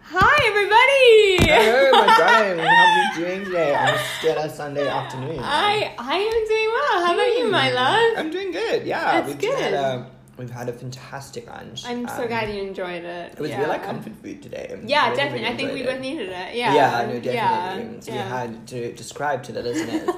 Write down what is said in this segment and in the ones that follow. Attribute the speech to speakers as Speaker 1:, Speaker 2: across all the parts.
Speaker 1: Hi, everybody!
Speaker 2: Hello, oh my darling. How are you doing today on a stellar Sunday afternoon? Mm.
Speaker 1: I I am doing well. How about you, my love?
Speaker 2: I'm doing good. Yeah,
Speaker 1: That's
Speaker 2: we've just Had
Speaker 1: good.
Speaker 2: a, we've had a fantastic lunch.
Speaker 1: I'm so
Speaker 2: Um,
Speaker 1: glad you enjoyed it.
Speaker 2: It was
Speaker 1: yeah.
Speaker 2: really like comfort food today.
Speaker 1: Yeah,
Speaker 2: really,
Speaker 1: definitely.
Speaker 2: really
Speaker 1: I think we
Speaker 2: enjoyed
Speaker 1: both
Speaker 2: it.
Speaker 1: needed it. Yeah.
Speaker 2: Yeah, no, definitely.
Speaker 1: Yeah.
Speaker 2: We had to describe to the listeners.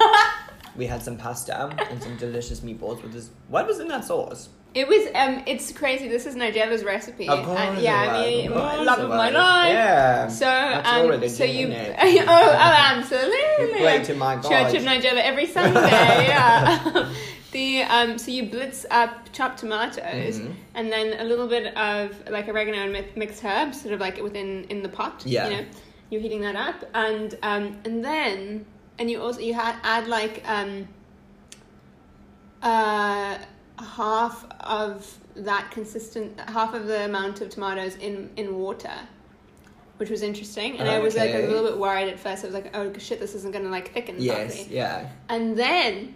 Speaker 2: we had some pasta and some delicious meatballs with this. What was in that sauce?
Speaker 1: It was um. It's crazy. This is Nigella's recipe.
Speaker 2: Of course
Speaker 1: And,
Speaker 2: it
Speaker 1: yeah,
Speaker 2: was,
Speaker 1: I mean,
Speaker 2: of course
Speaker 1: love
Speaker 2: it
Speaker 1: of my
Speaker 2: was.
Speaker 1: life.
Speaker 2: Yeah.
Speaker 1: So
Speaker 2: That's
Speaker 1: um,
Speaker 2: all religion,
Speaker 1: so you
Speaker 2: isn't it?
Speaker 1: oh oh absolutely
Speaker 2: Pray to my God.
Speaker 1: Church of Nigeria every Sunday yeah the um so you blitz up chopped tomatoes
Speaker 2: Mhm.
Speaker 1: and then a little bit of like oregano and mi- mixed herbs sort of like within in the pot
Speaker 2: Yeah.
Speaker 1: you know you're heating that up and um and then and you also you ha- add like um uh half of that consistent half of the amount of tomatoes in in water which was interesting and i was like a
Speaker 2: Okay.
Speaker 1: little bit worried at first i was like oh shit this isn't gonna like thicken
Speaker 2: Yes.
Speaker 1: properly.
Speaker 2: Yeah.
Speaker 1: and then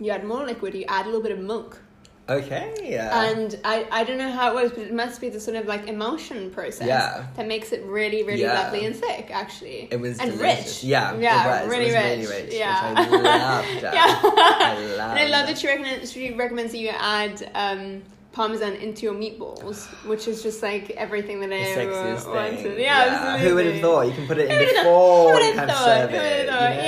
Speaker 1: you add more liquid you add a little bit of milk
Speaker 2: Okay.
Speaker 1: and I, I don't know how it was but it must be the sort of like emulsion process
Speaker 2: Yeah.
Speaker 1: that makes it really really
Speaker 2: Yeah.
Speaker 1: lovely and thick actually
Speaker 2: It was
Speaker 1: and
Speaker 2: delicious.
Speaker 1: rich
Speaker 2: Yeah,
Speaker 1: yeah
Speaker 2: it was. It
Speaker 1: really
Speaker 2: was
Speaker 1: rich
Speaker 2: really rich, which
Speaker 1: yeah
Speaker 2: I loved.
Speaker 1: yeah
Speaker 2: I
Speaker 1: and I love
Speaker 2: loved.
Speaker 1: that she recommends she recommends that you add um, parmesan into your meatballs, which is just like everything that I
Speaker 2: the
Speaker 1: ever
Speaker 2: sexiest
Speaker 1: wanted.
Speaker 2: thing.
Speaker 1: Yeah, absolutely.
Speaker 2: Who would have thought? You can put it
Speaker 1: Who
Speaker 2: in
Speaker 1: would've thought? Who
Speaker 2: before you
Speaker 1: would've
Speaker 2: have
Speaker 1: thought?
Speaker 2: serve
Speaker 1: Who
Speaker 2: it.
Speaker 1: would've
Speaker 2: you
Speaker 1: thought?
Speaker 2: know?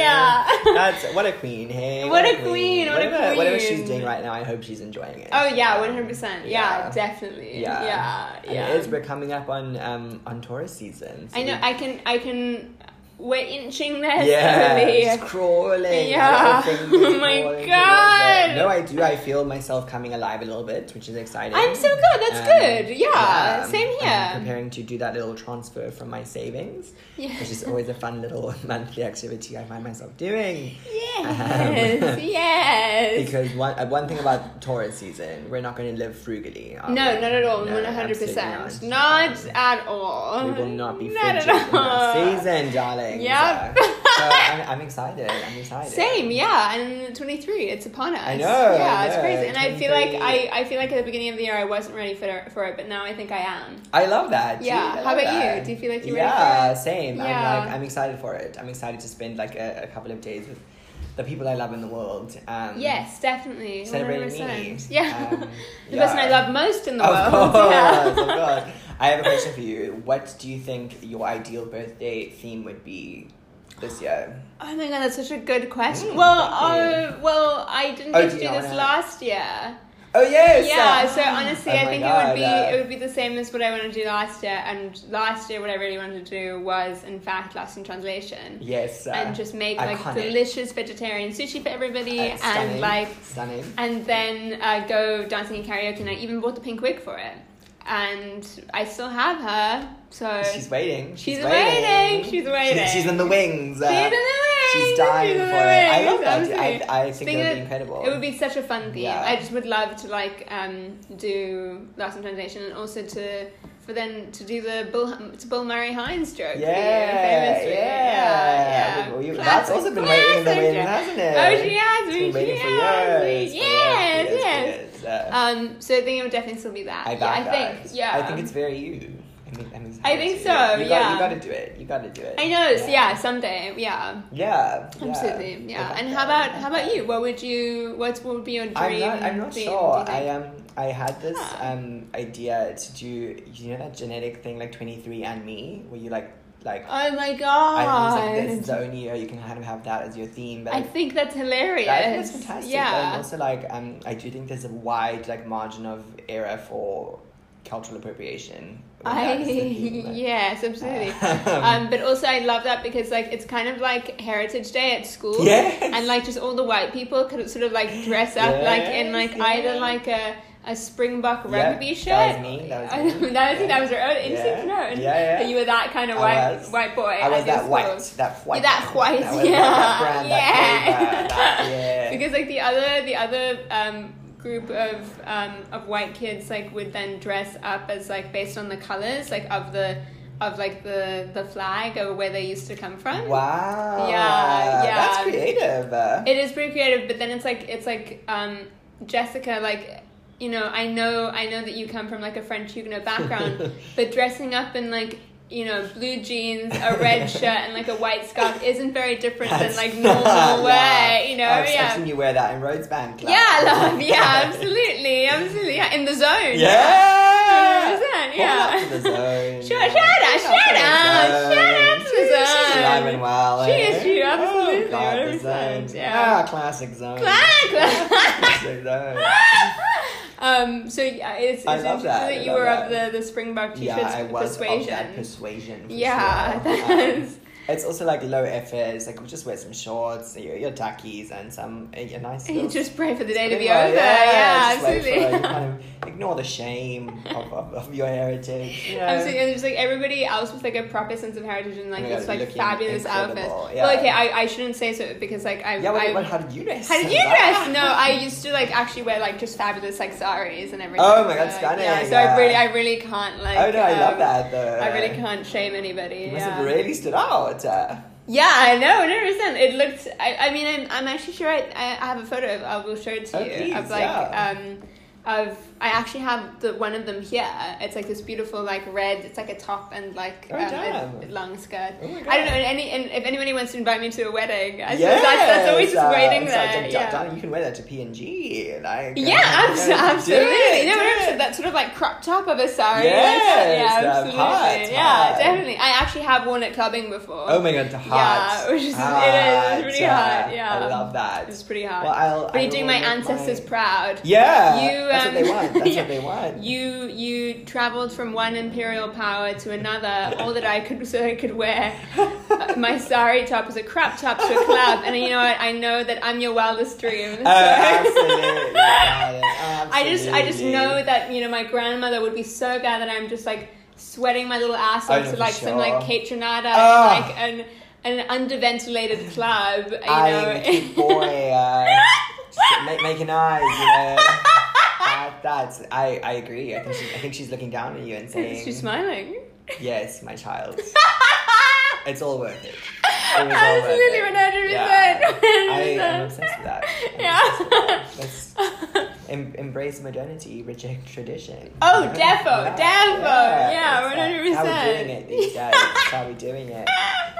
Speaker 1: Yeah.
Speaker 2: That's what a queen. Hey,
Speaker 1: What a queen, what a
Speaker 2: whatever, Whatever she's
Speaker 1: queen.
Speaker 2: doing right now, I hope she's enjoying it.
Speaker 1: Oh yeah,
Speaker 2: Um,
Speaker 1: one hundred percent. Yeah, definitely. Yeah, yeah.
Speaker 2: And It is. We're coming up on um on Taurus season. so
Speaker 1: I know.
Speaker 2: we-
Speaker 1: I can. I can. We're inching there
Speaker 2: yeah, it's
Speaker 1: slowly.
Speaker 2: crawling.
Speaker 1: Yeah.
Speaker 2: little things
Speaker 1: Oh my
Speaker 2: crawling towards it.
Speaker 1: God.
Speaker 2: No, I do. I feel myself coming alive a little bit, which is exciting.
Speaker 1: I'm so good. That's
Speaker 2: Um,
Speaker 1: good. Yeah, same
Speaker 2: I'm
Speaker 1: here.
Speaker 2: preparing to do that little transfer from my savings,
Speaker 1: Yeah.
Speaker 2: which is always a fun little monthly activity I find myself doing.
Speaker 1: Yes.
Speaker 2: Um,
Speaker 1: yes.
Speaker 2: Because one uh, one thing about Taurus season, we're not going to live frugally. are
Speaker 1: No,
Speaker 2: we?
Speaker 1: not at all.
Speaker 2: No,
Speaker 1: One hundred percent.
Speaker 2: absolutely
Speaker 1: Not
Speaker 2: Um,
Speaker 1: at all.
Speaker 2: we will not be
Speaker 1: Not at
Speaker 2: frigid in
Speaker 1: all.
Speaker 2: that season, darling.
Speaker 1: Yep.
Speaker 2: So, so I'm, I'm excited. I'm excited.
Speaker 1: Same, yeah. And twenty three, it's upon us.
Speaker 2: I know,
Speaker 1: Yeah,
Speaker 2: I
Speaker 1: it's
Speaker 2: know,
Speaker 1: crazy. And I feel like
Speaker 2: 23.
Speaker 1: I, I feel like at the beginning of the year I wasn't ready for it, for it, but now I think I am.
Speaker 2: I love that.
Speaker 1: Yeah.
Speaker 2: Dude, I
Speaker 1: How
Speaker 2: love
Speaker 1: about you?
Speaker 2: that.
Speaker 1: Do you feel like you're ready
Speaker 2: yeah,
Speaker 1: for it?
Speaker 2: same.
Speaker 1: Yeah.
Speaker 2: I'm like I'm excited for it. I'm excited to spend like a, a couple of days with the people I love in the world. Um,
Speaker 1: Yes, definitely.
Speaker 2: Celebrating
Speaker 1: 100%.
Speaker 2: me.
Speaker 1: Yeah.
Speaker 2: Um,
Speaker 1: the
Speaker 2: yeah.
Speaker 1: person I love most in the
Speaker 2: Of
Speaker 1: world.
Speaker 2: course,
Speaker 1: Yeah.
Speaker 2: of course. I have a question for you. What do you think your ideal birthday theme would be this year?
Speaker 1: Oh my god, that's such a good question.
Speaker 2: Mm,
Speaker 1: well,
Speaker 2: thank
Speaker 1: oh, well, I didn't
Speaker 2: Oh,
Speaker 1: get
Speaker 2: do
Speaker 1: to
Speaker 2: you
Speaker 1: do
Speaker 2: not
Speaker 1: this
Speaker 2: wanna-
Speaker 1: last year.
Speaker 2: Oh yes.
Speaker 1: Yeah,
Speaker 2: uh,
Speaker 1: so honestly,
Speaker 2: oh
Speaker 1: I
Speaker 2: my
Speaker 1: think it
Speaker 2: God,
Speaker 1: would be
Speaker 2: uh,
Speaker 1: it would be the same as what I wanted to do last year. And last year, what I really wanted to do was, in fact, Lost in Translation,
Speaker 2: yes. uh,
Speaker 1: and just make like
Speaker 2: iconic.
Speaker 1: delicious vegetarian sushi for everybody,
Speaker 2: uh,
Speaker 1: and
Speaker 2: stunning,
Speaker 1: like,
Speaker 2: stunning.
Speaker 1: and then uh, go dancing and karaoke. And I even bought the pink wig for it, and I still have her. So
Speaker 2: She's waiting.
Speaker 1: She's
Speaker 2: She's,
Speaker 1: waiting.
Speaker 2: waiting.
Speaker 1: She's
Speaker 2: She's-
Speaker 1: waiting.
Speaker 2: She's, in the wings.
Speaker 1: She's
Speaker 2: uh,
Speaker 1: in the wings.
Speaker 2: She's dying
Speaker 1: She's in
Speaker 2: for
Speaker 1: the
Speaker 2: it. I love
Speaker 1: wings,
Speaker 2: that.
Speaker 1: absolutely.
Speaker 2: I, I think it would
Speaker 1: Speaking
Speaker 2: be
Speaker 1: of-
Speaker 2: incredible.
Speaker 1: It would be such a fun theme.
Speaker 2: Yeah.
Speaker 1: I just would love to like um, do Last in Translation and also to for then to do the Bill to Bill Murray Hines joke.
Speaker 2: Yeah,
Speaker 1: for you, famously. yeah, yeah.
Speaker 2: Well, you-
Speaker 1: Classic-
Speaker 2: that's also been waiting in the
Speaker 1: classic
Speaker 2: wings,
Speaker 1: joke.
Speaker 2: hasn't it?
Speaker 1: Oh, she has.
Speaker 2: It's
Speaker 1: we-
Speaker 2: been waiting
Speaker 1: she
Speaker 2: for
Speaker 1: has. we-
Speaker 2: years. for years, for
Speaker 1: Yes,
Speaker 2: years, for
Speaker 1: yes.
Speaker 2: years. Uh,
Speaker 1: Um, so I think it would definitely still be that.
Speaker 2: I
Speaker 1: yeah,
Speaker 2: back
Speaker 1: I
Speaker 2: that.
Speaker 1: think. Yeah,
Speaker 2: I think it's very you. I mean, I, mean,
Speaker 1: I think
Speaker 2: you-
Speaker 1: so,
Speaker 2: You
Speaker 1: yeah.
Speaker 2: Got, you got to do it. You got to do it.
Speaker 1: I know. so yeah, someday. Yeah.
Speaker 2: Yeah. yeah.
Speaker 1: Absolutely,
Speaker 2: I
Speaker 1: yeah.
Speaker 2: like uh,
Speaker 1: And
Speaker 2: that.
Speaker 1: how about how about you? What would you? What would be your dream?
Speaker 2: I'm not. I'm not
Speaker 1: theme, do
Speaker 2: sure.
Speaker 1: you think?
Speaker 2: I Um, I had this
Speaker 1: Ah.
Speaker 2: um idea to do. You know that genetic thing, like twenty three and Me, where you like like.
Speaker 1: Oh my
Speaker 2: I
Speaker 1: god!
Speaker 2: was like, this is the only year you can kind of have that as your theme. But
Speaker 1: Ah, I
Speaker 2: like,
Speaker 1: think that's hilarious.
Speaker 2: I think that's fantastic. But I'm
Speaker 1: Yeah.
Speaker 2: also like, um, I do think there's a wide like margin of error for cultural appropriation. when
Speaker 1: I
Speaker 2: that is the theme.
Speaker 1: yes, absolutely.
Speaker 2: Um,
Speaker 1: um, but also I love that because like it's kind of like Heritage Day at school.
Speaker 2: Yes.
Speaker 1: And like just all the white people could sort of like dress up like in
Speaker 2: Yes,
Speaker 1: like
Speaker 2: yeah.
Speaker 1: either like a a Springbok
Speaker 2: Yep,
Speaker 1: rugby shirt.
Speaker 2: that was me, that was me.
Speaker 1: that was,
Speaker 2: Yeah.
Speaker 1: that was your own interesting
Speaker 2: Yeah,
Speaker 1: note.
Speaker 2: yeah, yeah.
Speaker 1: That you were that kind of
Speaker 2: I
Speaker 1: white
Speaker 2: was.
Speaker 1: white boy.
Speaker 2: I was
Speaker 1: at your
Speaker 2: that
Speaker 1: school.
Speaker 2: white, that white,
Speaker 1: Yeah, that white,
Speaker 2: that was
Speaker 1: yeah,
Speaker 2: that brand, that
Speaker 1: yeah.
Speaker 2: flavor, that- yeah.
Speaker 1: because like the other the other um, group of um, of white kids like would then dress up as like based on the colors like of the of like the the flag or where they used to come from.
Speaker 2: Wow.
Speaker 1: Yeah, yeah.
Speaker 2: That's creative.
Speaker 1: It is pretty creative, but then it's like it's like um, Jessica like. You know, I know, I know that you come from like a French Huguenot background, but dressing up in like you know, blue jeans, a red shirt, and like a white scarf isn't very different than
Speaker 2: That's-
Speaker 1: like normal
Speaker 2: Yeah.
Speaker 1: wear, you know?
Speaker 2: I've, I've
Speaker 1: yeah.
Speaker 2: seen you wear that in Rhodes Bank. like-
Speaker 1: yeah, love. Yeah, absolutely. Absolutely. Yeah, in the zone.
Speaker 2: Yeah.
Speaker 1: 100%,
Speaker 2: All up
Speaker 1: yeah.
Speaker 2: to the zone.
Speaker 1: Sure, shut up, shut up, shut up to the
Speaker 2: She's alive and
Speaker 1: zone.
Speaker 2: well.
Speaker 1: She
Speaker 2: eh?
Speaker 1: is, she absolutely,
Speaker 2: Oh, God, the
Speaker 1: 100%,
Speaker 2: zone.
Speaker 1: yeah.
Speaker 2: Ah, classic zone.
Speaker 1: Clack.
Speaker 2: classic zone.
Speaker 1: um, so yeah, it's, it's
Speaker 2: I
Speaker 1: interesting
Speaker 2: love that,
Speaker 1: that,
Speaker 2: I
Speaker 1: you
Speaker 2: love
Speaker 1: were of
Speaker 2: that.
Speaker 1: the, the Springbok t-shirts
Speaker 2: Yeah, I
Speaker 1: with
Speaker 2: was
Speaker 1: persuasion.
Speaker 2: of that persuasion. for
Speaker 1: yeah,
Speaker 2: sure. Um,
Speaker 1: that's
Speaker 2: It's also like low FS. Like we just wear some shorts, your, your tackies, and some uh, your nice.
Speaker 1: you
Speaker 2: little
Speaker 1: just pray for the day to be
Speaker 2: Yeah,
Speaker 1: over.
Speaker 2: yeah,
Speaker 1: Yeah,
Speaker 2: just wait for
Speaker 1: absolutely.
Speaker 2: it. You kind of ignore the shame of, of, of your heritage. You know? Oh
Speaker 1: Absolutely, and just like everybody else with like a proper sense of heritage and like
Speaker 2: Yeah,
Speaker 1: this like
Speaker 2: looking
Speaker 1: fabulous
Speaker 2: incredible,
Speaker 1: outfit.
Speaker 2: yeah.
Speaker 1: Well, okay, I, I shouldn't say so because like I
Speaker 2: Yeah,
Speaker 1: I,
Speaker 2: but, but how did you dress?
Speaker 1: how did you dress? No, I used to like actually wear like just fabulous like saris and everything.
Speaker 2: Oh my God,
Speaker 1: so,
Speaker 2: stunning,
Speaker 1: Yeah, so
Speaker 2: yeah.
Speaker 1: I really, I really can't like.
Speaker 2: oh no, I love
Speaker 1: um,
Speaker 2: that though.
Speaker 1: I really can't shame anybody.
Speaker 2: You must
Speaker 1: yeah.
Speaker 2: have really stood out. Uh,
Speaker 1: Yeah, I know, no percent. It looked. I, I mean, I'm, I'm actually sure I, I I have a photo. Of, I will show it to
Speaker 2: Oh,
Speaker 1: you.
Speaker 2: please,
Speaker 1: of like,
Speaker 2: yeah.
Speaker 1: um, of I actually have the one of them here. It's like this beautiful like red. It's like a top and like
Speaker 2: Oh,
Speaker 1: um, a
Speaker 2: damn.
Speaker 1: long skirt.
Speaker 2: oh my god.
Speaker 1: I don't know. And any and if anybody wants to invite me to a wedding, I
Speaker 2: Yes,
Speaker 1: suppose that's, that's always just
Speaker 2: uh,
Speaker 1: waiting
Speaker 2: it's
Speaker 1: there.
Speaker 2: like, dun-
Speaker 1: yeah.
Speaker 2: dun- dun, you can wear that to P and G. Like
Speaker 1: Yeah,
Speaker 2: uh,
Speaker 1: abs-
Speaker 2: do it,
Speaker 1: absolutely.
Speaker 2: do
Speaker 1: no, no,
Speaker 2: it.
Speaker 1: so that sort of like crop top of a sari.
Speaker 2: Yes,
Speaker 1: that's-
Speaker 2: um,
Speaker 1: yeah, absolutely.
Speaker 2: hot,
Speaker 1: yeah,
Speaker 2: hot.
Speaker 1: definitely. I actually have worn it clubbing before.
Speaker 2: Oh my god, hot.
Speaker 1: Yeah, which is- it is, it's
Speaker 2: Hot,
Speaker 1: pretty
Speaker 2: uh,
Speaker 1: hot, yeah.
Speaker 2: I love that.
Speaker 1: It's pretty hard.
Speaker 2: Well, I'll.
Speaker 1: but
Speaker 2: I
Speaker 1: you doing my
Speaker 2: will make
Speaker 1: ancestors proud.
Speaker 2: Yeah,
Speaker 1: You,
Speaker 2: that's what they
Speaker 1: um,
Speaker 2: want. That's
Speaker 1: yeah.
Speaker 2: what they want.
Speaker 1: You you traveled from one imperial power to another. All that I could so I could wear uh, my sari top was a crop top to a club. And you know what? I know that I'm your wildest dream.
Speaker 2: Oh, absolutely, darling,
Speaker 1: I just I just
Speaker 2: absolutely.
Speaker 1: know that you know my grandmother would be so glad that I'm just like sweating my little ass
Speaker 2: Oh,
Speaker 1: off
Speaker 2: no,
Speaker 1: to
Speaker 2: for
Speaker 1: like some like
Speaker 2: sure.
Speaker 1: catronada
Speaker 2: Ah.
Speaker 1: and like an an underventilated club. You
Speaker 2: I'm a
Speaker 1: know.
Speaker 2: cute boy. Uh, just ma- making eyes, you know. That, that's I, I agree. I think, she, I think she's looking down at you and saying,
Speaker 1: She's smiling.
Speaker 2: "Yes, my child. It's all worth it." It was all worth
Speaker 1: Absolutely,
Speaker 2: it.
Speaker 1: one hundred
Speaker 2: Yeah.
Speaker 1: percent.
Speaker 2: I am obsessed with that. I'm obsessed
Speaker 1: Yeah.
Speaker 2: with that. Let's em- embrace modernity, reject tradition.
Speaker 1: Oh,
Speaker 2: Yeah.
Speaker 1: defo, defo. Yeah,
Speaker 2: that's
Speaker 1: 100%.
Speaker 2: that. How we doing it these days? How we doing it?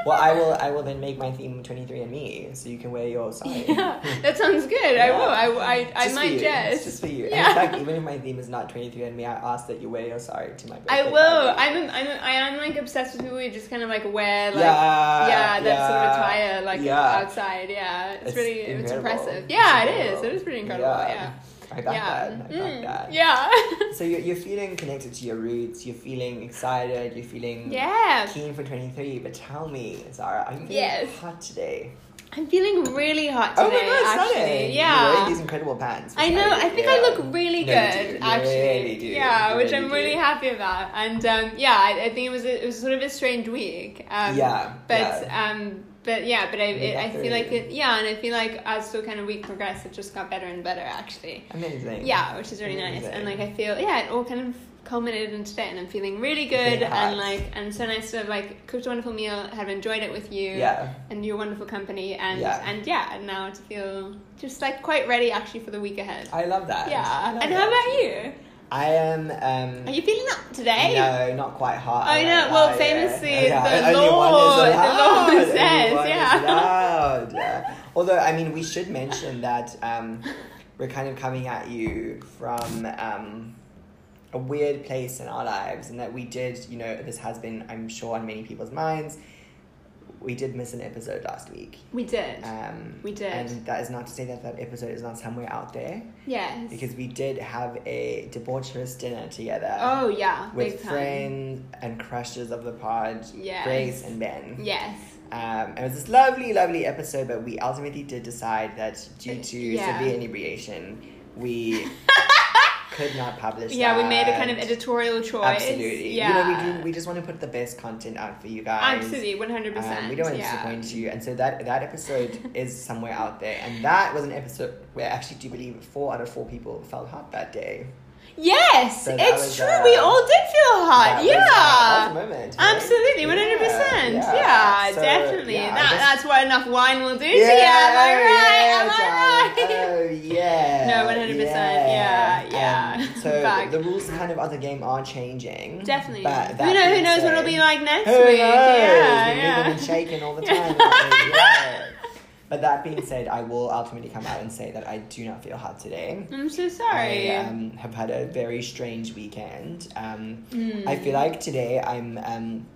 Speaker 2: Well, I will. I will then make my theme 23andMe, so you can wear your side.
Speaker 1: yeah, that sounds good. I will. I, I, I
Speaker 2: Just for you.
Speaker 1: might
Speaker 2: It's
Speaker 1: jest.
Speaker 2: just for you. And
Speaker 1: Yeah.
Speaker 2: in fact, even if my theme is not 23andMe, I ask that you wear your sari to my birthday.
Speaker 1: I will.
Speaker 2: party.
Speaker 1: I'm, a, I'm, a, I am like obsessed with people who just kind of like wear like
Speaker 2: yeah,
Speaker 1: yeah, that sort of
Speaker 2: yeah,
Speaker 1: attire, like
Speaker 2: yeah.
Speaker 1: outside. Yeah, it's,
Speaker 2: It's
Speaker 1: really it's
Speaker 2: incredible.
Speaker 1: impressive.
Speaker 2: It's
Speaker 1: Yeah, it is.
Speaker 2: incredible.
Speaker 1: It is pretty incredible.
Speaker 2: Yeah.
Speaker 1: Yeah,
Speaker 2: I got
Speaker 1: yeah,
Speaker 2: that. I got
Speaker 1: Mm,
Speaker 2: that.
Speaker 1: yeah,
Speaker 2: So you're, you're feeling connected to your roots. You're feeling excited. You're feeling
Speaker 1: yeah.
Speaker 2: keen for 23. But tell me, Zara, I'm feeling
Speaker 1: Yes.
Speaker 2: hot today.
Speaker 1: I'm feeling really hot
Speaker 2: oh my
Speaker 1: today.
Speaker 2: god,
Speaker 1: actually,
Speaker 2: stunning! You're
Speaker 1: yeah.
Speaker 2: wearing these incredible pants. which
Speaker 1: I know. I think I
Speaker 2: yeah.
Speaker 1: look really
Speaker 2: No, you
Speaker 1: good,
Speaker 2: do. You
Speaker 1: actually.
Speaker 2: really do.
Speaker 1: Yeah,
Speaker 2: You
Speaker 1: which
Speaker 2: really
Speaker 1: I'm really
Speaker 2: do.
Speaker 1: happy about. And um, yeah, I, I think it was a, it was sort of a strange week. Um,
Speaker 2: Yeah,
Speaker 1: But
Speaker 2: yeah.
Speaker 1: um, but yeah, but I
Speaker 2: We
Speaker 1: it,
Speaker 2: got
Speaker 1: I feel like
Speaker 2: through.
Speaker 1: it. Yeah, and I feel like as the kind of week progressed, it just got better and better actually.
Speaker 2: Amazing.
Speaker 1: Yeah, which is really nice. And like I feel yeah, it all kind of culminated in today, and I'm feeling really good.
Speaker 2: Yeah.
Speaker 1: And like and so nice to have like cooked a wonderful meal, have enjoyed it with you
Speaker 2: Yeah.
Speaker 1: and your wonderful company and
Speaker 2: Yeah.
Speaker 1: and yeah and now to feel just like quite ready actually for the week ahead
Speaker 2: I love that. I
Speaker 1: yeah
Speaker 2: love
Speaker 1: and how
Speaker 2: that.
Speaker 1: about you
Speaker 2: I am. Um,
Speaker 1: are you feeling up today
Speaker 2: No, not quite hot.
Speaker 1: I know,
Speaker 2: like
Speaker 1: well,
Speaker 2: that,
Speaker 1: famously, the
Speaker 2: Only one is
Speaker 1: law- the law
Speaker 2: allowed. Only
Speaker 1: says,
Speaker 2: one is
Speaker 1: yeah.
Speaker 2: allowed, yeah. Although, I mean, we should mention that um, we're kind of coming at you from um, a weird place in our lives, and that we did, you know, this has been, I'm sure, on many people's minds. We did miss an episode last week.
Speaker 1: we did
Speaker 2: Um,
Speaker 1: We did.
Speaker 2: And that is not to say that that episode is not somewhere out there,
Speaker 1: yes
Speaker 2: because we did have a debaucherous dinner together
Speaker 1: oh yeah
Speaker 2: with
Speaker 1: big time
Speaker 2: friends and crushes of the pod,
Speaker 1: Yes.
Speaker 2: Grace and Ben.
Speaker 1: yes
Speaker 2: Um, and it was this lovely, lovely episode, but we ultimately did decide that due to
Speaker 1: Uh, Yeah.
Speaker 2: severe inebriation, we could not publish.
Speaker 1: yeah we made a
Speaker 2: that.
Speaker 1: kind of editorial choice
Speaker 2: uh, Absolutely.
Speaker 1: yeah
Speaker 2: You know, we, do, we just want to put the best content out for you guys.
Speaker 1: absolutely 100 percent.
Speaker 2: Um, we don't want to
Speaker 1: yeah.
Speaker 2: disappoint you, and so that that episode is somewhere out there, and that was an episode where I actually do believe four out of four people felt hot that day.
Speaker 1: yes
Speaker 2: So that
Speaker 1: it's
Speaker 2: was,
Speaker 1: true
Speaker 2: uh,
Speaker 1: we all did feel hot
Speaker 2: That was, uh, that
Speaker 1: yeah
Speaker 2: was a moment, right?
Speaker 1: Absolutely, one hundred percent.
Speaker 2: Yeah,
Speaker 1: Yeah,
Speaker 2: So,
Speaker 1: definitely.
Speaker 2: yeah, I
Speaker 1: that,
Speaker 2: guess-
Speaker 1: that's what enough wine will do to you.
Speaker 2: Yeah,
Speaker 1: Am I
Speaker 2: oh,
Speaker 1: right?
Speaker 2: yeah,
Speaker 1: Am I right?
Speaker 2: darling. Oh yeah.
Speaker 1: No, 100%, yeah, yeah.
Speaker 2: Um, so So
Speaker 1: Fuck.
Speaker 2: the rules kind of of the game are changing.
Speaker 1: Definitely.
Speaker 2: But
Speaker 1: Who,
Speaker 2: that
Speaker 1: know, who
Speaker 2: being
Speaker 1: knows what
Speaker 2: said-
Speaker 1: it'll be like next
Speaker 2: Who
Speaker 1: week?
Speaker 2: knows?
Speaker 1: Yeah,
Speaker 2: We're
Speaker 1: yeah.
Speaker 2: moving and shaking all the
Speaker 1: Yeah.
Speaker 2: time. aren't we? Yeah. But that being said, I will ultimately come out and say that I do not feel hot today.
Speaker 1: I'm so sorry.
Speaker 2: I um, have had a very strange weekend. Um,
Speaker 1: Mm.
Speaker 2: I feel like today I'm um,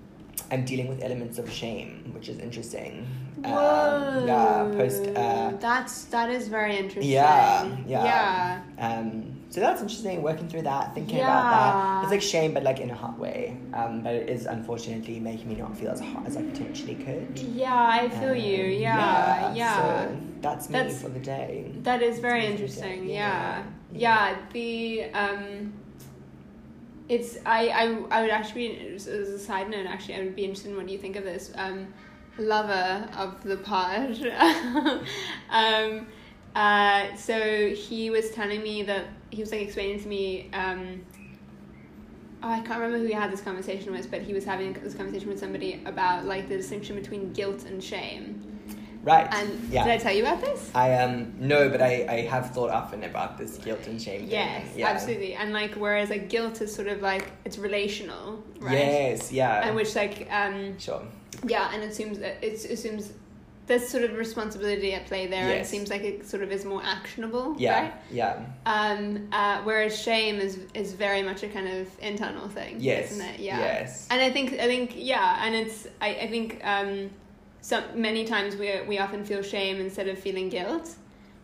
Speaker 2: I'm dealing with elements of shame, which is interesting. Um,
Speaker 1: Whoa.
Speaker 2: yeah, post. Uh,
Speaker 1: That's that is very interesting.
Speaker 2: yeah, yeah.
Speaker 1: Yeah.
Speaker 2: um, so that's interesting. Working through that, thinking
Speaker 1: Yeah.
Speaker 2: about that. It's like shame, but like in a hot way. Um, but it is unfortunately making me not feel as hot as I potentially could.
Speaker 1: Yeah, I feel
Speaker 2: Um,
Speaker 1: you. Yeah, yeah.
Speaker 2: So that's me
Speaker 1: That's-
Speaker 2: for the day.
Speaker 1: That is very
Speaker 2: Something
Speaker 1: interesting.
Speaker 2: like
Speaker 1: Yeah.
Speaker 2: that,
Speaker 1: yeah, The um, it's I I I would actually as as a side note actually I would be interested in what you think of this um, lover of the pod. um, uh, so he was telling me that he was like explaining to me um. Oh, I can't remember who he had this conversation with, but he was having this conversation with somebody about like the distinction between guilt and shame.
Speaker 2: Right.
Speaker 1: And
Speaker 2: yeah.
Speaker 1: did I tell you about this?
Speaker 2: I um no, but I I have thought often about this guilt and shame. thing.
Speaker 1: Yes,
Speaker 2: Yeah.
Speaker 1: absolutely. And like, whereas like guilt is sort of like it's relational, right?
Speaker 2: Yes. Yeah.
Speaker 1: And which like um
Speaker 2: sure.
Speaker 1: yeah, and it seems it assumes there's sort of responsibility at play there, and it
Speaker 2: Yes.
Speaker 1: seems like it sort of is more actionable,
Speaker 2: Yeah.
Speaker 1: right?
Speaker 2: Yeah.
Speaker 1: Um, uh, whereas shame is is very much a kind of internal thing,
Speaker 2: Yes.
Speaker 1: isn't it? Yeah.
Speaker 2: Yes.
Speaker 1: And I think I think yeah, and it's I I think um, so many times we we often feel shame instead of feeling guilt,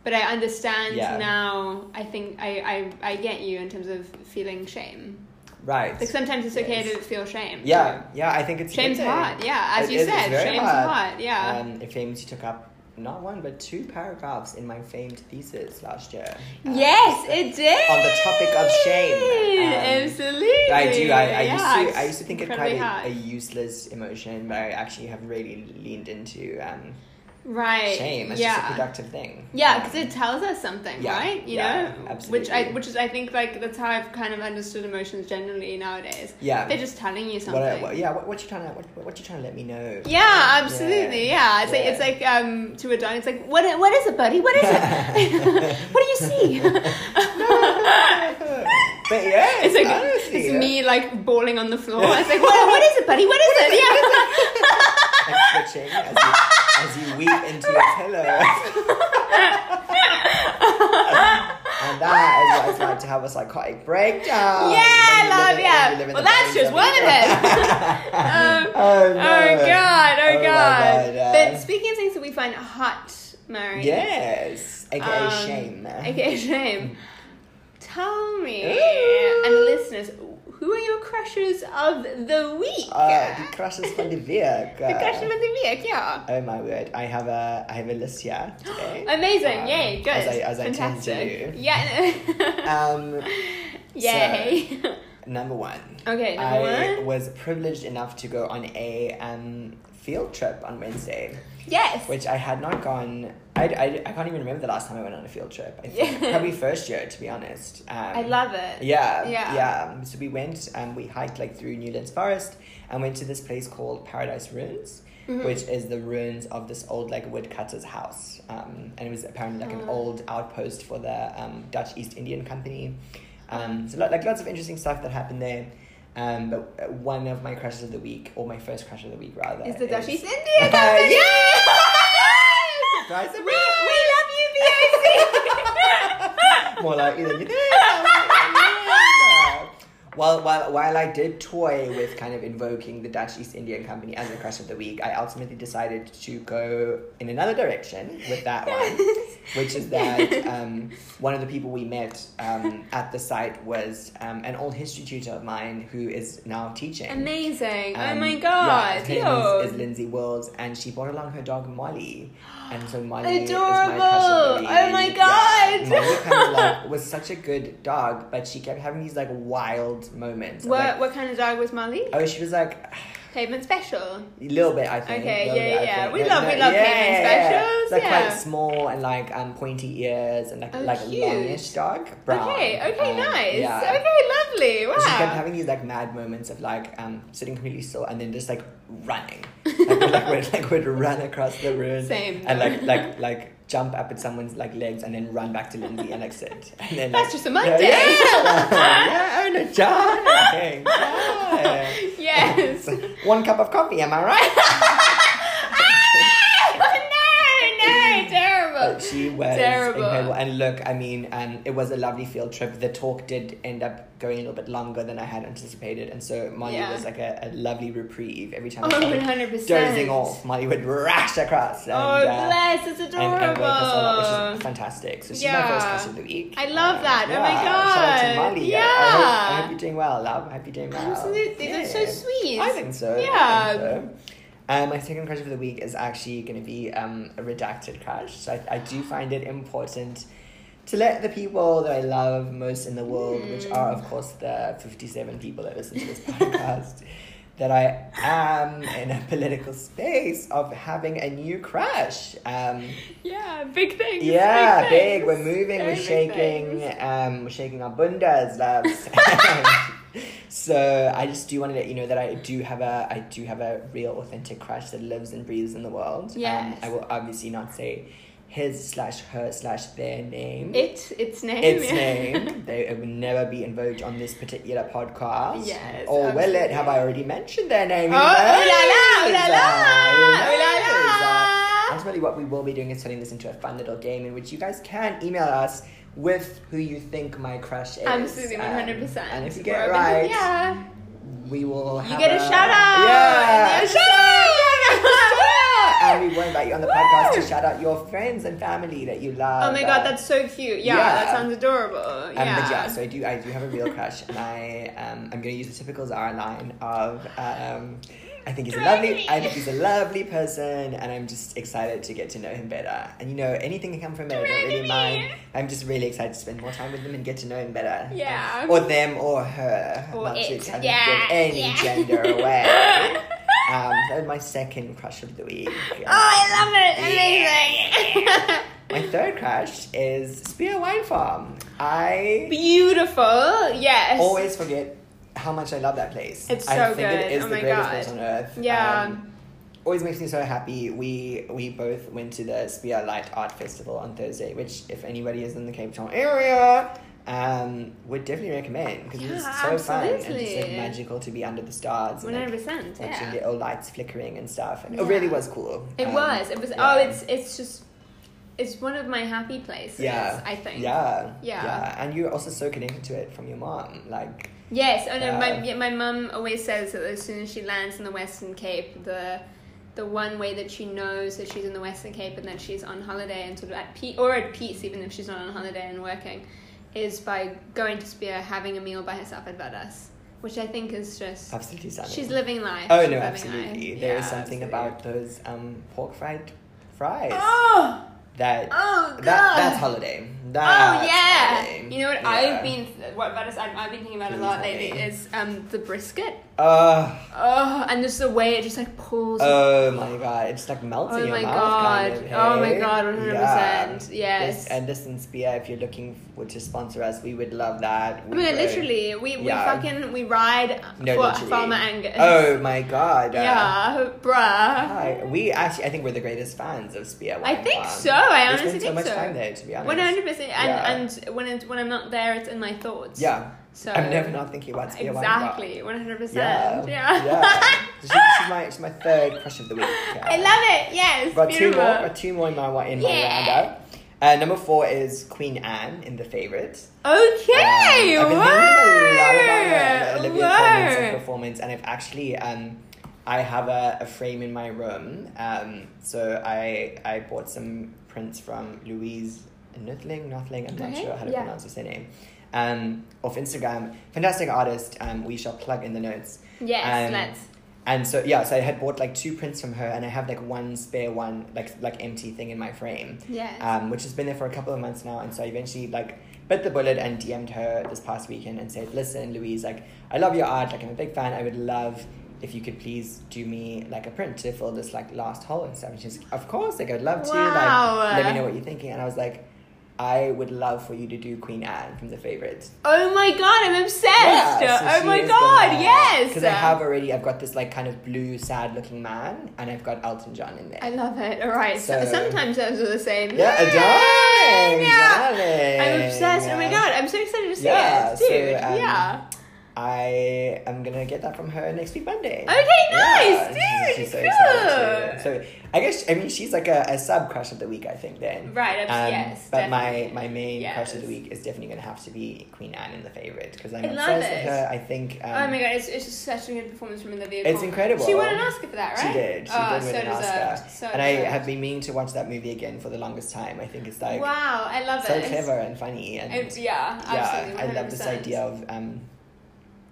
Speaker 1: but I understand
Speaker 2: Yeah.
Speaker 1: now. I think I, I I get you in terms of feeling shame.
Speaker 2: Right.
Speaker 1: Like sometimes it's okay
Speaker 2: Yes.
Speaker 1: to feel shame.
Speaker 2: Yeah. Yeah. I think it's a good
Speaker 1: Shame's
Speaker 2: thing.
Speaker 1: hot. Yeah, as
Speaker 2: It
Speaker 1: you
Speaker 2: is, it's
Speaker 1: said,
Speaker 2: very
Speaker 1: shame's
Speaker 2: hot.
Speaker 1: hot. Yeah.
Speaker 2: Um, it famously took up not one but two paragraphs in my famed thesis last year. Um,
Speaker 1: yes, it did.
Speaker 2: on the topic of shame, um,
Speaker 1: Absolutely.
Speaker 2: I do. I, I
Speaker 1: Yeah,
Speaker 2: used
Speaker 1: it's
Speaker 2: to. I used to think it
Speaker 1: incredibly
Speaker 2: quite a, a
Speaker 1: hot.
Speaker 2: useless emotion, but I actually have really leaned into um,
Speaker 1: right.
Speaker 2: shame as just a
Speaker 1: yeah.
Speaker 2: productive thing.
Speaker 1: Yeah,
Speaker 2: Um,
Speaker 1: because it tells us something,
Speaker 2: Yeah,
Speaker 1: right? You
Speaker 2: yeah,
Speaker 1: know, which I
Speaker 2: absolutely.
Speaker 1: which is I think like that's how I've kind of understood emotions generally nowadays.
Speaker 2: yeah.
Speaker 1: They're just telling you
Speaker 2: What,
Speaker 1: something.
Speaker 2: I, what yeah, what, what you trying to what, what you trying to let me know?
Speaker 1: yeah, absolutely. Yeah, it's like it's
Speaker 2: yeah.
Speaker 1: like um to a dog. It's like what what is it, buddy? What is it? what do you see?
Speaker 2: but yeah,
Speaker 1: It's like
Speaker 2: honestly,
Speaker 1: it's me like bawling on the floor. It's like what, what is it, buddy? What is it? Yeah.
Speaker 2: I'm switching as you, as you weep into your pillow. and that is what it's like to have a psychotic breakdown.
Speaker 1: yeah,
Speaker 2: when you
Speaker 1: love.
Speaker 2: live in- when you live
Speaker 1: yeah.
Speaker 2: in
Speaker 1: Well,
Speaker 2: the
Speaker 1: that's just
Speaker 2: danger.
Speaker 1: one of them. um,
Speaker 2: Oh, no.
Speaker 1: Oh god, oh,
Speaker 2: my
Speaker 1: god.
Speaker 2: God, uh,
Speaker 1: But speaking of things that we find hot, Mary.
Speaker 2: yes, aka
Speaker 1: um,
Speaker 2: shame.
Speaker 1: Okay, shame. Tell me
Speaker 2: Ooh.
Speaker 1: and listeners, who are your crushes of the week?
Speaker 2: Uh, the crushes from the week.
Speaker 1: the crush of the week, yeah.
Speaker 2: Oh my word! I have a I have a list here today.
Speaker 1: Amazing,
Speaker 2: Um,
Speaker 1: yay, good.
Speaker 2: As I, as I tend
Speaker 1: Fantastic.
Speaker 2: to do.
Speaker 1: Yeah.
Speaker 2: Um,
Speaker 1: Yay.
Speaker 2: number one.
Speaker 1: okay, number
Speaker 2: I
Speaker 1: one.
Speaker 2: was privileged enough to go on a um, field trip on Wednesday,
Speaker 1: Yes.
Speaker 2: which I had not gone. I, I, I can't even remember the last time I went on a field trip. I think
Speaker 1: Yeah.
Speaker 2: probably first year, to be honest. Um,
Speaker 1: I love it.
Speaker 2: Yeah,
Speaker 1: Yeah.
Speaker 2: yeah, So we went and we hiked like through Newlands Forest and went to this place called Paradise Ruins,
Speaker 1: Mm. Mm-hmm.
Speaker 2: which is the ruins of this old like woodcutter's house. Um, and it was apparently like an
Speaker 1: Ah.
Speaker 2: old outpost for the um, Dutch East Indian Company. Um, so lo- like lots of interesting stuff that happened there. Um, but uh, one of my crushes of the week, or my first crush of the week rather,
Speaker 1: Is the Dutch East
Speaker 2: Uh,
Speaker 1: India Company?
Speaker 2: Surprise,
Speaker 1: We, we love you, BAC!
Speaker 2: more likely than you think. Yeah. While, while, while I did toy with kind of invoking the Dutch East Indian Company as a crush of the week, I ultimately decided to go in another direction with that one, which is that um, one of the people we met um, at the site was um, an old history tutor of mine who is now teaching.
Speaker 1: Amazing. oh
Speaker 2: Um,
Speaker 1: my
Speaker 2: yeah,
Speaker 1: god.
Speaker 2: her name
Speaker 1: yo.
Speaker 2: is, is Lindsay Wills, and she brought along her dog Molly, and so Molly is my crush of the
Speaker 1: Adorable.
Speaker 2: week.
Speaker 1: Oh my God.
Speaker 2: Yeah. Molly kind of like was such a good dog, but she kept having these like wild moments. of,
Speaker 1: what,
Speaker 2: like-
Speaker 1: what kind of dog was Molly?
Speaker 2: oh, she was like
Speaker 1: Pavement special.
Speaker 2: a little bit, I think.
Speaker 1: Okay,
Speaker 2: little
Speaker 1: yeah,
Speaker 2: bit, I
Speaker 1: yeah.
Speaker 2: think.
Speaker 1: We love- we love pavement specials,
Speaker 2: Like
Speaker 1: yeah.
Speaker 2: quite small and like um pointy ears and like
Speaker 1: Oh,
Speaker 2: like
Speaker 1: cute.
Speaker 2: longish dog. Brown.
Speaker 1: Okay, okay,
Speaker 2: Um,
Speaker 1: nice.
Speaker 2: yeah.
Speaker 1: Okay, lovely.
Speaker 2: And She kept
Speaker 1: Wow.
Speaker 2: having these like mad moments of like um, sitting completely still and then just like running. like, we'd, like, we'd, like we'd run across the room
Speaker 1: Same.
Speaker 2: and like like like jump up at someone's like legs and then run back to Lindsay and like sit. And then
Speaker 1: That's
Speaker 2: like,
Speaker 1: just a
Speaker 2: yeah,
Speaker 1: Monday.
Speaker 2: Yeah, yeah, oh no, John. Okay, yeah.
Speaker 1: yes.
Speaker 2: One cup of coffee, am I right?
Speaker 1: Ah, no, no, terrible.
Speaker 2: But she was
Speaker 1: Terrible.
Speaker 2: incredible. And look, I mean, um, it was a lovely field trip. The talk did end up going a little bit longer than I had anticipated. And so Molly
Speaker 1: Yeah.
Speaker 2: was like a, a lovely reprieve. Every time
Speaker 1: Oh,
Speaker 2: I started
Speaker 1: 100%.
Speaker 2: dozing off, Molly would rash across. And,
Speaker 1: Oh,
Speaker 2: uh,
Speaker 1: bless, it's
Speaker 2: and,
Speaker 1: adorable.
Speaker 2: and wake us all up, which is fantastic. So she's my first
Speaker 1: Yeah.
Speaker 2: guest of the week.
Speaker 1: I love that. Oh
Speaker 2: Yeah.
Speaker 1: my
Speaker 2: Shout out to
Speaker 1: God.
Speaker 2: Molly. I- I, hope- I, hope,
Speaker 1: Yeah.
Speaker 2: you're doing well, love. I hope you're doing well.
Speaker 1: Absolutely, that's so
Speaker 2: Yeah.
Speaker 1: sweet.
Speaker 2: I think so. I think
Speaker 1: Yeah.
Speaker 2: so. Um, my second question for the week is actually going to be um, a redacted crush. So I, I do find it important to let the people that I love most in the world, which are, of course, the 57 people that listen to this podcast, that I am in a political space of having a new crush. Um,
Speaker 1: yeah, big things.
Speaker 2: yeah, big.
Speaker 1: things.
Speaker 2: We're moving.
Speaker 1: Very
Speaker 2: We're
Speaker 1: big
Speaker 2: shaking.
Speaker 1: things.
Speaker 2: Um, we're shaking our bundas, loves. so I just do want to let you know that I do have a I do have a real authentic crush that lives and breathes in the world.
Speaker 1: Yes.
Speaker 2: Um, I will obviously not say his slash her slash their name.
Speaker 1: It, its name.
Speaker 2: Its
Speaker 1: yeah.
Speaker 2: name. They, it would never be invoked on this particular podcast.
Speaker 1: Yes,
Speaker 2: Or will it?
Speaker 1: absolutely.
Speaker 2: Have I already mentioned their name?
Speaker 1: Oh, ooh la la, ooh la la,
Speaker 2: Who
Speaker 1: ooh la
Speaker 2: knows?
Speaker 1: la.
Speaker 2: Ultimately, what we will be doing is turning this into a fun little game in which you guys can email us with who you think my crush is.
Speaker 1: Absolutely,
Speaker 2: Um,
Speaker 1: 100%.
Speaker 2: and if you get it
Speaker 1: We're open to-
Speaker 2: right,
Speaker 1: Yeah.
Speaker 2: we will have
Speaker 1: You get a shout out.
Speaker 2: Yeah.
Speaker 1: Shout out.
Speaker 2: And we will invite you on the podcast to shout out your friends and family that you love.
Speaker 1: Oh my
Speaker 2: Uh,
Speaker 1: god, that's so cute. Yeah,
Speaker 2: Yeah.
Speaker 1: that sounds adorable.
Speaker 2: um,
Speaker 1: yeah.
Speaker 2: But yeah, so I do, I do have a real crush, and I, um, I'm going to use the typical Zara line of, um, I think he's a
Speaker 1: Drag
Speaker 2: lovely,
Speaker 1: me.
Speaker 2: I think he's a lovely person, and I'm just excited to get to know him better. And you know, anything can come from it. I
Speaker 1: Drag
Speaker 2: don't really
Speaker 1: me.
Speaker 2: mind. I'm just really excited to spend more time with them and get to know him better.
Speaker 1: Yeah.
Speaker 2: Or them, or her.
Speaker 1: Or
Speaker 2: not to
Speaker 1: it.
Speaker 2: kind of
Speaker 1: Yeah,
Speaker 2: give any
Speaker 1: yeah.
Speaker 2: gender away. um, that was my second crush of the week.
Speaker 1: oh, I love it. Amazing.
Speaker 2: My third crush is Spear Wine Farm. I
Speaker 1: Beautiful. Yes.
Speaker 2: always forget how much I love that place.
Speaker 1: It's
Speaker 2: I
Speaker 1: so
Speaker 2: think
Speaker 1: good.
Speaker 2: it is
Speaker 1: Oh
Speaker 2: the
Speaker 1: my
Speaker 2: greatest
Speaker 1: God.
Speaker 2: place on earth.
Speaker 1: Yeah.
Speaker 2: Um, always makes me so happy. We we both went to the Spear Light Art Festival on Thursday, which if anybody is in the Cape Town area, um, would definitely recommend because it was so
Speaker 1: Yeah,
Speaker 2: fun and just like
Speaker 1: absolutely.
Speaker 2: magical to be under the stars.
Speaker 1: One
Speaker 2: and, like,
Speaker 1: hundred percent.
Speaker 2: Watching
Speaker 1: Yeah.
Speaker 2: the old lights flickering and stuff, and it
Speaker 1: Yeah.
Speaker 2: really was cool.
Speaker 1: It
Speaker 2: Um,
Speaker 1: was. It was.
Speaker 2: yeah.
Speaker 1: Oh, it's. It's just. It's one of my happy places.
Speaker 2: Yeah.
Speaker 1: I think.
Speaker 2: yeah,
Speaker 1: Yeah.
Speaker 2: yeah, and you're also so connected to it from your mom, like
Speaker 1: Yes, I know. My
Speaker 2: Yeah.
Speaker 1: yeah, my mum always says that as soon as she lands in the Western Cape, the the one way that she knows that she's in the Western Cape and that she's on holiday and sort of at peace or at peace, even if she's not on holiday and working, is by going to Spear, having a meal by herself at Vadas, which I think is just
Speaker 2: absolutely stunning.
Speaker 1: she's living life.
Speaker 2: Oh
Speaker 1: she's
Speaker 2: no,
Speaker 1: living
Speaker 2: absolutely.
Speaker 1: life.
Speaker 2: There is
Speaker 1: Yeah,
Speaker 2: something
Speaker 1: absolutely.
Speaker 2: about those um, pork fried fries
Speaker 1: oh
Speaker 2: that
Speaker 1: oh god
Speaker 2: that that's holiday. That's
Speaker 1: Oh yeah!
Speaker 2: holiday.
Speaker 1: You know what
Speaker 2: Yeah.
Speaker 1: I've been what about us? I've, I've been thinking about a
Speaker 2: Please
Speaker 1: lot
Speaker 2: tell
Speaker 1: lately
Speaker 2: me.
Speaker 1: is um the brisket.
Speaker 2: Oh,
Speaker 1: Oh, and just the way it just like pulls.
Speaker 2: oh my god! It's like melts in
Speaker 1: oh
Speaker 2: your
Speaker 1: my
Speaker 2: mouth.
Speaker 1: god!
Speaker 2: Kind of,
Speaker 1: Oh my
Speaker 2: hey?
Speaker 1: god! One hundred percent.
Speaker 2: Yeah.
Speaker 1: Yes.
Speaker 2: This- and listen, Spear, if you're looking for, to sponsor us, we would love that.
Speaker 1: I
Speaker 2: We
Speaker 1: mean,
Speaker 2: would-
Speaker 1: literally, we, we
Speaker 2: Yeah.
Speaker 1: fucking we ride
Speaker 2: No,
Speaker 1: for
Speaker 2: literally.
Speaker 1: Farmer Angus.
Speaker 2: Oh my god! uh,
Speaker 1: yeah, bruh.
Speaker 2: Hi. We actually, I think we're the greatest fans of Spear.
Speaker 1: I
Speaker 2: Wine
Speaker 1: think
Speaker 2: Farm.
Speaker 1: so. I
Speaker 2: we
Speaker 1: honestly
Speaker 2: spend so
Speaker 1: think
Speaker 2: much
Speaker 1: so.
Speaker 2: time there, to be honest.
Speaker 1: One hundred percent.
Speaker 2: Yeah.
Speaker 1: And and when it, when I'm not there, it's in my thoughts.
Speaker 2: Yeah.
Speaker 1: So
Speaker 2: I'm never not thinking about Spear Wine Farm.
Speaker 1: exactly one hundred
Speaker 2: Yeah.
Speaker 1: percent.
Speaker 2: So she- she's, my, she's my third crush of the week. Yeah.
Speaker 1: I love it. Yes.
Speaker 2: Got two
Speaker 1: beautiful.
Speaker 2: more. Got two more in my wa- in my
Speaker 1: Yeah.
Speaker 2: roundup. Uh, number four is Queen Anne in the favorite.
Speaker 1: Okay.
Speaker 2: I've been thinking a lot about her,
Speaker 1: word,
Speaker 2: the Olivia Colman's like,
Speaker 1: word.
Speaker 2: performance, and I've actually um, I have a, a frame in my room. Um, so I I bought some prints from Louise Nuthling, Nuthling. I'm not
Speaker 1: Okay,
Speaker 2: sure how to
Speaker 1: yeah.
Speaker 2: pronounce her surname. Um, off Instagram, fantastic artist. Um, we shall plug in the notes.
Speaker 1: Yes,
Speaker 2: Um,
Speaker 1: let's.
Speaker 2: And so yeah, so I had bought like two prints from her, and I have like one spare one, like like empty thing in my frame,
Speaker 1: Yes.
Speaker 2: um, which has been there for a couple of months now. And so I eventually like bit the bullet and DM'd her this past weekend and said, "Listen, Louise, like I love your art, like I'm a big fan. I would love if you could please do me like a print to fill this like last hole and stuff." And she's, "Of course, like I'd love to.
Speaker 1: Wow.
Speaker 2: Like let me know what you're thinking." And I was like. I would love for you to do Queen Anne from The Favourite.
Speaker 1: Oh my god, I'm obsessed.
Speaker 2: Yeah, so
Speaker 1: oh
Speaker 2: she
Speaker 1: my
Speaker 2: is
Speaker 1: god,
Speaker 2: gonna-
Speaker 1: yes.
Speaker 2: Because I have already, I've got this like kind of blue, sad looking man, and I've got Elton John in there.
Speaker 1: I love it. All right. So,
Speaker 2: So-
Speaker 1: sometimes those are the same.
Speaker 2: yeah, a darling,
Speaker 1: Yeah.
Speaker 2: darling.
Speaker 1: I'm obsessed. Oh my
Speaker 2: Yeah.
Speaker 1: god, I'm so excited to see
Speaker 2: Yeah,
Speaker 1: it,
Speaker 2: so,
Speaker 1: dude.
Speaker 2: um,
Speaker 1: yeah.
Speaker 2: I am gonna get that from her next week Monday.
Speaker 1: Okay, nice, dude,
Speaker 2: excited
Speaker 1: good.
Speaker 2: too. So I guess I mean she's like a, a sub crush of the week. I think then.
Speaker 1: Right. I'm,
Speaker 2: Um,
Speaker 1: yes.
Speaker 2: but my
Speaker 1: definitely.
Speaker 2: my main crush of the
Speaker 1: Yes.
Speaker 2: week is definitely gonna have to be Queen Anne in the favorite because I'm
Speaker 1: I love
Speaker 2: obsessed with
Speaker 1: it.
Speaker 2: her. I think. Um,
Speaker 1: oh my god, it's, it's just such a good performance from Olivia.
Speaker 2: It's
Speaker 1: Colman.
Speaker 2: incredible.
Speaker 1: She won an Oscar for that,
Speaker 2: She
Speaker 1: right?
Speaker 2: did. She
Speaker 1: oh,
Speaker 2: did win
Speaker 1: so
Speaker 2: an
Speaker 1: deserved.
Speaker 2: Oscar.
Speaker 1: So
Speaker 2: and I
Speaker 1: deserved.
Speaker 2: have been meaning to watch that movie again for the longest time. I think it's like
Speaker 1: wow, I love
Speaker 2: so
Speaker 1: it.
Speaker 2: clever and funny and
Speaker 1: It- yeah,
Speaker 2: yeah,
Speaker 1: absolutely.
Speaker 2: I love this
Speaker 1: 100%.
Speaker 2: idea of um,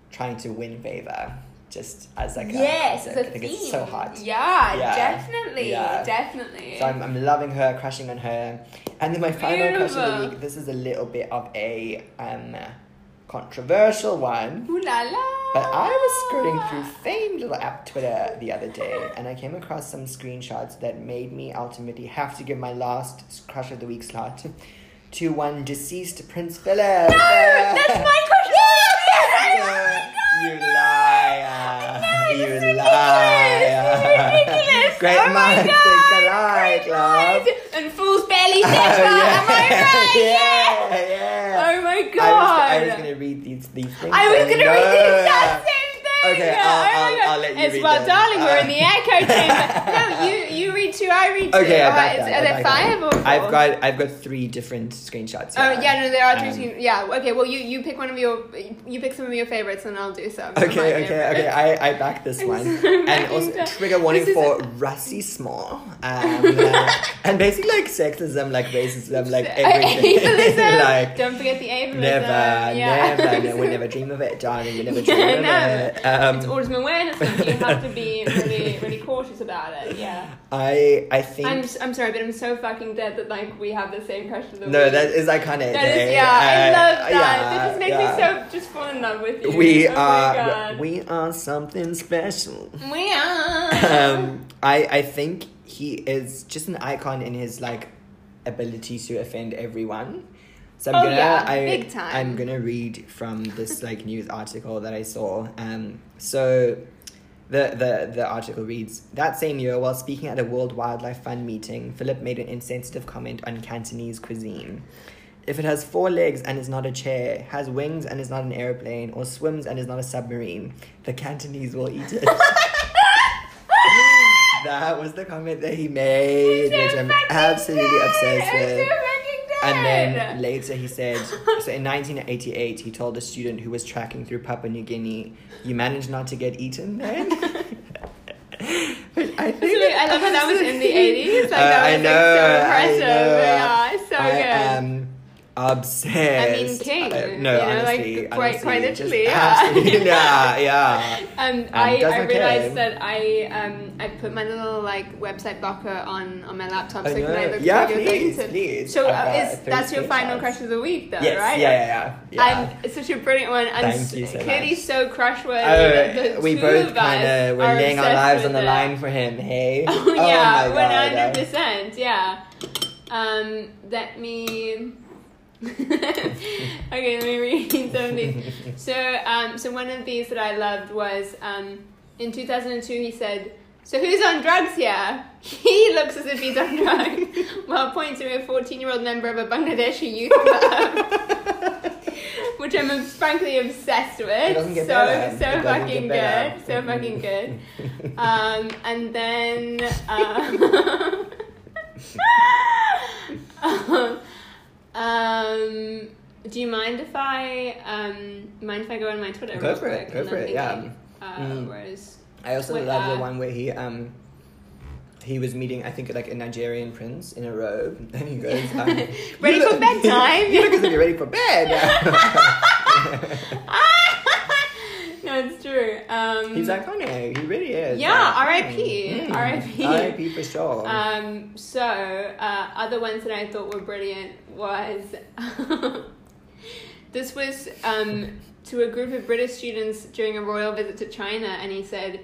Speaker 2: trying to win favor, just as like a
Speaker 1: Yes, it's
Speaker 2: concept.
Speaker 1: a
Speaker 2: I think
Speaker 1: theme.
Speaker 2: it's so hot.
Speaker 1: Yeah,
Speaker 2: Yeah.
Speaker 1: definitely,
Speaker 2: Yeah.
Speaker 1: definitely.
Speaker 2: So I'm, I'm loving her, crushing on her, and then my final crush of the
Speaker 1: Beautiful.
Speaker 2: week. This is a little bit of a um, controversial one,
Speaker 1: Ooh la la.
Speaker 2: but I was scrolling through famed little app Twitter the other day, and I came across some screenshots that made me ultimately have to give my last crush of the week slot to one deceased Prince Philip.
Speaker 1: No, that's my crush. Oh,
Speaker 2: Yeah, you
Speaker 1: No,
Speaker 2: liar.
Speaker 1: it's
Speaker 2: you
Speaker 1: ridiculous.
Speaker 2: liar.
Speaker 1: It's ridiculous.
Speaker 2: Great
Speaker 1: Oh my
Speaker 2: minds
Speaker 1: God,
Speaker 2: think alike, love.
Speaker 1: And fools barely sex
Speaker 2: Oh, yeah.
Speaker 1: Am I right?
Speaker 2: Yeah, yeah.
Speaker 1: Oh my god.
Speaker 2: I was, I was gonna read these, these things.
Speaker 1: I was
Speaker 2: and
Speaker 1: gonna
Speaker 2: no.
Speaker 1: read the exact same thing.
Speaker 2: Okay,
Speaker 1: Yeah,
Speaker 2: I'll-
Speaker 1: oh my
Speaker 2: I'll-
Speaker 1: God.
Speaker 2: I'll let you
Speaker 1: it's
Speaker 2: read
Speaker 1: well,
Speaker 2: them.
Speaker 1: darling, we're in
Speaker 2: Uh.
Speaker 1: the echo chamber. no, you you read two, I read two.
Speaker 2: Okay, I
Speaker 1: All right,
Speaker 2: backed
Speaker 1: Uh, it's-
Speaker 2: down,
Speaker 1: are
Speaker 2: I
Speaker 1: there
Speaker 2: backed
Speaker 1: five
Speaker 2: down.
Speaker 1: or four?
Speaker 2: I've got I've got three different screenshots.
Speaker 1: Oh yeah, no, there are three.
Speaker 2: Um,
Speaker 1: teams. yeah, okay. Well, you you pick one of your you pick some of your favorites, and I'll do some. of my
Speaker 2: Okay, okay,
Speaker 1: favorites.
Speaker 2: okay. I, I back this
Speaker 1: I'm
Speaker 2: one.
Speaker 1: so
Speaker 2: and
Speaker 1: backing
Speaker 2: also,
Speaker 1: down.
Speaker 2: trigger warning
Speaker 1: This is-
Speaker 2: for Rusty Small. Um, uh, and basically, like, sexism, like, racism, like,
Speaker 1: Uh,
Speaker 2: everything.
Speaker 1: ableism.
Speaker 2: like,
Speaker 1: Don't forget the ableism.
Speaker 2: never,
Speaker 1: yeah.
Speaker 2: never, no, we never dream of it, darling. We never dream
Speaker 1: Yeah,
Speaker 2: of
Speaker 1: no.
Speaker 2: it. Um,
Speaker 1: It's autism awareness. and You have to be really, really cautious about it. Yeah.
Speaker 2: I, I think.
Speaker 1: I'm, s- I'm sorry, but I'm so fucking dead that like we have the same crush of the
Speaker 2: no,
Speaker 1: week.
Speaker 2: that is iconic.
Speaker 1: That is
Speaker 2: eh?
Speaker 1: yeah. I
Speaker 2: Uh,
Speaker 1: love that.
Speaker 2: yeah,
Speaker 1: that just makes
Speaker 2: yeah.
Speaker 1: me so just fall in love with you.
Speaker 2: We
Speaker 1: oh My
Speaker 2: are,
Speaker 1: God.
Speaker 2: we are something special.
Speaker 1: We are.
Speaker 2: um, I I think he is just an icon in his like ability to offend everyone. So I'm
Speaker 1: Oh,
Speaker 2: gonna
Speaker 1: yeah,
Speaker 2: I,
Speaker 1: big time.
Speaker 2: I'm gonna read from this like news article that I saw. Um, so the, the, the article reads That same year, while speaking at a World Wildlife Fund meeting, Philip made an insensitive comment on Cantonese cuisine. If it has four legs and is not a chair, has wings and is not an airplane, or swims and is not a submarine, the Cantonese will eat it. that was the comment that he made,
Speaker 1: So
Speaker 2: which I'm
Speaker 1: fucking
Speaker 2: absolutely
Speaker 1: dead.
Speaker 2: obsessed
Speaker 1: I'm so
Speaker 2: with.
Speaker 1: fucking dead.
Speaker 2: And then later he said, so in 1988, he told a student who was tracking through Papua New Guinea, You managed not to get eaten then? But I think.
Speaker 1: Absolutely. I love how that was in the 80s. Like,
Speaker 2: Uh,
Speaker 1: that was like,
Speaker 2: I know.
Speaker 1: so
Speaker 2: I
Speaker 1: impressive.
Speaker 2: know.
Speaker 1: Yeah, it's so
Speaker 2: I um,
Speaker 1: good.
Speaker 2: am obsessed.
Speaker 1: I mean, king,
Speaker 2: I-
Speaker 1: you
Speaker 2: no,
Speaker 1: know, like,
Speaker 2: honestly.
Speaker 1: quite- quite
Speaker 2: honestly, just
Speaker 1: literally, yeah.
Speaker 2: Absolutely. Yeah, yeah.
Speaker 1: Um, I,
Speaker 2: does
Speaker 1: I
Speaker 2: my
Speaker 1: realized
Speaker 2: code.
Speaker 1: that I um, I put my little like website blocker on, on my laptop,
Speaker 2: I
Speaker 1: so can I
Speaker 2: know.
Speaker 1: look
Speaker 2: Yeah,
Speaker 1: through your
Speaker 2: please,
Speaker 1: things? and-
Speaker 2: please.
Speaker 1: So
Speaker 2: I've
Speaker 1: uh,
Speaker 2: got
Speaker 1: is,
Speaker 2: three
Speaker 1: that's your final
Speaker 2: screenshots.
Speaker 1: crush of the week, though,
Speaker 2: Yes,
Speaker 1: right?
Speaker 2: yeah, yeah, yeah. yeah.
Speaker 1: I'm it's such a brilliant one. I'm
Speaker 2: Thank
Speaker 1: s-
Speaker 2: you so
Speaker 1: clearly
Speaker 2: much.
Speaker 1: so crushworthy. that
Speaker 2: Oh,
Speaker 1: the
Speaker 2: we
Speaker 1: two
Speaker 2: both
Speaker 1: of us
Speaker 2: kind of
Speaker 1: are
Speaker 2: we're laying our
Speaker 1: obsessed
Speaker 2: lives on
Speaker 1: with
Speaker 2: the
Speaker 1: it.
Speaker 2: line for him. Hey.
Speaker 1: Oh yeah,
Speaker 2: my
Speaker 1: one
Speaker 2: God,
Speaker 1: hundred
Speaker 2: uh,
Speaker 1: percent. Yeah. Um, let me. okay, let me read some of these. So, um, so one of these that I loved was um, in two thousand and two. He said, "So who's on drugs here?" He looks as if he's on drugs, while pointing to a fourteen-year-old member of a Bangladeshi youth club. Which I'm ob- frankly obsessed
Speaker 2: It
Speaker 1: with.
Speaker 2: doesn't
Speaker 1: So
Speaker 2: get better. It
Speaker 1: so
Speaker 2: doesn't get
Speaker 1: fucking
Speaker 2: better.
Speaker 1: good. So fucking good. Um, and then. Um, um, do you mind if I um, mind if I go on my Twitter?
Speaker 2: Go
Speaker 1: real
Speaker 2: for it,
Speaker 1: quick?
Speaker 2: go
Speaker 1: And
Speaker 2: for
Speaker 1: I'm
Speaker 2: it, yeah.
Speaker 1: thinking, Uh,
Speaker 2: Mm.
Speaker 1: Where is?
Speaker 2: I also
Speaker 1: Wait,
Speaker 2: love
Speaker 1: uh,
Speaker 2: the one where he um he was meeting I think like a Nigerian prince in a robe and he goes um, "You
Speaker 1: Ready for
Speaker 2: look-
Speaker 1: bedtime."
Speaker 2: you look as if you're ready for bed.
Speaker 1: no, it's true. Um,
Speaker 2: He's iconic. He really is.
Speaker 1: Yeah,
Speaker 2: Like,
Speaker 1: R.I.P.,
Speaker 2: mm,
Speaker 1: R.I.P..
Speaker 2: R.I.P. for sure.
Speaker 1: Um, so, uh, other ones that I thought were brilliant was this was um, to a group of British students during a royal visit to China, and he said,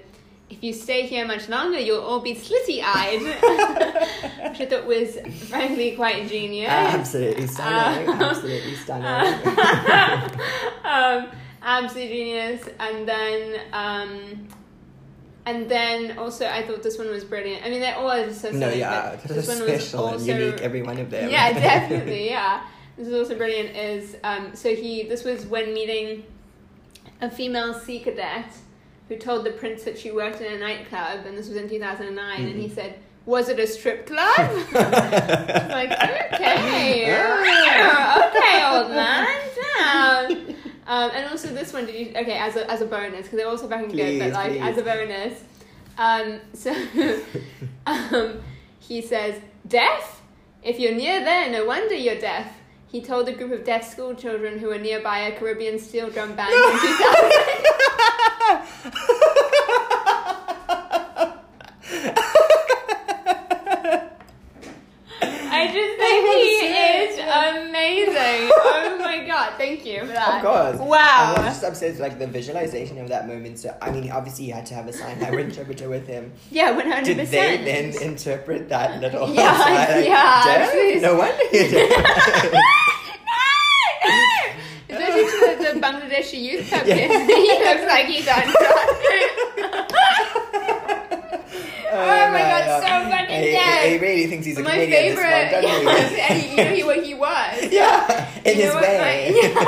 Speaker 1: if you stay here much longer, you'll all be slitty eyed. Which I thought was frankly quite genius.
Speaker 2: Absolutely stunning.
Speaker 1: Uh,
Speaker 2: absolutely stunning.
Speaker 1: um, absolute genius. And then, um, and then also, I thought this one was brilliant. I mean, they're all just so
Speaker 2: no,
Speaker 1: silly,
Speaker 2: yeah,
Speaker 1: but this
Speaker 2: it's
Speaker 1: one was
Speaker 2: special and
Speaker 1: also
Speaker 2: unique. Every one of them.
Speaker 1: yeah, definitely. Yeah, this is also brilliant. Is um, so he this was when meeting a female sea cadet who told the prince that she worked in a nightclub, and this was in two and
Speaker 2: Mm-hmm.
Speaker 1: he said, "Was it a strip club?" like okay, okay, old man, down. Um, and also this one, did you? Okay, as a as a bonus, because they're also fucking good, but
Speaker 2: Please,
Speaker 1: like
Speaker 2: please.
Speaker 1: as a bonus. Um, so um, he says, "Deaf? If you're near there, no wonder you're deaf." He told a group of deaf school children who were nearby a Caribbean steel drum band in 2000. I just think
Speaker 2: love
Speaker 1: he
Speaker 2: it.
Speaker 1: is amazing. Oh my god, thank you for that.
Speaker 2: Of course.
Speaker 1: Wow.
Speaker 2: I was just obsessed with like the visualization of that moment. So I mean, obviously you had to have a sign language interpreter with him.
Speaker 1: Yeah, one hundred
Speaker 2: Did they
Speaker 1: percent.
Speaker 2: then interpret that little
Speaker 1: Yeah,
Speaker 2: sign?
Speaker 1: yeah,
Speaker 2: "Deaf?
Speaker 1: please."
Speaker 2: No wonder you did.
Speaker 1: Especially to the, the Bangladeshi youth cup
Speaker 2: Yeah.
Speaker 1: kid. he looks like he's on Oh my God, so fucking
Speaker 2: he,
Speaker 1: dead.
Speaker 2: He, he really thinks he's a
Speaker 1: My
Speaker 2: comedian at this
Speaker 1: favorite.
Speaker 2: point, doesn't he?
Speaker 1: Yes, and you know he, what he was.
Speaker 2: yeah, in
Speaker 1: You know
Speaker 2: his
Speaker 1: what
Speaker 2: way.
Speaker 1: My,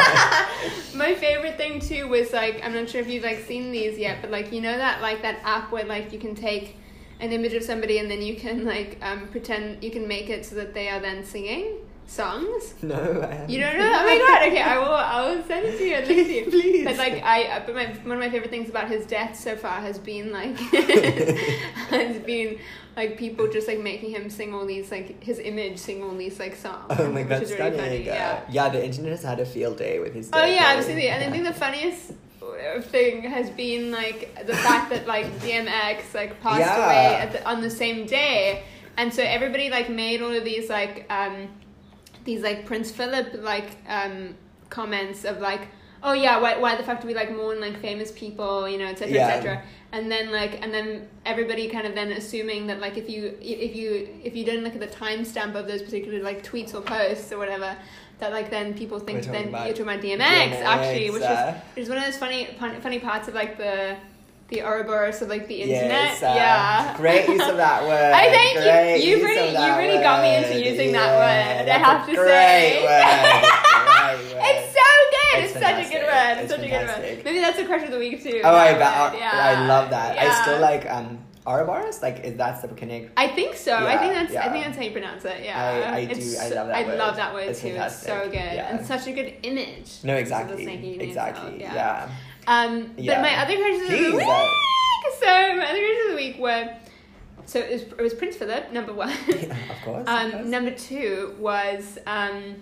Speaker 1: my favorite thing too was like I'm not sure if you've like seen these yet, but like you know that like that app where like you can take an image of somebody and then you can like um, pretend you can make it so that they are then singing songs.
Speaker 2: no, I haven't.
Speaker 1: You don't know? Oh my god! Okay, I will. I will send it to you. and link it to you.
Speaker 2: Please.
Speaker 1: But like I, but my one of my favorite things about his death so far has been like, has been like people just like making him sing all these like his image sing all these like songs.
Speaker 2: Oh my god,
Speaker 1: which is really
Speaker 2: stunning.
Speaker 1: funny.
Speaker 2: Uh,
Speaker 1: Yeah.
Speaker 2: yeah, the internet has had a field day with his.
Speaker 1: Oh
Speaker 2: death,
Speaker 1: yeah,
Speaker 2: really.
Speaker 1: absolutely. And I think the funniest uh, thing has been like the fact that like DMX like passed
Speaker 2: Yeah.
Speaker 1: away at the, on the same day, and so everybody like made all of these like um these like Prince Philip like um comments of like. Oh yeah, why, why the fuck do we like mourn like famous people, you know, etc. Cetera,
Speaker 2: Yeah.
Speaker 1: etc. And then like, and then everybody kind of then assuming that like if you if you if you didn't look at the timestamp of those particular like tweets or posts or whatever, that like then people think
Speaker 2: We're talking
Speaker 1: then
Speaker 2: about
Speaker 1: you're talking about DMX,
Speaker 2: DMX,
Speaker 1: actually, which is
Speaker 2: uh,
Speaker 1: which is one of those funny pun- funny parts of like the the Ouroboros of like the internet.
Speaker 2: Yes, uh,
Speaker 1: yeah.
Speaker 2: Great use of that word.
Speaker 1: I thank you.
Speaker 2: Great
Speaker 1: You
Speaker 2: use
Speaker 1: really-
Speaker 2: of that
Speaker 1: you really got me into
Speaker 2: word.
Speaker 1: using that
Speaker 2: Yeah,
Speaker 1: word, I
Speaker 2: that's
Speaker 1: have
Speaker 2: a
Speaker 1: to
Speaker 2: great
Speaker 1: say.
Speaker 2: Word. Great word.
Speaker 1: It's so good.
Speaker 2: It's
Speaker 1: It's, such a good
Speaker 2: fantastic.
Speaker 1: word. It's,
Speaker 2: It's
Speaker 1: such a good
Speaker 2: fantastic.
Speaker 1: word. Maybe that's a crush of the week too.
Speaker 2: Oh, I,
Speaker 1: that
Speaker 2: bet,
Speaker 1: word.
Speaker 2: I love that. I
Speaker 1: Yeah.
Speaker 2: still like um, Ouroboros. Like, is that's the connect?
Speaker 1: I think so. I
Speaker 2: Yeah,
Speaker 1: think that's. I
Speaker 2: yeah.
Speaker 1: think that's how you pronounce it. Yeah.
Speaker 2: I- I
Speaker 1: It's
Speaker 2: do- I
Speaker 1: so-
Speaker 2: love that
Speaker 1: I
Speaker 2: word.
Speaker 1: love that word
Speaker 2: It's
Speaker 1: too. It's so
Speaker 2: fantastic.
Speaker 1: good
Speaker 2: Yeah.
Speaker 1: and such a good image.
Speaker 2: No,
Speaker 1: So that's making
Speaker 2: exactly.
Speaker 1: you new
Speaker 2: Exactly.
Speaker 1: sound,
Speaker 2: Yeah.
Speaker 1: Um, but
Speaker 2: Yeah.
Speaker 1: my other crushes of
Speaker 2: Please,
Speaker 1: the week.
Speaker 2: uh,
Speaker 1: So my other crushes of the week were. So it was, it was Prince Philip number one.
Speaker 2: Yeah, Of course. of course.
Speaker 1: Um, number two was um,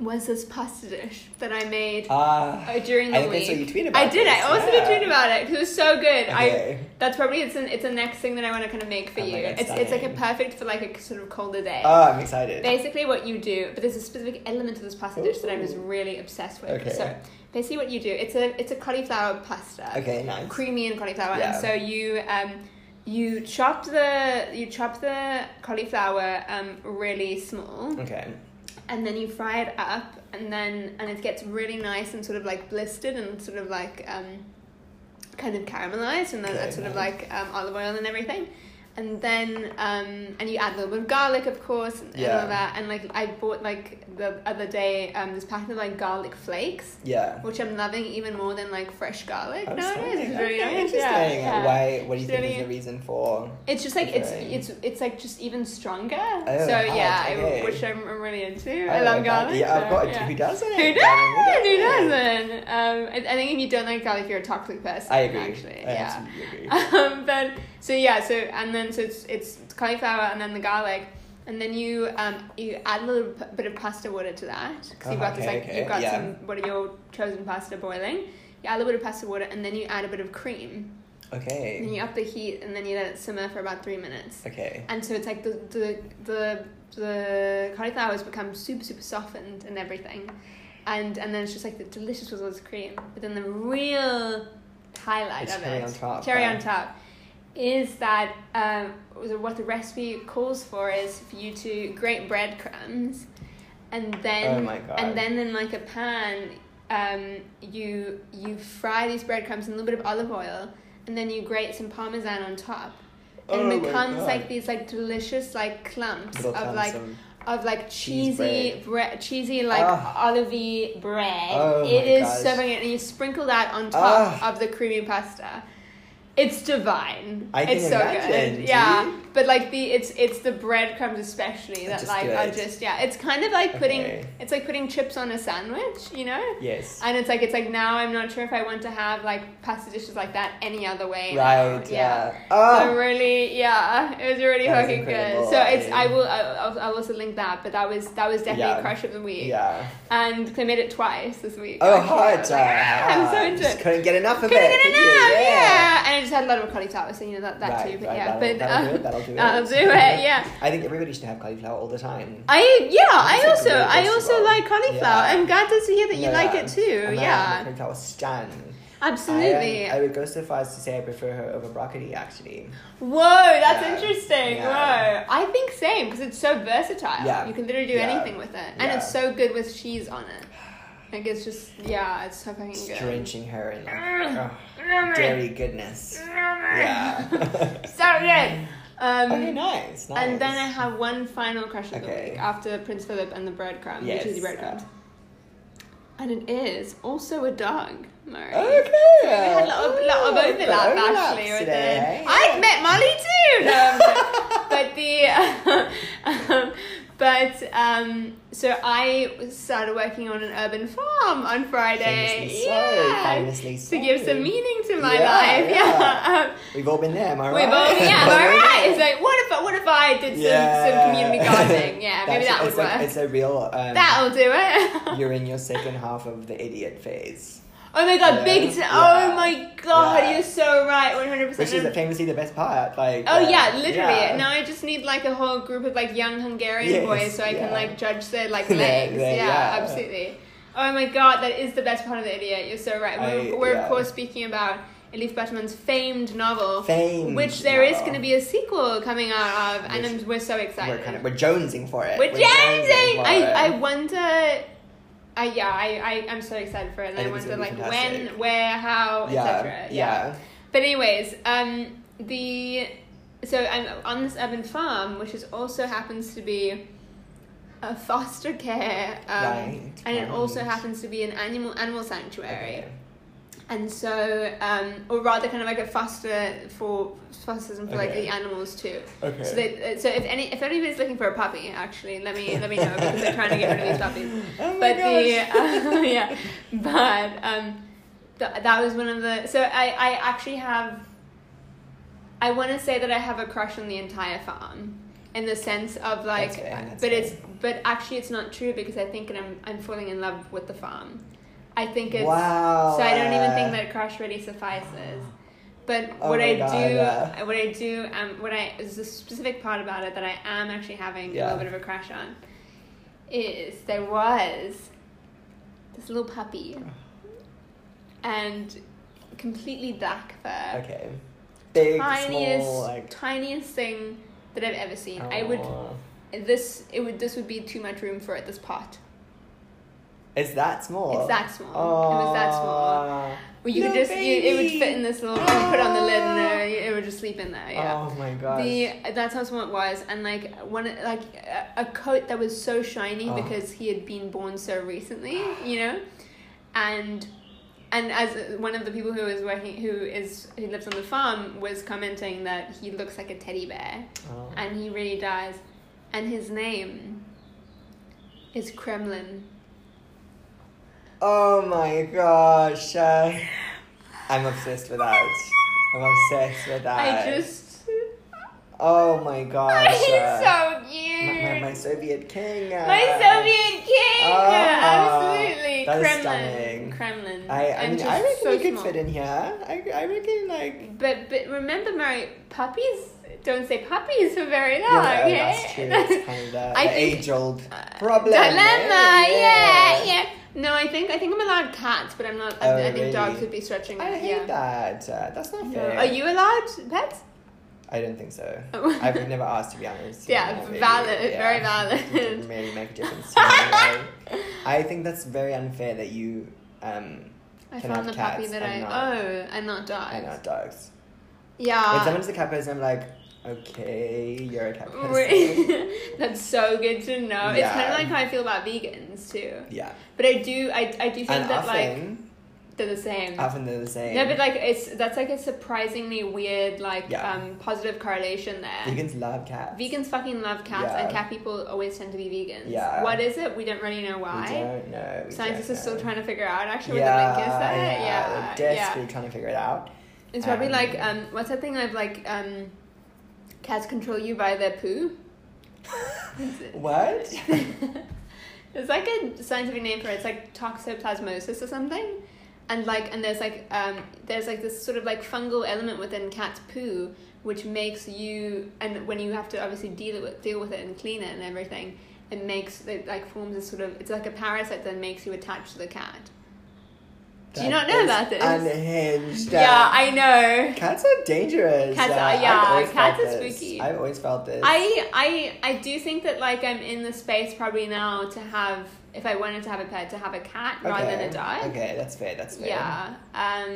Speaker 1: was this pasta dish that I made
Speaker 2: Ah,
Speaker 1: uh, during the
Speaker 2: I think
Speaker 1: week.
Speaker 2: that's what you tweeted about.
Speaker 1: I did. I
Speaker 2: this,
Speaker 1: also
Speaker 2: yeah.
Speaker 1: did tweet about it 'cause it was so good. I
Speaker 2: Okay.
Speaker 1: that's probably it's an, it's the next thing that I want to kind of make for
Speaker 2: Oh my
Speaker 1: you.
Speaker 2: God,
Speaker 1: it's it's like a
Speaker 2: stunning.
Speaker 1: perfect for like a sort of colder day.
Speaker 2: Oh, I'm excited.
Speaker 1: Basically, what you do, but there's a specific element to this pasta dish that I was
Speaker 2: Ooh.
Speaker 1: really obsessed with.
Speaker 2: Okay.
Speaker 1: So basically, what you do, it's a it's a cauliflower pasta,
Speaker 2: Okay, nice.
Speaker 1: creamy and cauliflower,
Speaker 2: Yeah.
Speaker 1: and so you um you chop the you chop the cauliflower um really small,
Speaker 2: Okay.
Speaker 1: and then you fry it up, and then and it gets really nice and sort of like blistered and sort of like um kind of caramelized and then
Speaker 2: Okay,
Speaker 1: that's sort of
Speaker 2: nice.
Speaker 1: like um, olive oil and everything. And then um, and you add a little bit of garlic, of course, and, and
Speaker 2: Yeah.
Speaker 1: all that. And like I bought like the other day um, this packet of like garlic flakes,
Speaker 2: Yeah.
Speaker 1: which I'm loving even more than like fresh garlic
Speaker 2: I'm
Speaker 1: nowadays.
Speaker 2: sorry.
Speaker 1: It's really nice.
Speaker 2: Okay, interesting.
Speaker 1: Yeah, yeah.
Speaker 2: Why? What do you
Speaker 1: It's
Speaker 2: think is
Speaker 1: really-
Speaker 2: the reason for?
Speaker 1: It's just like it's
Speaker 2: Interesting.
Speaker 1: it's it's like just even stronger. so
Speaker 2: Oh, hard,
Speaker 1: yeah,
Speaker 2: okay.
Speaker 1: I, which I'm, I'm really into.
Speaker 2: Oh,
Speaker 1: I love
Speaker 2: okay.
Speaker 1: garlic.
Speaker 2: Yeah, of
Speaker 1: so,
Speaker 2: course.
Speaker 1: yeah.
Speaker 2: Who doesn't?
Speaker 1: Who
Speaker 2: I
Speaker 1: doesn't? Who
Speaker 2: mean,
Speaker 1: doesn't? Um, I, I think if you don't like garlic, you're a toxic person.
Speaker 2: I agree.
Speaker 1: Actually,
Speaker 2: I
Speaker 1: yeah.
Speaker 2: absolutely agree.
Speaker 1: Um, but so yeah, so and then so it's it's cauliflower and then the garlic, and then you um you add a little p- bit of pasta water to that because you've
Speaker 2: Oh,
Speaker 1: got this
Speaker 2: okay,
Speaker 1: like
Speaker 2: okay,
Speaker 1: you've got
Speaker 2: yeah.
Speaker 1: some what are your chosen pasta boiling. You add a little bit of pasta water and then you add a bit of cream. And then
Speaker 2: Okay.
Speaker 1: you up the heat and then you let it simmer for about three minutes.
Speaker 2: Okay.
Speaker 1: And so it's like the the the the cauliflower has become super super softened and everything, and and then it's just like the delicious with all this cream. But then the real highlight
Speaker 2: It's
Speaker 1: of
Speaker 2: cherry
Speaker 1: it,
Speaker 2: on top,
Speaker 1: cherry
Speaker 2: yeah.
Speaker 1: on top, is that um, what the recipe calls for is for you to grate breadcrumbs, and then
Speaker 2: Oh my God.
Speaker 1: and then in like a pan, um, you you fry these breadcrumbs in a little bit of olive oil, and then you grate some parmesan on top.
Speaker 2: Oh
Speaker 1: And
Speaker 2: my
Speaker 1: it becomes
Speaker 2: God.
Speaker 1: like these like delicious like clumps
Speaker 2: Little
Speaker 1: of
Speaker 2: thumbs
Speaker 1: like
Speaker 2: and-
Speaker 1: of like
Speaker 2: Cheese
Speaker 1: cheesy bread, cheesy like
Speaker 2: Ah.
Speaker 1: olivey bread.
Speaker 2: Oh
Speaker 1: it
Speaker 2: my
Speaker 1: is
Speaker 2: gosh. Ah.
Speaker 1: so very good, and you sprinkle that on top of the creamy pasta. It's divine.
Speaker 2: I can
Speaker 1: it's so
Speaker 2: imagine,
Speaker 1: good. Yeah,
Speaker 2: gee.
Speaker 1: but like the it's it's the breadcrumbs especially that
Speaker 2: Just
Speaker 1: like
Speaker 2: good.
Speaker 1: are just yeah. It's kind of like putting
Speaker 2: Okay.
Speaker 1: it's like putting chips on a sandwich, you know.
Speaker 2: yes.
Speaker 1: And it's like it's like now I'm not sure if I want to have like pasta dishes like that any other way. now.
Speaker 2: right. Yeah. Oh.
Speaker 1: So really, yeah, it was really
Speaker 2: That was
Speaker 1: fucking good.
Speaker 2: incredible,
Speaker 1: So it's I
Speaker 2: I mean-
Speaker 1: will I'll, I'll- I'll also link that, but that was that was definitely
Speaker 2: Yeah.
Speaker 1: a crush of the week.
Speaker 2: yeah.
Speaker 1: And 'cause I made it twice this week.
Speaker 2: Oh,
Speaker 1: actually. I
Speaker 2: hot.
Speaker 1: was like, "Ah, I'm so into
Speaker 2: Just
Speaker 1: it.
Speaker 2: couldn't get enough of
Speaker 1: Couldn't
Speaker 2: it.
Speaker 1: get
Speaker 2: could you?
Speaker 1: enough, yeah. And I just had a lot of cauliflower, so you know that, that
Speaker 2: Right,
Speaker 1: too. But
Speaker 2: right,
Speaker 1: yeah,
Speaker 2: that'll-
Speaker 1: but
Speaker 2: that'll do
Speaker 1: um,
Speaker 2: it, that'll do it.
Speaker 1: that'll do it, Yeah.
Speaker 2: I think everybody should have cauliflower all the time.
Speaker 1: I yeah. I
Speaker 2: That's a
Speaker 1: also
Speaker 2: great
Speaker 1: I also
Speaker 2: vegetable.
Speaker 1: like cauliflower.
Speaker 2: Yeah.
Speaker 1: I'm glad to hear that you
Speaker 2: No,
Speaker 1: like
Speaker 2: yeah.
Speaker 1: it too.
Speaker 2: I'm a- I'm a
Speaker 1: yeah,
Speaker 2: cauliflower stan. um,
Speaker 1: absolutely.
Speaker 2: I, um, I would go so far as to say I prefer her over broccoli, actually.
Speaker 1: Whoa, that's
Speaker 2: Yeah.
Speaker 1: interesting.
Speaker 2: Yeah.
Speaker 1: Whoa, I think same because it's so versatile.
Speaker 2: Yeah.
Speaker 1: you can literally do
Speaker 2: Yeah.
Speaker 1: anything with it, and
Speaker 2: Yeah.
Speaker 1: it's so good with cheese on it. Like it's just yeah, it's so fucking
Speaker 2: Just
Speaker 1: good.
Speaker 2: drenching her in
Speaker 1: Mm.
Speaker 2: like, oh, dairy goodness. Yeah.
Speaker 1: So good. Um,
Speaker 2: okay, nice, nice.
Speaker 1: And then I have one final crush of the
Speaker 2: Okay.
Speaker 1: week after Prince Philip and the breadcrumbs,
Speaker 2: Yes.
Speaker 1: the cheesy breadcrumbs. And it is also a dog, Murray.
Speaker 2: Okay.
Speaker 1: So we had a lot of, lot of
Speaker 2: Oh,
Speaker 1: overlap
Speaker 2: overlaps
Speaker 1: actually with
Speaker 2: today.
Speaker 1: it. I met Molly too. No, I'm joking. but the um, but um, so I started working on an urban farm on Friday.
Speaker 2: Famously so,
Speaker 1: yeah.
Speaker 2: famously
Speaker 1: To give
Speaker 2: so.
Speaker 1: some meaning to my
Speaker 2: Yeah,
Speaker 1: life, yeah.
Speaker 2: yeah.
Speaker 1: Um,
Speaker 2: We've all been there, am I
Speaker 1: we
Speaker 2: right?
Speaker 1: both, yeah, am I right? It's like, what if, I- what if I did some, some community gardening? Yeah, maybe
Speaker 2: That's-
Speaker 1: that would
Speaker 2: it's
Speaker 1: work.
Speaker 2: like- it's a real. Um,
Speaker 1: That'll do it.
Speaker 2: You're in your second half of the idiot phase,
Speaker 1: oh my god,
Speaker 2: Yeah.
Speaker 1: big! T-
Speaker 2: Yeah.
Speaker 1: Oh my god,
Speaker 2: Yeah.
Speaker 1: you're so right, one hundred
Speaker 2: which is
Speaker 1: percent.
Speaker 2: famously the best part. Like.
Speaker 1: Oh
Speaker 2: uh,
Speaker 1: yeah, literally.
Speaker 2: yeah.
Speaker 1: Now I just need like a whole group of like young Hungarian
Speaker 2: Yes,
Speaker 1: boys so I can
Speaker 2: yeah.
Speaker 1: like judge their like
Speaker 2: Their-
Speaker 1: legs.
Speaker 2: their-
Speaker 1: yeah,
Speaker 2: yeah.
Speaker 1: absolutely. Oh my god, that is the best part of the idiot. You're so right. We're,
Speaker 2: I-
Speaker 1: we're
Speaker 2: yeah.
Speaker 1: of course speaking about Elif Batuman's famed novel,
Speaker 2: Famed
Speaker 1: which there is
Speaker 2: novel.
Speaker 1: going to be a sequel coming out of, and
Speaker 2: Which
Speaker 1: I'm, we're so excited.
Speaker 2: We're kind of we're jonesing for it.
Speaker 1: We're jonesing.
Speaker 2: for
Speaker 1: I, I
Speaker 2: it.
Speaker 1: wonder. I yeah. I I am so excited for it. And
Speaker 2: I
Speaker 1: I,
Speaker 2: think it's
Speaker 1: wonder
Speaker 2: gonna
Speaker 1: like
Speaker 2: be
Speaker 1: when,
Speaker 2: fantastic.
Speaker 1: where, how,
Speaker 2: yeah,
Speaker 1: etc.
Speaker 2: yeah,
Speaker 1: But anyways, um, the so I'm on this urban farm, which is also happens to be a foster care, um,
Speaker 2: Right,
Speaker 1: and it also
Speaker 2: right.
Speaker 1: happens to be an animal animal sanctuary.
Speaker 2: Okay.
Speaker 1: And so, um, or rather, kind of like a foster for fosterism for like
Speaker 2: Okay.
Speaker 1: the animals too.
Speaker 2: Okay.
Speaker 1: So, they, uh, so if any, if anybody's looking for a puppy, actually, let me let me know because they're trying to get rid of these puppies.
Speaker 2: Oh my
Speaker 1: but the
Speaker 2: gosh.
Speaker 1: uh, yeah, but um, th- that was one of the. So I I actually have. I want to say that I have a crush on the entire farm, in the sense of like,
Speaker 2: That's fair, that's
Speaker 1: but it's
Speaker 2: fair.
Speaker 1: but actually it's not true because I think I'm I'm falling in love with the farm. I think it's
Speaker 2: wow.
Speaker 1: so I don't even think
Speaker 2: uh,
Speaker 1: that crush really suffices. But
Speaker 2: Oh
Speaker 1: what
Speaker 2: my
Speaker 1: I
Speaker 2: God,
Speaker 1: do,
Speaker 2: yeah.
Speaker 1: what I do, um, what I is the specific part about it that I am actually having
Speaker 2: Yeah.
Speaker 1: a little bit of a crush on is there was this little puppy and completely black fur,
Speaker 2: Okay. Big,
Speaker 1: uh, tiniest,
Speaker 2: small, like. Oh.
Speaker 1: tiniest thing that I've ever seen. I
Speaker 2: Aw.
Speaker 1: would this it would this would be too much room for it. This pot,
Speaker 2: It's that small.
Speaker 1: it's that small. It was
Speaker 2: Oh,
Speaker 1: that small.
Speaker 2: Aw.
Speaker 1: Well, you could
Speaker 2: Little
Speaker 1: just you, it would
Speaker 2: baby.
Speaker 1: fit in this little. You would put on the lid and
Speaker 2: Ah.
Speaker 1: uh, it would just sleep in there. Yeah.
Speaker 2: Oh my gosh.
Speaker 1: The that's how small it was, and like one like a- a coat that was so shiny
Speaker 2: Oh.
Speaker 1: because he had been born so recently, you know, and and as one of the people who is working who is who lives on the farm was commenting that he looks like a teddy bear,
Speaker 2: Oh.
Speaker 1: and he really does, and his name is Kremlin.
Speaker 2: Oh my gosh. uh, I'm obsessed with that. I'm obsessed with that.
Speaker 1: I just.
Speaker 2: Oh my gosh.
Speaker 1: He's
Speaker 2: uh,
Speaker 1: so cute.
Speaker 2: my, my, my Soviet king. uh,
Speaker 1: My Soviet king!
Speaker 2: Ah,
Speaker 1: Absolutely.
Speaker 2: that is
Speaker 1: Kremlin.
Speaker 2: stunning.
Speaker 1: Kremlin.
Speaker 2: I, I
Speaker 1: And
Speaker 2: mean,
Speaker 1: just
Speaker 2: I reckon
Speaker 1: so
Speaker 2: you could
Speaker 1: small.
Speaker 2: fit in here. I, I reckon, like.
Speaker 1: But, but remember, Mary, puppies don't say puppies for very long.
Speaker 2: yeah, oh,
Speaker 1: yeah?
Speaker 2: that's true. It's kind of the,
Speaker 1: I
Speaker 2: the
Speaker 1: think- uh,
Speaker 2: age old problem.
Speaker 1: Dilemma,
Speaker 2: eh?
Speaker 1: yeah, yeah. No, I think I think I'm allowed cats, but I'm not. I,
Speaker 2: Oh,
Speaker 1: I think
Speaker 2: really?
Speaker 1: dogs would be stretching.
Speaker 2: I
Speaker 1: it,
Speaker 2: hate
Speaker 1: yeah.
Speaker 2: that. Uh, that's not
Speaker 1: No.
Speaker 2: fair.
Speaker 1: Are you allowed pets?
Speaker 2: I don't think so.
Speaker 1: Oh.
Speaker 2: I've never asked to be honest.
Speaker 1: Yeah,
Speaker 2: You know, maybe-
Speaker 1: valid, very
Speaker 2: It didn't
Speaker 1: valid.
Speaker 2: really make a difference. To me. Like, I think that's very unfair that you um
Speaker 1: I
Speaker 2: can have
Speaker 1: found the puppy
Speaker 2: cats
Speaker 1: that I
Speaker 2: and not-
Speaker 1: own and not dogs.
Speaker 2: are not dogs. when
Speaker 1: Yeah.
Speaker 2: someone's a cat person, I'm like, okay, you're a cat person.
Speaker 1: Wait. That's so good to know. It's kind
Speaker 2: Yeah.
Speaker 1: of like how I feel about vegans too.
Speaker 2: Yeah,
Speaker 1: But I do, I, I do think
Speaker 2: and
Speaker 1: that like
Speaker 2: often,
Speaker 1: they're the same.
Speaker 2: often they're the same.
Speaker 1: No, but like it's that's like a surprisingly weird like
Speaker 2: Yeah.
Speaker 1: um positive correlation there.
Speaker 2: vegans love cats.
Speaker 1: Vegans fucking love cats,
Speaker 2: Yeah.
Speaker 1: and cat people always tend to be vegans.
Speaker 2: Yeah.
Speaker 1: What is it? We don't really know
Speaker 2: We
Speaker 1: why.
Speaker 2: don't know. we
Speaker 1: Scientists
Speaker 2: don't
Speaker 1: are still
Speaker 2: know.
Speaker 1: trying to figure out actually
Speaker 2: yeah,
Speaker 1: what the link is there.
Speaker 2: yeah,
Speaker 1: Yeah,
Speaker 2: we're desperately trying to figure it out.
Speaker 1: It's probably
Speaker 2: Um,
Speaker 1: like um, what's that thing of like um, cats control you by their poo.
Speaker 2: What?
Speaker 1: There's like a scientific name for it. It's like toxoplasmosis or something. And like and there's like um there's like this sort of like fungal element within cat's poo which makes you and when you have to obviously deal with deal with it and clean it and everything, it makes it like forms a sort of it's like a parasite that makes you attached to the cat. Do you not know
Speaker 2: is
Speaker 1: about this?
Speaker 2: Unhinged.
Speaker 1: yeah I know.
Speaker 2: Cats are dangerous.
Speaker 1: Cats
Speaker 2: Uh,
Speaker 1: are-
Speaker 2: I've
Speaker 1: yeah,
Speaker 2: always
Speaker 1: cats
Speaker 2: felt
Speaker 1: are
Speaker 2: this.
Speaker 1: spooky.
Speaker 2: I've always felt this.
Speaker 1: I I I do think that like I'm in the space probably now to have if I wanted to have a pet to have a cat rather than a
Speaker 2: Okay.
Speaker 1: dog.
Speaker 2: Okay, that's fair. That's fair.
Speaker 1: Yeah. Um,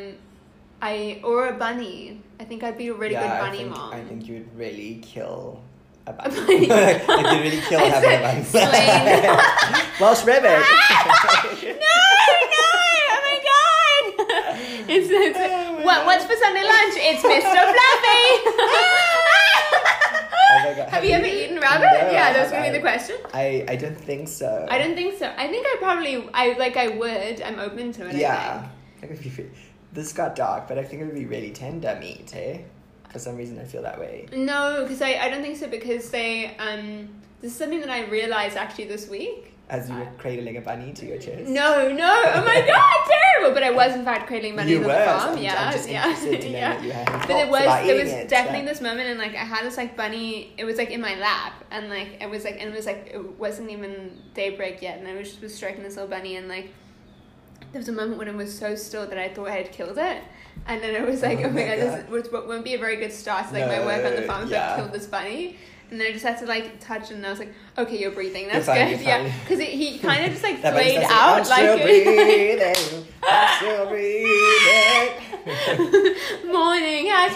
Speaker 1: I or a bunny. I think I'd be a really
Speaker 2: Yeah,
Speaker 1: good
Speaker 2: I
Speaker 1: bunny
Speaker 2: think,
Speaker 1: mom.
Speaker 2: I think you would really kill a bunny.
Speaker 1: bunny.
Speaker 2: like, you'd really kill
Speaker 1: I
Speaker 2: having a
Speaker 1: said
Speaker 2: bunny.
Speaker 1: slain.
Speaker 2: Welsh rabbit.
Speaker 1: no, no! Oh my god! It's, it's
Speaker 2: Oh my
Speaker 1: what,
Speaker 2: God. Oh
Speaker 1: what's for Sunday lunch? It's Mr. Fluffy.
Speaker 2: my God.
Speaker 1: Have you ever eaten rabbit?
Speaker 2: No,
Speaker 1: yeah,
Speaker 2: I
Speaker 1: that's gonna be the
Speaker 2: haven't.
Speaker 1: question.
Speaker 2: I, I don't think so.
Speaker 1: I don't think so. I think I probably I like I would. I'm open to it.
Speaker 2: Yeah. That would be re- This got dark, but I think it would be really tender meat, eh? For some reason, I feel that way.
Speaker 1: I think. No, because I, I don't think so because they um this is something that I realized actually this week.
Speaker 2: As you were cradling a bunny to your chest.
Speaker 1: No, no, oh my god, terrible! But I was in fact cradling money
Speaker 2: you
Speaker 1: on
Speaker 2: were.
Speaker 1: the
Speaker 2: so
Speaker 1: farm.
Speaker 2: I'm,
Speaker 1: yeah,
Speaker 2: I'm just
Speaker 1: yeah,
Speaker 2: interested to know
Speaker 1: yeah.
Speaker 2: that you had thoughts
Speaker 1: But it was
Speaker 2: about
Speaker 1: there
Speaker 2: eating
Speaker 1: was
Speaker 2: it,
Speaker 1: definitely
Speaker 2: like-
Speaker 1: this moment and like I had this like bunny it was like in my lap and like it was like and it was like it wasn't even daybreak yet and I was just was stroking this little bunny and like there was a moment when it was so still that I thought I had killed it and then I was like
Speaker 2: Oh
Speaker 1: oh, my
Speaker 2: my
Speaker 1: god,
Speaker 2: God.
Speaker 1: this was, what won't be a very good start to like my work on the
Speaker 2: No,
Speaker 1: farm if
Speaker 2: yeah.
Speaker 1: I killed this bunny. And then I just had to like touch, and I was like, "Okay, you're breathing.
Speaker 2: You're
Speaker 1: That's
Speaker 2: fine,
Speaker 1: good,
Speaker 2: you're
Speaker 1: yeah."
Speaker 2: fine.
Speaker 1: Because he kind of just like
Speaker 2: That makes
Speaker 1: played
Speaker 2: sense.
Speaker 1: out,
Speaker 2: I'm still
Speaker 1: like
Speaker 2: breathing. I'm still breathing.
Speaker 1: Morning has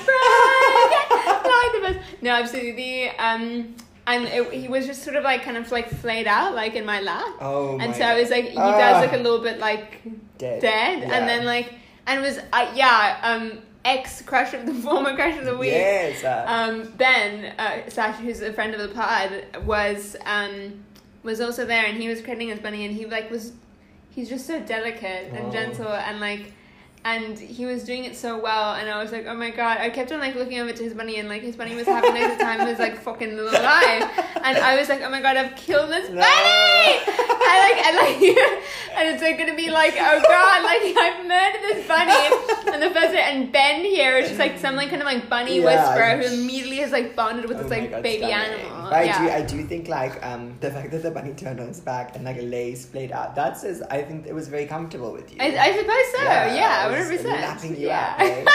Speaker 1: broken like the best. No, absolutely. Um, and it, he was just sort of like kind of like flayed out, like in my lap.
Speaker 2: Oh my
Speaker 1: and so I was like, he
Speaker 2: Ah.
Speaker 1: does look a little bit like
Speaker 2: dead.
Speaker 1: dead,
Speaker 2: Yeah.
Speaker 1: and then like, and was uh, yeah, um, ex crush of the former crush of the week.
Speaker 2: Yes. Uh,
Speaker 1: Um, Ben uh, Slash, who's a friend of the pod, was um, was also there, and he was cradling his bunny, and he like was he's just so delicate and
Speaker 2: Oh.
Speaker 1: gentle, and like and he was doing it so well, and I was like, oh my god! I kept on like looking over to his bunny, and like his bunny was having like the time of his like fucking little life, and I was like, oh my god, I've killed this
Speaker 2: No.
Speaker 1: bunny! I like and like and it's like gonna be like, oh god, like I've murdered this bunny and the first day and Ben here is just like some like kind of like bunny
Speaker 2: Yeah.
Speaker 1: whisperer who immediately has like bonded with
Speaker 2: oh
Speaker 1: this
Speaker 2: my
Speaker 1: like
Speaker 2: God,
Speaker 1: baby
Speaker 2: stunning.
Speaker 1: animal.
Speaker 2: But I
Speaker 1: yeah.
Speaker 2: do, I do think like um, the fact that the bunny turned on its back and like lay splayed out. That says I think it was very comfortable with you.
Speaker 1: I, I suppose so, yeah,
Speaker 2: it
Speaker 1: one
Speaker 2: was
Speaker 1: hundred percent.
Speaker 2: Lapping you
Speaker 1: yeah.
Speaker 2: up, right?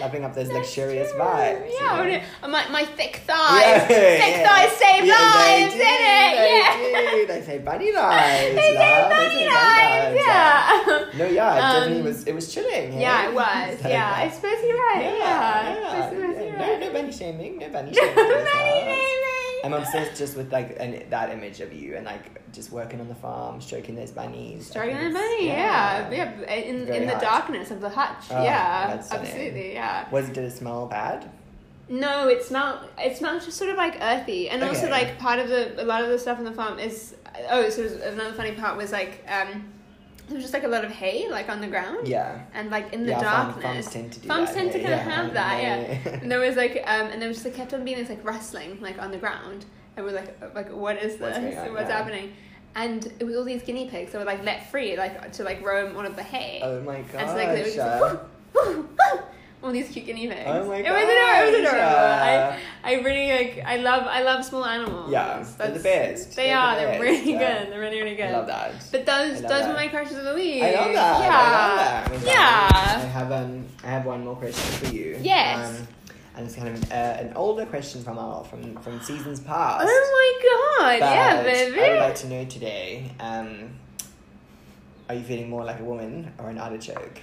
Speaker 2: lapping up those luxurious vibes. you
Speaker 1: Yeah,
Speaker 2: know?
Speaker 1: wouldn't it- and my, my thick thighs,
Speaker 2: Yeah,
Speaker 1: thick
Speaker 2: yeah.
Speaker 1: thighs save
Speaker 2: Yeah, they
Speaker 1: lives,
Speaker 2: do,
Speaker 1: did it? Yeah,
Speaker 2: They, do. They say bunny lives.
Speaker 1: they
Speaker 2: love.
Speaker 1: save
Speaker 2: say
Speaker 1: bunny lives, yeah.
Speaker 2: No, yeah, it definitely
Speaker 1: Um,
Speaker 2: was. It was chilling.
Speaker 1: Yeah,
Speaker 2: hey?
Speaker 1: it was.
Speaker 2: So,
Speaker 1: Yeah, I suppose you're right. Yeah, I
Speaker 2: yeah,
Speaker 1: suppose
Speaker 2: yeah.
Speaker 1: you're
Speaker 2: No,
Speaker 1: right.
Speaker 2: no bunny shaming. No bunny shaming. in this
Speaker 1: Bunny
Speaker 2: house.
Speaker 1: naming.
Speaker 2: I'm obsessed just with like an, that image of you and like just working on the farm, stroking those bunnies. I
Speaker 1: Starting
Speaker 2: think
Speaker 1: on
Speaker 2: it's-
Speaker 1: money, yeah, yeah, in
Speaker 2: Very
Speaker 1: in the
Speaker 2: hot.
Speaker 1: darkness of the hutch,
Speaker 2: Oh,
Speaker 1: yeah,
Speaker 2: that's stunning.
Speaker 1: absolutely, yeah.
Speaker 2: Was did it smell bad?
Speaker 1: No, it smelled. It smelled just sort of like earthy, and also
Speaker 2: Okay.
Speaker 1: like part of the a lot of the stuff on the farm is. Oh, so there's another funny part was like um, there was just like a lot of hay like on the ground,
Speaker 2: Yeah.
Speaker 1: and like in the
Speaker 2: yeah, farm-
Speaker 1: darkness.
Speaker 2: farms tend to do
Speaker 1: Farms
Speaker 2: that.
Speaker 1: tend to
Speaker 2: hey?
Speaker 1: kind of have that, yeah.
Speaker 2: yeah.
Speaker 1: and there was like um, and there was just like kept on being this like rustling like on the ground, and we're like uh, like what is
Speaker 2: What's
Speaker 1: this?
Speaker 2: going
Speaker 1: What's,
Speaker 2: on, yeah.
Speaker 1: happening? And it was all these guinea pigs that were like let free like to like roam on of the hay.
Speaker 2: Oh my gosh.
Speaker 1: And so like they would just
Speaker 2: uh,
Speaker 1: like, woo, woo, woo, all these cute guinea pigs.
Speaker 2: Oh my
Speaker 1: It was adorable. It was
Speaker 2: gosh,
Speaker 1: adorable.
Speaker 2: yeah.
Speaker 1: I, I really like. I love. I love small animals.
Speaker 2: Yeah, they're the best.
Speaker 1: They
Speaker 2: They're the
Speaker 1: are. They're
Speaker 2: best,
Speaker 1: really
Speaker 2: yeah.
Speaker 1: good. They're really, really good.
Speaker 2: I love that.
Speaker 1: But those
Speaker 2: I love
Speaker 1: those
Speaker 2: that.
Speaker 1: were my crushes of the week.
Speaker 2: I love that. I love
Speaker 1: Yeah.
Speaker 2: that. I love that. I have um, I have one more question for you.
Speaker 1: Yes.
Speaker 2: Um, and it's kind of uh, an older question from our from from seasons past.
Speaker 1: Oh my god!
Speaker 2: But
Speaker 1: yeah,
Speaker 2: I would
Speaker 1: baby.
Speaker 2: like to know today. Um, are you feeling more like a woman or an artichoke?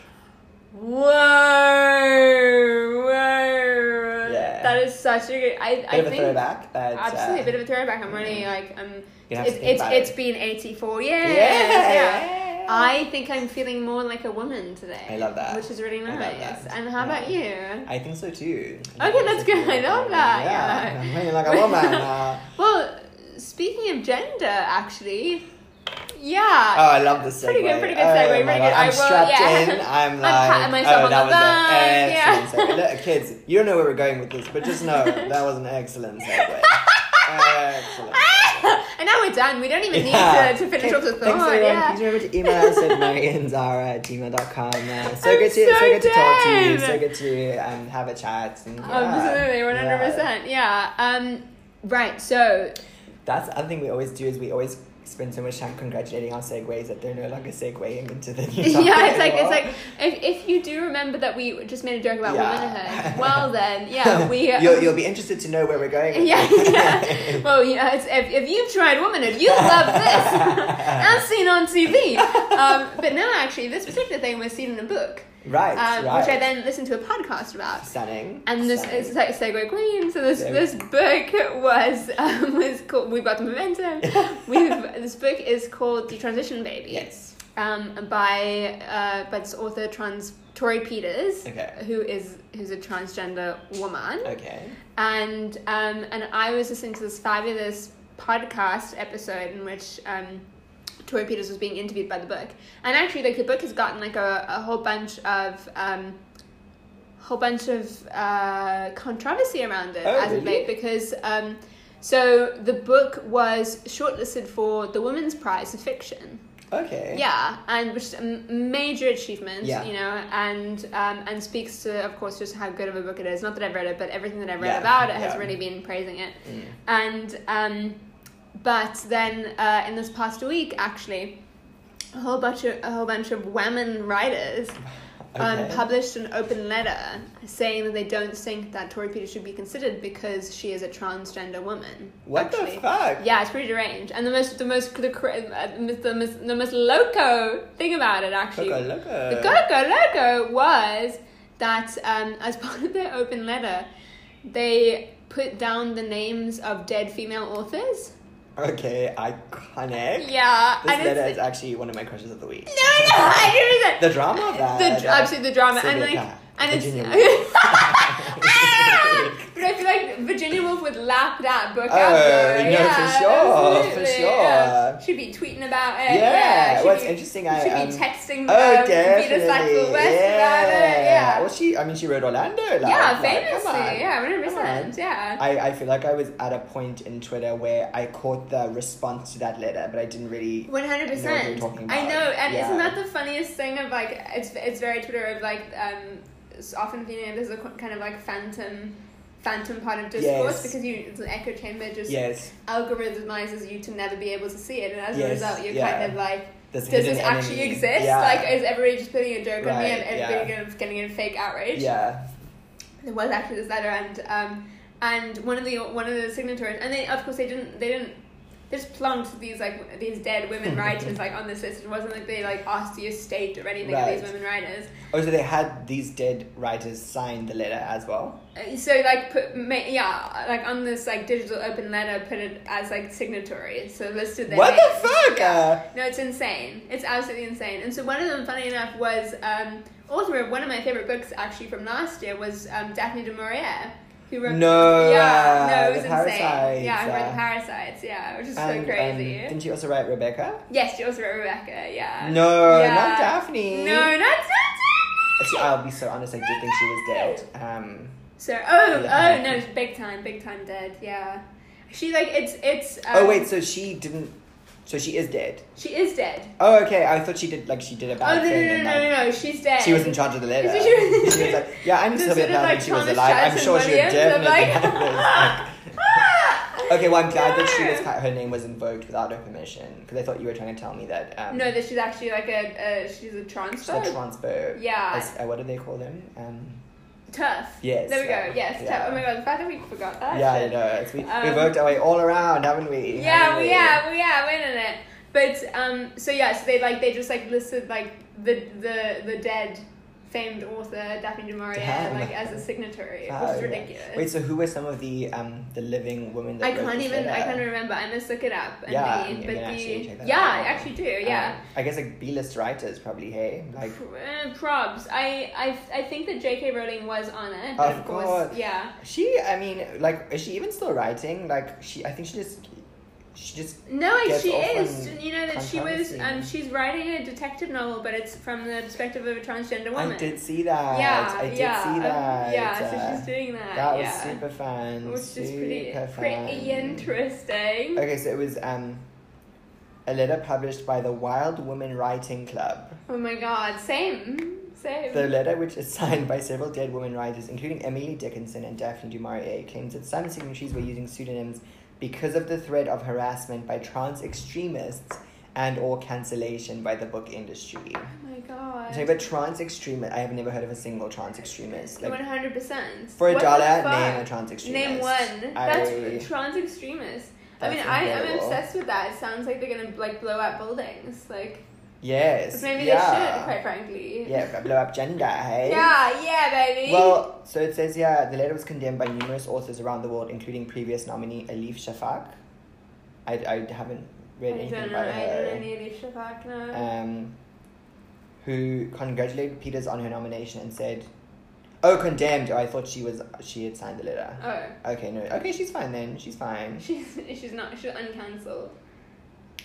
Speaker 1: Whoa, whoa.
Speaker 2: Yeah.
Speaker 1: That is such a good. I,
Speaker 2: Bit
Speaker 1: I
Speaker 2: of a
Speaker 1: think
Speaker 2: throwback, but
Speaker 1: absolutely
Speaker 2: uh,
Speaker 1: a bit of a throwback. I'm really
Speaker 2: mhm.
Speaker 1: like um.
Speaker 2: You'll have
Speaker 1: It's
Speaker 2: to think
Speaker 1: it's,
Speaker 2: about
Speaker 1: it's
Speaker 2: it.
Speaker 1: been 84 years.
Speaker 2: yeah.
Speaker 1: yeah. I think I'm feeling more like a woman today.
Speaker 2: I love that.
Speaker 1: Which is really
Speaker 2: I
Speaker 1: nice.
Speaker 2: love that.
Speaker 1: And how about you?
Speaker 2: I think so too.
Speaker 1: Okay, that's good. I love that,
Speaker 2: Yeah,
Speaker 1: yeah.
Speaker 2: I'm feeling like a woman. Uh,
Speaker 1: Well, speaking of gender, actually,
Speaker 2: oh,
Speaker 1: yeah.
Speaker 2: I love this segue.
Speaker 1: Pretty good, pretty good
Speaker 2: Oh
Speaker 1: segue,
Speaker 2: my
Speaker 1: pretty
Speaker 2: God,
Speaker 1: good. I
Speaker 2: I'm
Speaker 1: will-
Speaker 2: strapped
Speaker 1: yeah.
Speaker 2: in. I'm
Speaker 1: I'm
Speaker 2: like,
Speaker 1: patting myself
Speaker 2: oh,
Speaker 1: on
Speaker 2: that
Speaker 1: the
Speaker 2: was an
Speaker 1: back,
Speaker 2: excellent
Speaker 1: yeah.
Speaker 2: segue. Look, kids, you don't know where we're going with this, but just know that was an excellent segue. Oh, excellent.
Speaker 1: and now we're done. We don't even
Speaker 2: Yeah.
Speaker 1: need to, to finish
Speaker 2: Thank-
Speaker 1: off the
Speaker 2: Thanks
Speaker 1: thought.
Speaker 2: everyone.
Speaker 1: yeah.
Speaker 2: Please remember to email us at maryandara at gmail.com. Uh, so,
Speaker 1: I'm
Speaker 2: good to, so
Speaker 1: so
Speaker 2: good to talk to you.
Speaker 1: dead.
Speaker 2: So good to um, have a chat. And,
Speaker 1: Oh,
Speaker 2: yeah.
Speaker 1: Absolutely, one hundred percent. Yeah. Um. Right. So.
Speaker 2: That's the other thing we always do is we always spend so much time congratulating our segues that they're no longer segueing into the new topic
Speaker 1: Yeah. It's like it's
Speaker 2: anymore.
Speaker 1: like if, if you do remember that we just made a joke about
Speaker 2: Yeah.
Speaker 1: womanhood. Well then, yeah, we. um,
Speaker 2: you'll, you'll be interested to know where we're going. with
Speaker 1: Yeah,
Speaker 2: this.
Speaker 1: yeah. Well, yeah. It's, if, if you've tried womanhood, you love this. As seen on TV. Um, but no, actually, this particular thing was seen in a book,
Speaker 2: right,
Speaker 1: um,
Speaker 2: right.
Speaker 1: which I then listened to a podcast about.
Speaker 2: Stunning.
Speaker 1: And this
Speaker 2: stunning.
Speaker 1: it's like Segway Queen. So this
Speaker 2: Yeah.
Speaker 1: this book was um, was called. We've got the momentum. We've this book is called The Transition Baby.
Speaker 2: yes.
Speaker 1: Um, by uh, by its author trans Tori Peters.
Speaker 2: Okay.
Speaker 1: Who is who's a transgender woman
Speaker 2: Okay.
Speaker 1: and um, and I was listening to this fabulous podcast episode in which um, Tori Peters was being interviewed by the book, and actually, like the book has gotten like a, a whole bunch of um, whole bunch of uh, controversy around it
Speaker 2: Oh,
Speaker 1: as of
Speaker 2: really?
Speaker 1: late because. Um, so the book was shortlisted for the Women's Prize of Fiction.
Speaker 2: Okay.
Speaker 1: Yeah, and which is a m- major achievement,
Speaker 2: Yeah.
Speaker 1: you know, and um, and speaks to, of course, just how good of a book it is. Not that I've read it, but everything that I've read
Speaker 2: Yeah,
Speaker 1: about it has
Speaker 2: yeah.
Speaker 1: really been praising it.
Speaker 2: Mm.
Speaker 1: And um, but then uh, in this past week, actually, a whole bunch of a whole bunch of women writers um,
Speaker 2: Okay.
Speaker 1: published an open letter saying that they don't think that Tori Peters should be considered because she is a transgender woman.
Speaker 2: what
Speaker 1: actually.
Speaker 2: the fuck?
Speaker 1: Yeah, it's pretty deranged, and the most, the most, the cr- uh, the most, the most loco thing about it actually,
Speaker 2: Loco, loco.
Speaker 1: the coco loco was that um, as part of their open letter, they put down the names of dead female authors.
Speaker 2: Okay, iconic.
Speaker 1: Yeah,
Speaker 2: This
Speaker 1: and
Speaker 2: letter
Speaker 1: it's
Speaker 2: is actually one of my crushes of the week.
Speaker 1: no, no, I didn't.
Speaker 2: The drama of that.
Speaker 1: The dr-
Speaker 2: uh,
Speaker 1: absolutely the drama and
Speaker 2: Sylvia
Speaker 1: like
Speaker 2: Plath,
Speaker 1: and
Speaker 2: Virginia
Speaker 1: it's.
Speaker 2: Woolf.
Speaker 1: Ah! But I feel like Virginia Woolf would lap that book
Speaker 2: Oh,
Speaker 1: out though.
Speaker 2: no,
Speaker 1: yeah,
Speaker 2: for sure, for
Speaker 1: absolutely,
Speaker 2: sure.
Speaker 1: yeah. She'd be tweeting about it.
Speaker 2: Yeah,
Speaker 1: she'd
Speaker 2: what's
Speaker 1: be-
Speaker 2: interesting, I,
Speaker 1: She'd
Speaker 2: um,
Speaker 1: be texting
Speaker 2: Oh,
Speaker 1: um,
Speaker 2: definitely.
Speaker 1: Venus Cycle West
Speaker 2: yeah.
Speaker 1: about it. Yeah.
Speaker 2: Well, she, I mean, she wrote Orlando. Like,
Speaker 1: yeah,
Speaker 2: like,
Speaker 1: famously.
Speaker 2: come on.
Speaker 1: yeah, 100%.
Speaker 2: Come on.
Speaker 1: Yeah.
Speaker 2: I, I feel like I was at a point in Twitter where I caught the response to that letter, but I didn't really.
Speaker 1: One hundred
Speaker 2: I know what you're
Speaker 1: percent.
Speaker 2: talking
Speaker 1: I
Speaker 2: about.
Speaker 1: know, and
Speaker 2: Yeah.
Speaker 1: isn't that the funniest thing of like it's it's very Twitter of like um it's often feeling there's a kind of like phantom phantom part of discourse
Speaker 2: Yes.
Speaker 1: because you it's an echo chamber just
Speaker 2: Yes,
Speaker 1: algorithmizes you to never be able to see it, and as
Speaker 2: Yes,
Speaker 1: a result, you're
Speaker 2: yeah.
Speaker 1: kind of like,
Speaker 2: this
Speaker 1: does
Speaker 2: hidden
Speaker 1: this actually
Speaker 2: enemy.
Speaker 1: exist?
Speaker 2: Yeah.
Speaker 1: Like, is everybody just putting a joke on me
Speaker 2: Right,
Speaker 1: and everybody gonna- getting a fake outrage?
Speaker 2: yeah,
Speaker 1: There was actually this letter, and um, and one of the one of the signatories, and they of course they didn't they didn't. They just plunked these like these dead women writers like on this list. It wasn't like they like asked you state or anything of
Speaker 2: Right.
Speaker 1: these women writers.
Speaker 2: Oh, so they had these dead writers sign the letter as well.
Speaker 1: Uh, So like put ma- yeah like on this like digital open letter put it as like signatories. So listed their
Speaker 2: what
Speaker 1: names.
Speaker 2: the fuck? Uh,
Speaker 1: No, it's insane. It's absolutely insane. And so one of them, funny enough, was um, author of one of my favorite books actually from last year was um, Daphne du Maurier, who wrote.
Speaker 2: no,
Speaker 1: yeah,
Speaker 2: uh,
Speaker 1: no, it was
Speaker 2: the
Speaker 1: insane.
Speaker 2: Parasites,
Speaker 1: yeah, who wrote
Speaker 2: uh,
Speaker 1: the parasites. Yeah, which is
Speaker 2: and, um,
Speaker 1: so crazy.
Speaker 2: didn't she also write Rebecca?
Speaker 1: yes, she also wrote Rebecca. Yeah.
Speaker 2: No,
Speaker 1: Yeah.
Speaker 2: not Daphne.
Speaker 1: No, not
Speaker 2: See,
Speaker 1: Daphne.
Speaker 2: I'll be so honest. I did think she was dead. Um,
Speaker 1: So oh
Speaker 2: Yeah.
Speaker 1: oh no, she's big time, big time dead. Yeah. She like it's it's. Um,
Speaker 2: oh wait, so she didn't. So she is dead.
Speaker 1: She is dead.
Speaker 2: Oh okay, I thought she did like she did a
Speaker 1: Oh
Speaker 2: bad
Speaker 1: no no
Speaker 2: thing.
Speaker 1: no
Speaker 2: and,
Speaker 1: no
Speaker 2: like,
Speaker 1: no, no, she's dead.
Speaker 2: She was in charge of the letter.
Speaker 1: She was-
Speaker 2: She was like, yeah, I knew
Speaker 1: Just
Speaker 2: Sylvia
Speaker 1: sort of
Speaker 2: Plath when
Speaker 1: like
Speaker 2: she was
Speaker 1: Thomas
Speaker 2: alive. I'm
Speaker 1: Jefferson
Speaker 2: sure she would
Speaker 1: Williams, I'm
Speaker 2: definitely
Speaker 1: like-
Speaker 2: have this.
Speaker 1: Ah!
Speaker 2: Okay, well, I'm glad that she
Speaker 1: No.
Speaker 2: was, her name was invoked without her permission because I thought you were trying to tell me that. Um,
Speaker 1: No, that she's actually like a, a she's a
Speaker 2: she's a
Speaker 1: transphobe.
Speaker 2: transphobe.
Speaker 1: Oh. Yeah.
Speaker 2: As- uh, what do they call them? Um,
Speaker 1: Tough.
Speaker 2: Yes,
Speaker 1: There we
Speaker 2: yeah,
Speaker 1: go. Yes.
Speaker 2: yeah.
Speaker 1: Tough. Oh my god, the fact that we forgot that.
Speaker 2: yeah, I
Speaker 1: shit.
Speaker 2: know. it's- We,
Speaker 1: Um,
Speaker 2: we've worked our way all around, haven't we?
Speaker 1: Yeah,
Speaker 2: Haven't
Speaker 1: well, yeah, well, yeah. Wait a minute. But um, so yeah, so they like they just like listed like the the the dead famed author Daphne du Maurier
Speaker 2: Damn.
Speaker 1: like as a signatory,
Speaker 2: Oh,
Speaker 1: which is
Speaker 2: yeah.
Speaker 1: ridiculous.
Speaker 2: Wait, so who were some of the um the living women that
Speaker 1: I
Speaker 2: wrote
Speaker 1: can't
Speaker 2: this
Speaker 1: even. I
Speaker 2: letter?
Speaker 1: can't remember. I must look it up. And
Speaker 2: Yeah,
Speaker 1: read,
Speaker 2: I'm
Speaker 1: but
Speaker 2: gonna
Speaker 1: the
Speaker 2: actually check that
Speaker 1: yeah,
Speaker 2: out.
Speaker 1: I actually do.
Speaker 2: Um,
Speaker 1: Yeah.
Speaker 2: I guess like B list writers probably, hey? Like
Speaker 1: Pr- eh, Probs. I, I I think that J.K. Rowling was on it. but
Speaker 2: Of
Speaker 1: of course.
Speaker 2: course.
Speaker 1: Yeah.
Speaker 2: she I mean, like is she even still writing? Like she I think she just she just
Speaker 1: No, like
Speaker 2: Gets
Speaker 1: she
Speaker 2: off
Speaker 1: is.
Speaker 2: on
Speaker 1: You know that she was.
Speaker 2: controversy.
Speaker 1: Um, she's writing a detective novel, but it's from the perspective of a transgender woman.
Speaker 2: I did see that.
Speaker 1: Yeah.
Speaker 2: I did
Speaker 1: yeah.
Speaker 2: see
Speaker 1: um,
Speaker 2: that.
Speaker 1: yeah.
Speaker 2: Uh,
Speaker 1: So she's doing that.
Speaker 2: that was
Speaker 1: yeah.
Speaker 2: super fun.
Speaker 1: Which
Speaker 2: super
Speaker 1: is pretty pretty
Speaker 2: fun.
Speaker 1: interesting.
Speaker 2: Okay, so it was um a letter published by the Wild Women Writing Club.
Speaker 1: Oh my god. Same. Same.
Speaker 2: The letter, which is signed by several dead women writers, including Emily Dickinson and Daphne du Maurier, claims that some signatories were using pseudonyms because of the threat of harassment by trans extremists and or cancellation by the book industry.
Speaker 1: oh my god.
Speaker 2: So, but trans extremist, I have never heard of a single trans extremist.
Speaker 1: One
Speaker 2: Like,
Speaker 1: hundred percent.
Speaker 2: for a dollar, name a trans extremist.
Speaker 1: Name one. That's
Speaker 2: I,
Speaker 1: trans extremists. I
Speaker 2: That's
Speaker 1: mean, I, I'm
Speaker 2: incredible.
Speaker 1: obsessed with that. It sounds like they're gonna like blow up buildings. Like
Speaker 2: yes.
Speaker 1: maybe they should,
Speaker 2: yeah.
Speaker 1: quite frankly.
Speaker 2: Yeah, but blow up gender, hey?
Speaker 1: Yeah, yeah, baby.
Speaker 2: Well, so it says yeah, the letter was condemned by numerous authors around the world, including previous nominee Alif Shafak. I, I haven't
Speaker 1: I
Speaker 2: read
Speaker 1: don't know. I
Speaker 2: anything
Speaker 1: don't
Speaker 2: about
Speaker 1: know
Speaker 2: her.
Speaker 1: any of these Shafak now.
Speaker 2: Um, who congratulated Peters on her nomination and said, "Oh, condemned." Oh, I thought she was she had signed the letter.
Speaker 1: oh,
Speaker 2: Okay, no. Okay, she's fine then. She's fine.
Speaker 1: she's she's not. She's uncancelled.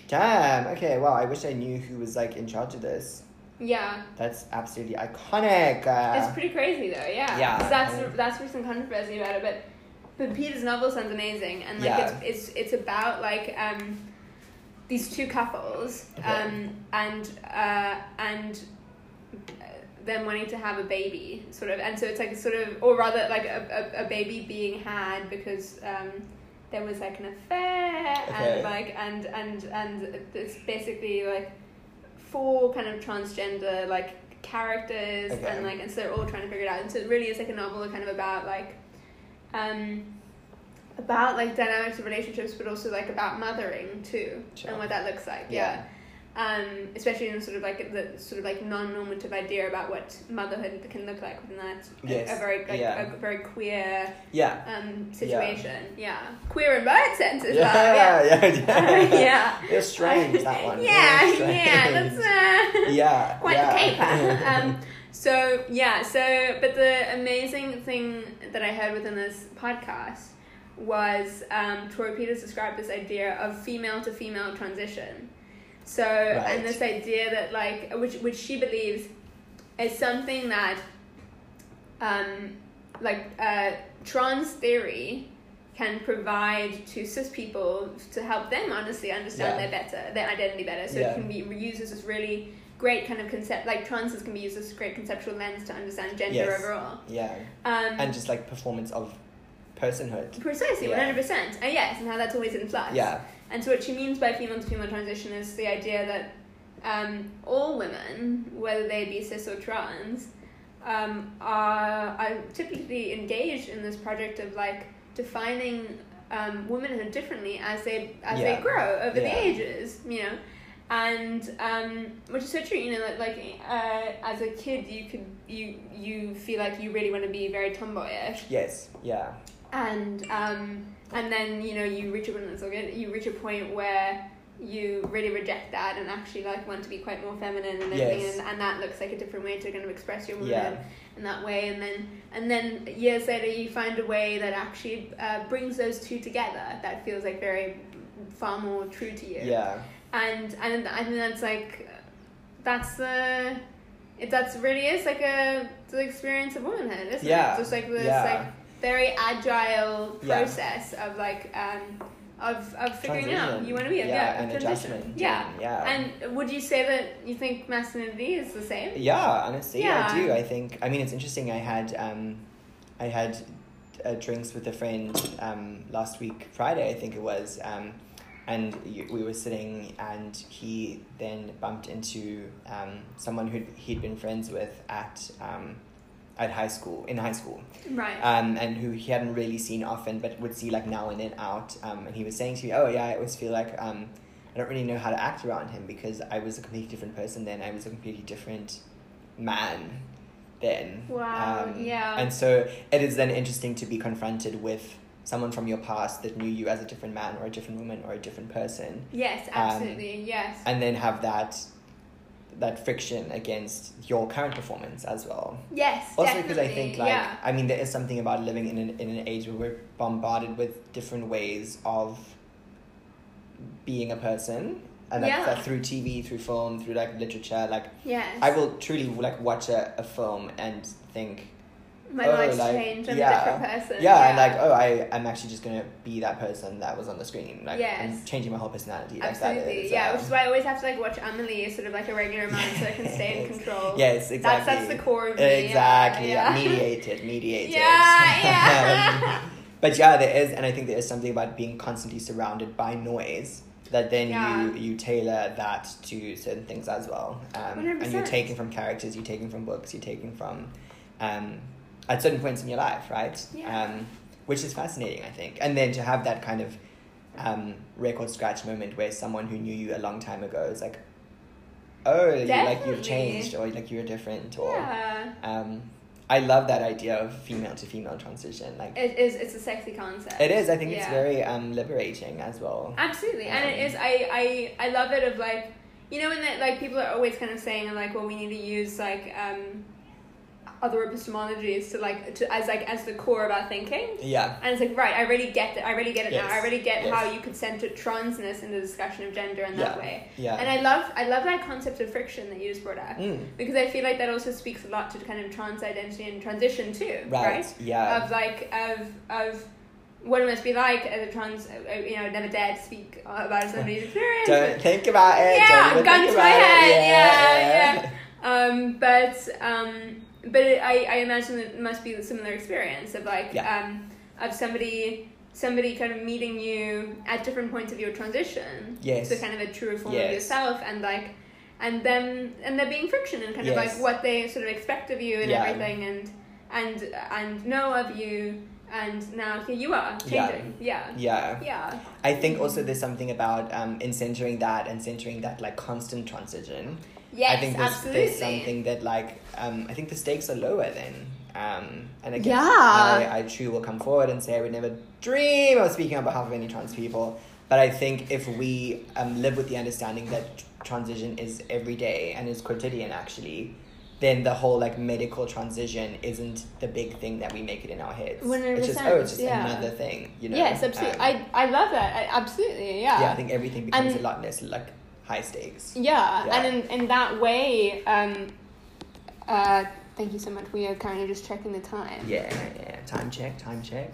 Speaker 2: Damn. Okay. Wow. I wish I knew who was like in charge of this.
Speaker 1: Yeah,
Speaker 2: That's absolutely iconic. Uh,
Speaker 1: it's pretty crazy though. Yeah.
Speaker 2: Yeah.
Speaker 1: 'Cause That's that's recent controversy about it, but but Peter's novel sounds amazing, and like
Speaker 2: Yeah.
Speaker 1: it's, it's it's about like um these two couples,
Speaker 2: Okay.
Speaker 1: um and uh and uh, them wanting to have a baby, sort of, and so it's like a sort of, or rather like a a, a baby being had because. um there was like an affair
Speaker 2: Okay.
Speaker 1: and like and and and it's basically like four kind of transgender like characters
Speaker 2: Okay.
Speaker 1: and like and so they're all trying to figure it out and so it really is like a novel kind of about like um about like dynamics of relationships but also like about mothering too
Speaker 2: Sure.
Speaker 1: and what that looks like
Speaker 2: Yeah.
Speaker 1: yeah, Um, especially in sort of like the sort of like non-normative idea about what motherhood can look like within that
Speaker 2: Yes.
Speaker 1: a very like
Speaker 2: Yeah.
Speaker 1: a very queer
Speaker 2: yeah.
Speaker 1: um, situation. Yeah. Queer in both senses. love,
Speaker 2: Yeah. Yeah.
Speaker 1: uh, Yeah.
Speaker 2: Yeah.
Speaker 1: yeah.
Speaker 2: It's strange that one.
Speaker 1: Yeah,
Speaker 2: It's strange.
Speaker 1: yeah, that's uh,
Speaker 2: yeah.
Speaker 1: quite
Speaker 2: yeah.
Speaker 1: the caper. Um, so yeah, so but the amazing thing that I heard within this podcast was um, Troy Peters described this idea of female to female transition. So
Speaker 2: Right.
Speaker 1: and this idea that like which which she believes is something that um, like uh, trans theory can provide to cis people to help them honestly understand
Speaker 2: Yeah.
Speaker 1: their better their identity better so
Speaker 2: Yeah.
Speaker 1: it can be used as this really great kind of concept like transes can be used as this great conceptual lens to understand gender
Speaker 2: Yes.
Speaker 1: overall
Speaker 2: yeah.
Speaker 1: um,
Speaker 2: And just like performance of personhood.
Speaker 1: precisely
Speaker 2: Yeah.
Speaker 1: 100% and Oh, yes and how that's always in flux
Speaker 2: Yeah.
Speaker 1: and so what she means by female to female transition is the idea that um, all women, whether they be cis or trans, um, are, are typically engaged in this project of like defining um, womanhood differently as they as
Speaker 2: Yeah.
Speaker 1: they grow over
Speaker 2: Yeah.
Speaker 1: the ages, you know. And um, which is so true, you know, that like uh, as a kid, you could you you feel like you really want to be very tomboyish,
Speaker 2: Yes. Yeah.
Speaker 1: and um, and then you know you reach a point that's all good. You reach a point where you really reject that and actually like want to be quite more feminine and everything,
Speaker 2: Yes.
Speaker 1: and, and that looks like a different way to kind of express your womanhood
Speaker 2: Yeah.
Speaker 1: in that way. And then and then years later, you find a way that actually uh, brings those two together. That feels like very far more true to you
Speaker 2: Yeah.
Speaker 1: and and I think that's like that's the it that's really is like a the experience of womanhood, isn't
Speaker 2: Yeah.
Speaker 1: it? Just like this
Speaker 2: Yeah.
Speaker 1: like very agile
Speaker 2: Yeah.
Speaker 1: process of like um of of figuring out you want to be a
Speaker 2: yeah,
Speaker 1: of
Speaker 2: and
Speaker 1: transition.
Speaker 2: adjustment.
Speaker 1: Yeah.
Speaker 2: Yeah.
Speaker 1: And would you say that you think masculinity is the same?
Speaker 2: yeah. Honestly, I
Speaker 1: Yeah.
Speaker 2: do. I think. I mean, it's interesting. I had. Um, I had. Uh, drinks with a friend um, last week, Friday, I think it was. Um, and you, we were sitting, and he then bumped into um, someone who he'd been friends with at um, at high school in high school
Speaker 1: Right.
Speaker 2: um, and who he hadn't really seen often, but would see like now and then out. Um, and he was saying to me, "Oh yeah, I always feel like um, I don't really know how to act around him because I was a completely different person then. I was a completely different man then." Um,
Speaker 1: Wow, yeah.
Speaker 2: And so it is then interesting to be confronted with someone from your past that knew you as a different man or a different woman or a different person,
Speaker 1: yes, absolutely. yes.
Speaker 2: um, and then have that that friction against your current performance as well.
Speaker 1: yes.
Speaker 2: Also,
Speaker 1: definitely.
Speaker 2: because I think, like,
Speaker 1: yeah.
Speaker 2: I mean, there is something about living in an, in an age where we're bombarded with different ways of being a person. And like,
Speaker 1: Yeah.
Speaker 2: that through TV, through film, through like literature, like
Speaker 1: Yes.
Speaker 2: I will truly like watch a, a film and think,
Speaker 1: My
Speaker 2: oh,
Speaker 1: life's
Speaker 2: like,
Speaker 1: changed. I'm
Speaker 2: yeah.
Speaker 1: a different person.
Speaker 2: yeah, and like, oh, I I'm actually just gonna be that person that was on the screen. Like, I'm
Speaker 1: Yes.
Speaker 2: changing my whole personality. Like that
Speaker 1: Absolutely,
Speaker 2: is,
Speaker 1: yeah.
Speaker 2: um,
Speaker 1: Which is why I always have to like watch Amelie as sort of like a regular amount so I can stay in control.
Speaker 2: Yes, exactly.
Speaker 1: That's that's the core of me. yeah,
Speaker 2: Exactly.
Speaker 1: Yeah.
Speaker 2: Mediated, mediated.
Speaker 1: Yeah, yeah.
Speaker 2: Um, but yeah, there is, and I think there is something about being constantly surrounded by noise that then
Speaker 1: Yeah.
Speaker 2: you you tailor that to certain things as well. Um, and you're
Speaker 1: 100%.
Speaker 2: taking from characters, you're taking from books, you're taking from um, at certain points in your life, right?
Speaker 1: Yeah.
Speaker 2: Um, which is fascinating, I think. And then to have that kind of um, record scratch moment where someone who knew you a long time ago is like, oh, you, like
Speaker 1: Definitely.
Speaker 2: you've changed, or like you're different, or
Speaker 1: Yeah.
Speaker 2: um, I love that idea of female to female transition. Like
Speaker 1: It is. It's a sexy concept.
Speaker 2: it is, I think it's
Speaker 1: Yeah.
Speaker 2: very um, liberating as well.
Speaker 1: Absolutely, and it is. I, I I love it. Of like, you know, and that like people are always kind of saying like, well, we need to use like um, other epistemologies to like to as like as the core of our thinking.
Speaker 2: Yeah,
Speaker 1: And it's like right, I really get that. I really get it
Speaker 2: Yes,
Speaker 1: now. I really get
Speaker 2: yes.
Speaker 1: how you could center transness in the discussion of gender in that
Speaker 2: Yeah,
Speaker 1: way.
Speaker 2: yeah.
Speaker 1: And uh, I love I love that concept of friction that you just brought up
Speaker 2: Mm.
Speaker 1: because I feel like that also speaks a lot to kind of trans identity and transition too,
Speaker 2: right. Yeah,
Speaker 1: of like of of what it must be like as a trans uh, you know never dare to speak about somebody's experience
Speaker 2: don't think about it.
Speaker 1: yeah
Speaker 2: don't even
Speaker 1: gun
Speaker 2: think
Speaker 1: to my
Speaker 2: about it.
Speaker 1: head yeah
Speaker 2: yeah.
Speaker 1: yeah, um but um but it, i i imagine it must be a similar experience of like
Speaker 2: Yeah.
Speaker 1: um of somebody somebody kind of meeting you at different points of your transition
Speaker 2: Yes.
Speaker 1: so kind of a truer form
Speaker 2: Yes.
Speaker 1: of yourself and like and them and there being friction and kind of
Speaker 2: Yes.
Speaker 1: like what they sort of expect of you and
Speaker 2: Yeah.
Speaker 1: everything and and and know of you and now here you are
Speaker 2: Yeah.
Speaker 1: changing yeah
Speaker 2: Yeah.
Speaker 1: yeah
Speaker 2: I think also there's something about um, in centering that and centering that like constant transition.
Speaker 1: yes
Speaker 2: I think there's,
Speaker 1: absolutely
Speaker 2: there's something that like um, I think the stakes are lower then. Um, and again,
Speaker 1: Yeah.
Speaker 2: I, I truly will come forward and say I would never dream of speaking on behalf of any trans people. But I think if we um, live with the understanding that tr- transition is every day and is quotidian actually, then the whole like medical transition isn't the big thing that we make it in our heads. It's just oh, it's
Speaker 1: 100%,
Speaker 2: just
Speaker 1: yeah.
Speaker 2: another thing, you know.
Speaker 1: yes absolutely
Speaker 2: Um,
Speaker 1: i i love that I, absolutely
Speaker 2: yeah, I think everything becomes
Speaker 1: And-
Speaker 2: a lot less like high stakes.
Speaker 1: Yeah,
Speaker 2: Yeah.
Speaker 1: and in, in that way, um, uh, thank you so much. We are currently just checking the time.
Speaker 2: Yeah, yeah. Time check, time check.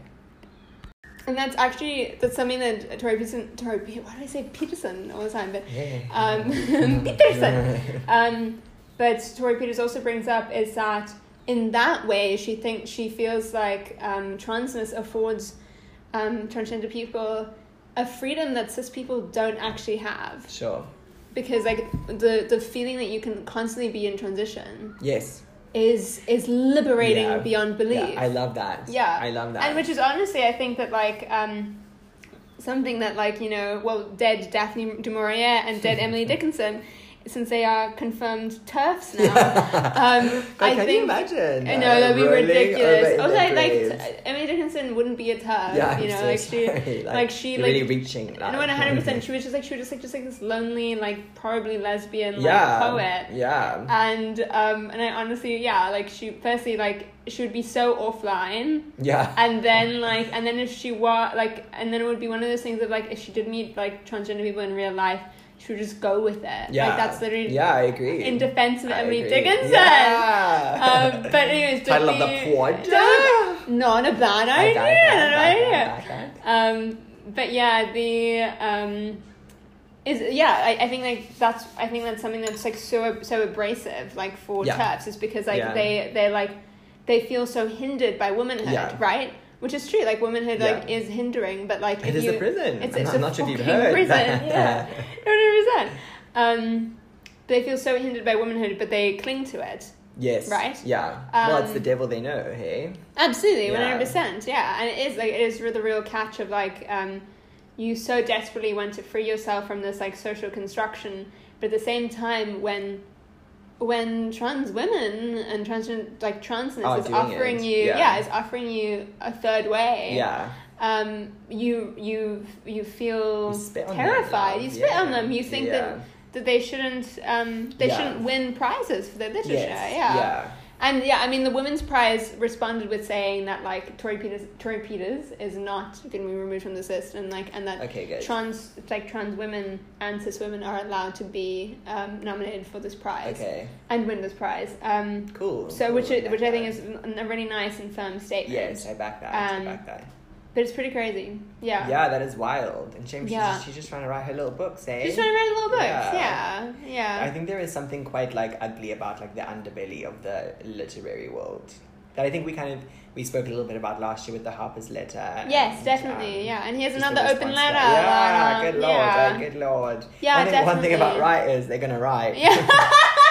Speaker 1: And that's actually that's something that Tori Peterson, Tori, Pe- why do I say Peterson all the time? But
Speaker 2: Yeah. Mm.
Speaker 1: um, Peterson. Um, but Tori Peters also brings up is that in that way she thinks she feels like um, transness affords um, transgender people a freedom that cis people don't actually have.
Speaker 2: Sure.
Speaker 1: because like the the feeling that you can constantly be in transition
Speaker 2: Yes.
Speaker 1: is is liberating
Speaker 2: Yeah.
Speaker 1: beyond belief
Speaker 2: Yeah, I love that.
Speaker 1: Yeah.
Speaker 2: I love that.
Speaker 1: and which is honestly i think that like um something that like you know well dead daphne du maurier and dead emily dickinson since they are confirmed turfs now um
Speaker 2: I
Speaker 1: i
Speaker 2: can
Speaker 1: think
Speaker 2: you imagine?
Speaker 1: I know that'd be
Speaker 2: rolling over
Speaker 1: ridiculous.
Speaker 2: in
Speaker 1: Also,
Speaker 2: their
Speaker 1: like, like
Speaker 2: graves?
Speaker 1: t- Emily Dickinson wouldn't be a turf.
Speaker 2: yeah,
Speaker 1: you know,
Speaker 2: I'm so
Speaker 1: like she,
Speaker 2: sorry. like,
Speaker 1: like, she,
Speaker 2: you're
Speaker 1: like-
Speaker 2: really reaching.
Speaker 1: no,
Speaker 2: Like,
Speaker 1: one hundred percent. She was just like she was just like just like this lonely, like probably lesbian, like
Speaker 2: yeah,
Speaker 1: poet. Uh,
Speaker 2: yeah,
Speaker 1: and um and I honestly yeah like she firstly like she would be so offline
Speaker 2: yeah,
Speaker 1: and then like and then if she were like and then it would be one of those things of like if she did meet like transgender people in real life she would just go with it
Speaker 2: yeah.
Speaker 1: like that's literally
Speaker 2: yeah. I agree.
Speaker 1: in defense of
Speaker 2: I
Speaker 1: Emily
Speaker 2: agree.
Speaker 1: Dickinson
Speaker 2: Yeah.
Speaker 1: um but anyways
Speaker 2: Title of
Speaker 1: Dudley-
Speaker 2: the quad.
Speaker 1: Dudley- not a bad
Speaker 2: I
Speaker 1: idea not
Speaker 2: got
Speaker 1: a
Speaker 2: that,
Speaker 1: bad
Speaker 2: got
Speaker 1: idea
Speaker 2: that, got that.
Speaker 1: um but yeah the um is yeah I, I think like that's i think that's something that's like so so abrasive like for
Speaker 2: Yeah.
Speaker 1: turfs is because like
Speaker 2: Yeah.
Speaker 1: they they're like they feel so hindered by womanhood
Speaker 2: Yeah.
Speaker 1: right which is true like womanhood
Speaker 2: Yeah.
Speaker 1: like is hindering but like
Speaker 2: It
Speaker 1: if
Speaker 2: is
Speaker 1: you,
Speaker 2: a prison.
Speaker 1: it's,
Speaker 2: I'm
Speaker 1: it's
Speaker 2: not-
Speaker 1: a
Speaker 2: I'm not sure if you've
Speaker 1: fucking
Speaker 2: heard
Speaker 1: prison
Speaker 2: that.
Speaker 1: yeah 100 percent um they feel so hindered by womanhood but they cling to it
Speaker 2: Yes.
Speaker 1: Right?
Speaker 2: Yeah. well, it's
Speaker 1: Um,
Speaker 2: the devil they know, hey?
Speaker 1: Absolutely, one
Speaker 2: Yeah.
Speaker 1: hundred percent. Yeah, and it is like it is the real catch of like um, you so desperately want to free yourself from this like social construction, but at the same time, when when trans women and trans like transness
Speaker 2: Are
Speaker 1: is
Speaker 2: doing
Speaker 1: offering
Speaker 2: it,
Speaker 1: you
Speaker 2: yeah.
Speaker 1: yeah. is offering you a third way
Speaker 2: Yeah.
Speaker 1: um you you you feel
Speaker 2: You spit on them,
Speaker 1: terrified
Speaker 2: yeah.
Speaker 1: you spit on
Speaker 2: Yeah.
Speaker 1: them you think
Speaker 2: Yeah.
Speaker 1: that that they shouldn't um they
Speaker 2: Yeah.
Speaker 1: shouldn't win prizes for their literature
Speaker 2: Yes.
Speaker 1: yeah and yeah, I mean, the Women's Prize responded with saying that like Tory Peters, Tory Peters is not going to be removed from this list, and like and that
Speaker 2: Okay, good.
Speaker 1: trans like trans women and cis women are allowed to be um, nominated for this prize
Speaker 2: Okay.
Speaker 1: and win this prize. Um,
Speaker 2: Cool.
Speaker 1: so
Speaker 2: cool,
Speaker 1: which
Speaker 2: back
Speaker 1: I- which I
Speaker 2: that.
Speaker 1: think is a really nice and firm statement.
Speaker 2: Yes, I back that.
Speaker 1: Um,
Speaker 2: I back that.
Speaker 1: but it's pretty crazy.
Speaker 2: Yeah.
Speaker 1: Yeah.
Speaker 2: that is wild. And shame she's,
Speaker 1: Yeah.
Speaker 2: just, she's just trying to write her little books, eh?
Speaker 1: She's trying to write little books.
Speaker 2: Yeah.
Speaker 1: Yeah. Yeah.
Speaker 2: I think there is something quite like ugly about like the underbelly of the literary world that I think we kind of we spoke a little bit about last year with the Harper's letter.
Speaker 1: Yes,
Speaker 2: and,
Speaker 1: definitely.
Speaker 2: um,
Speaker 1: yeah, and here's
Speaker 2: just the
Speaker 1: another open letter.
Speaker 2: response to that.
Speaker 1: um,
Speaker 2: Yeah, good lord,
Speaker 1: yeah.
Speaker 2: eh, good lord.
Speaker 1: Yeah,
Speaker 2: one, thing, one thing about
Speaker 1: definitely.
Speaker 2: writers, they're gonna write.
Speaker 1: Yeah.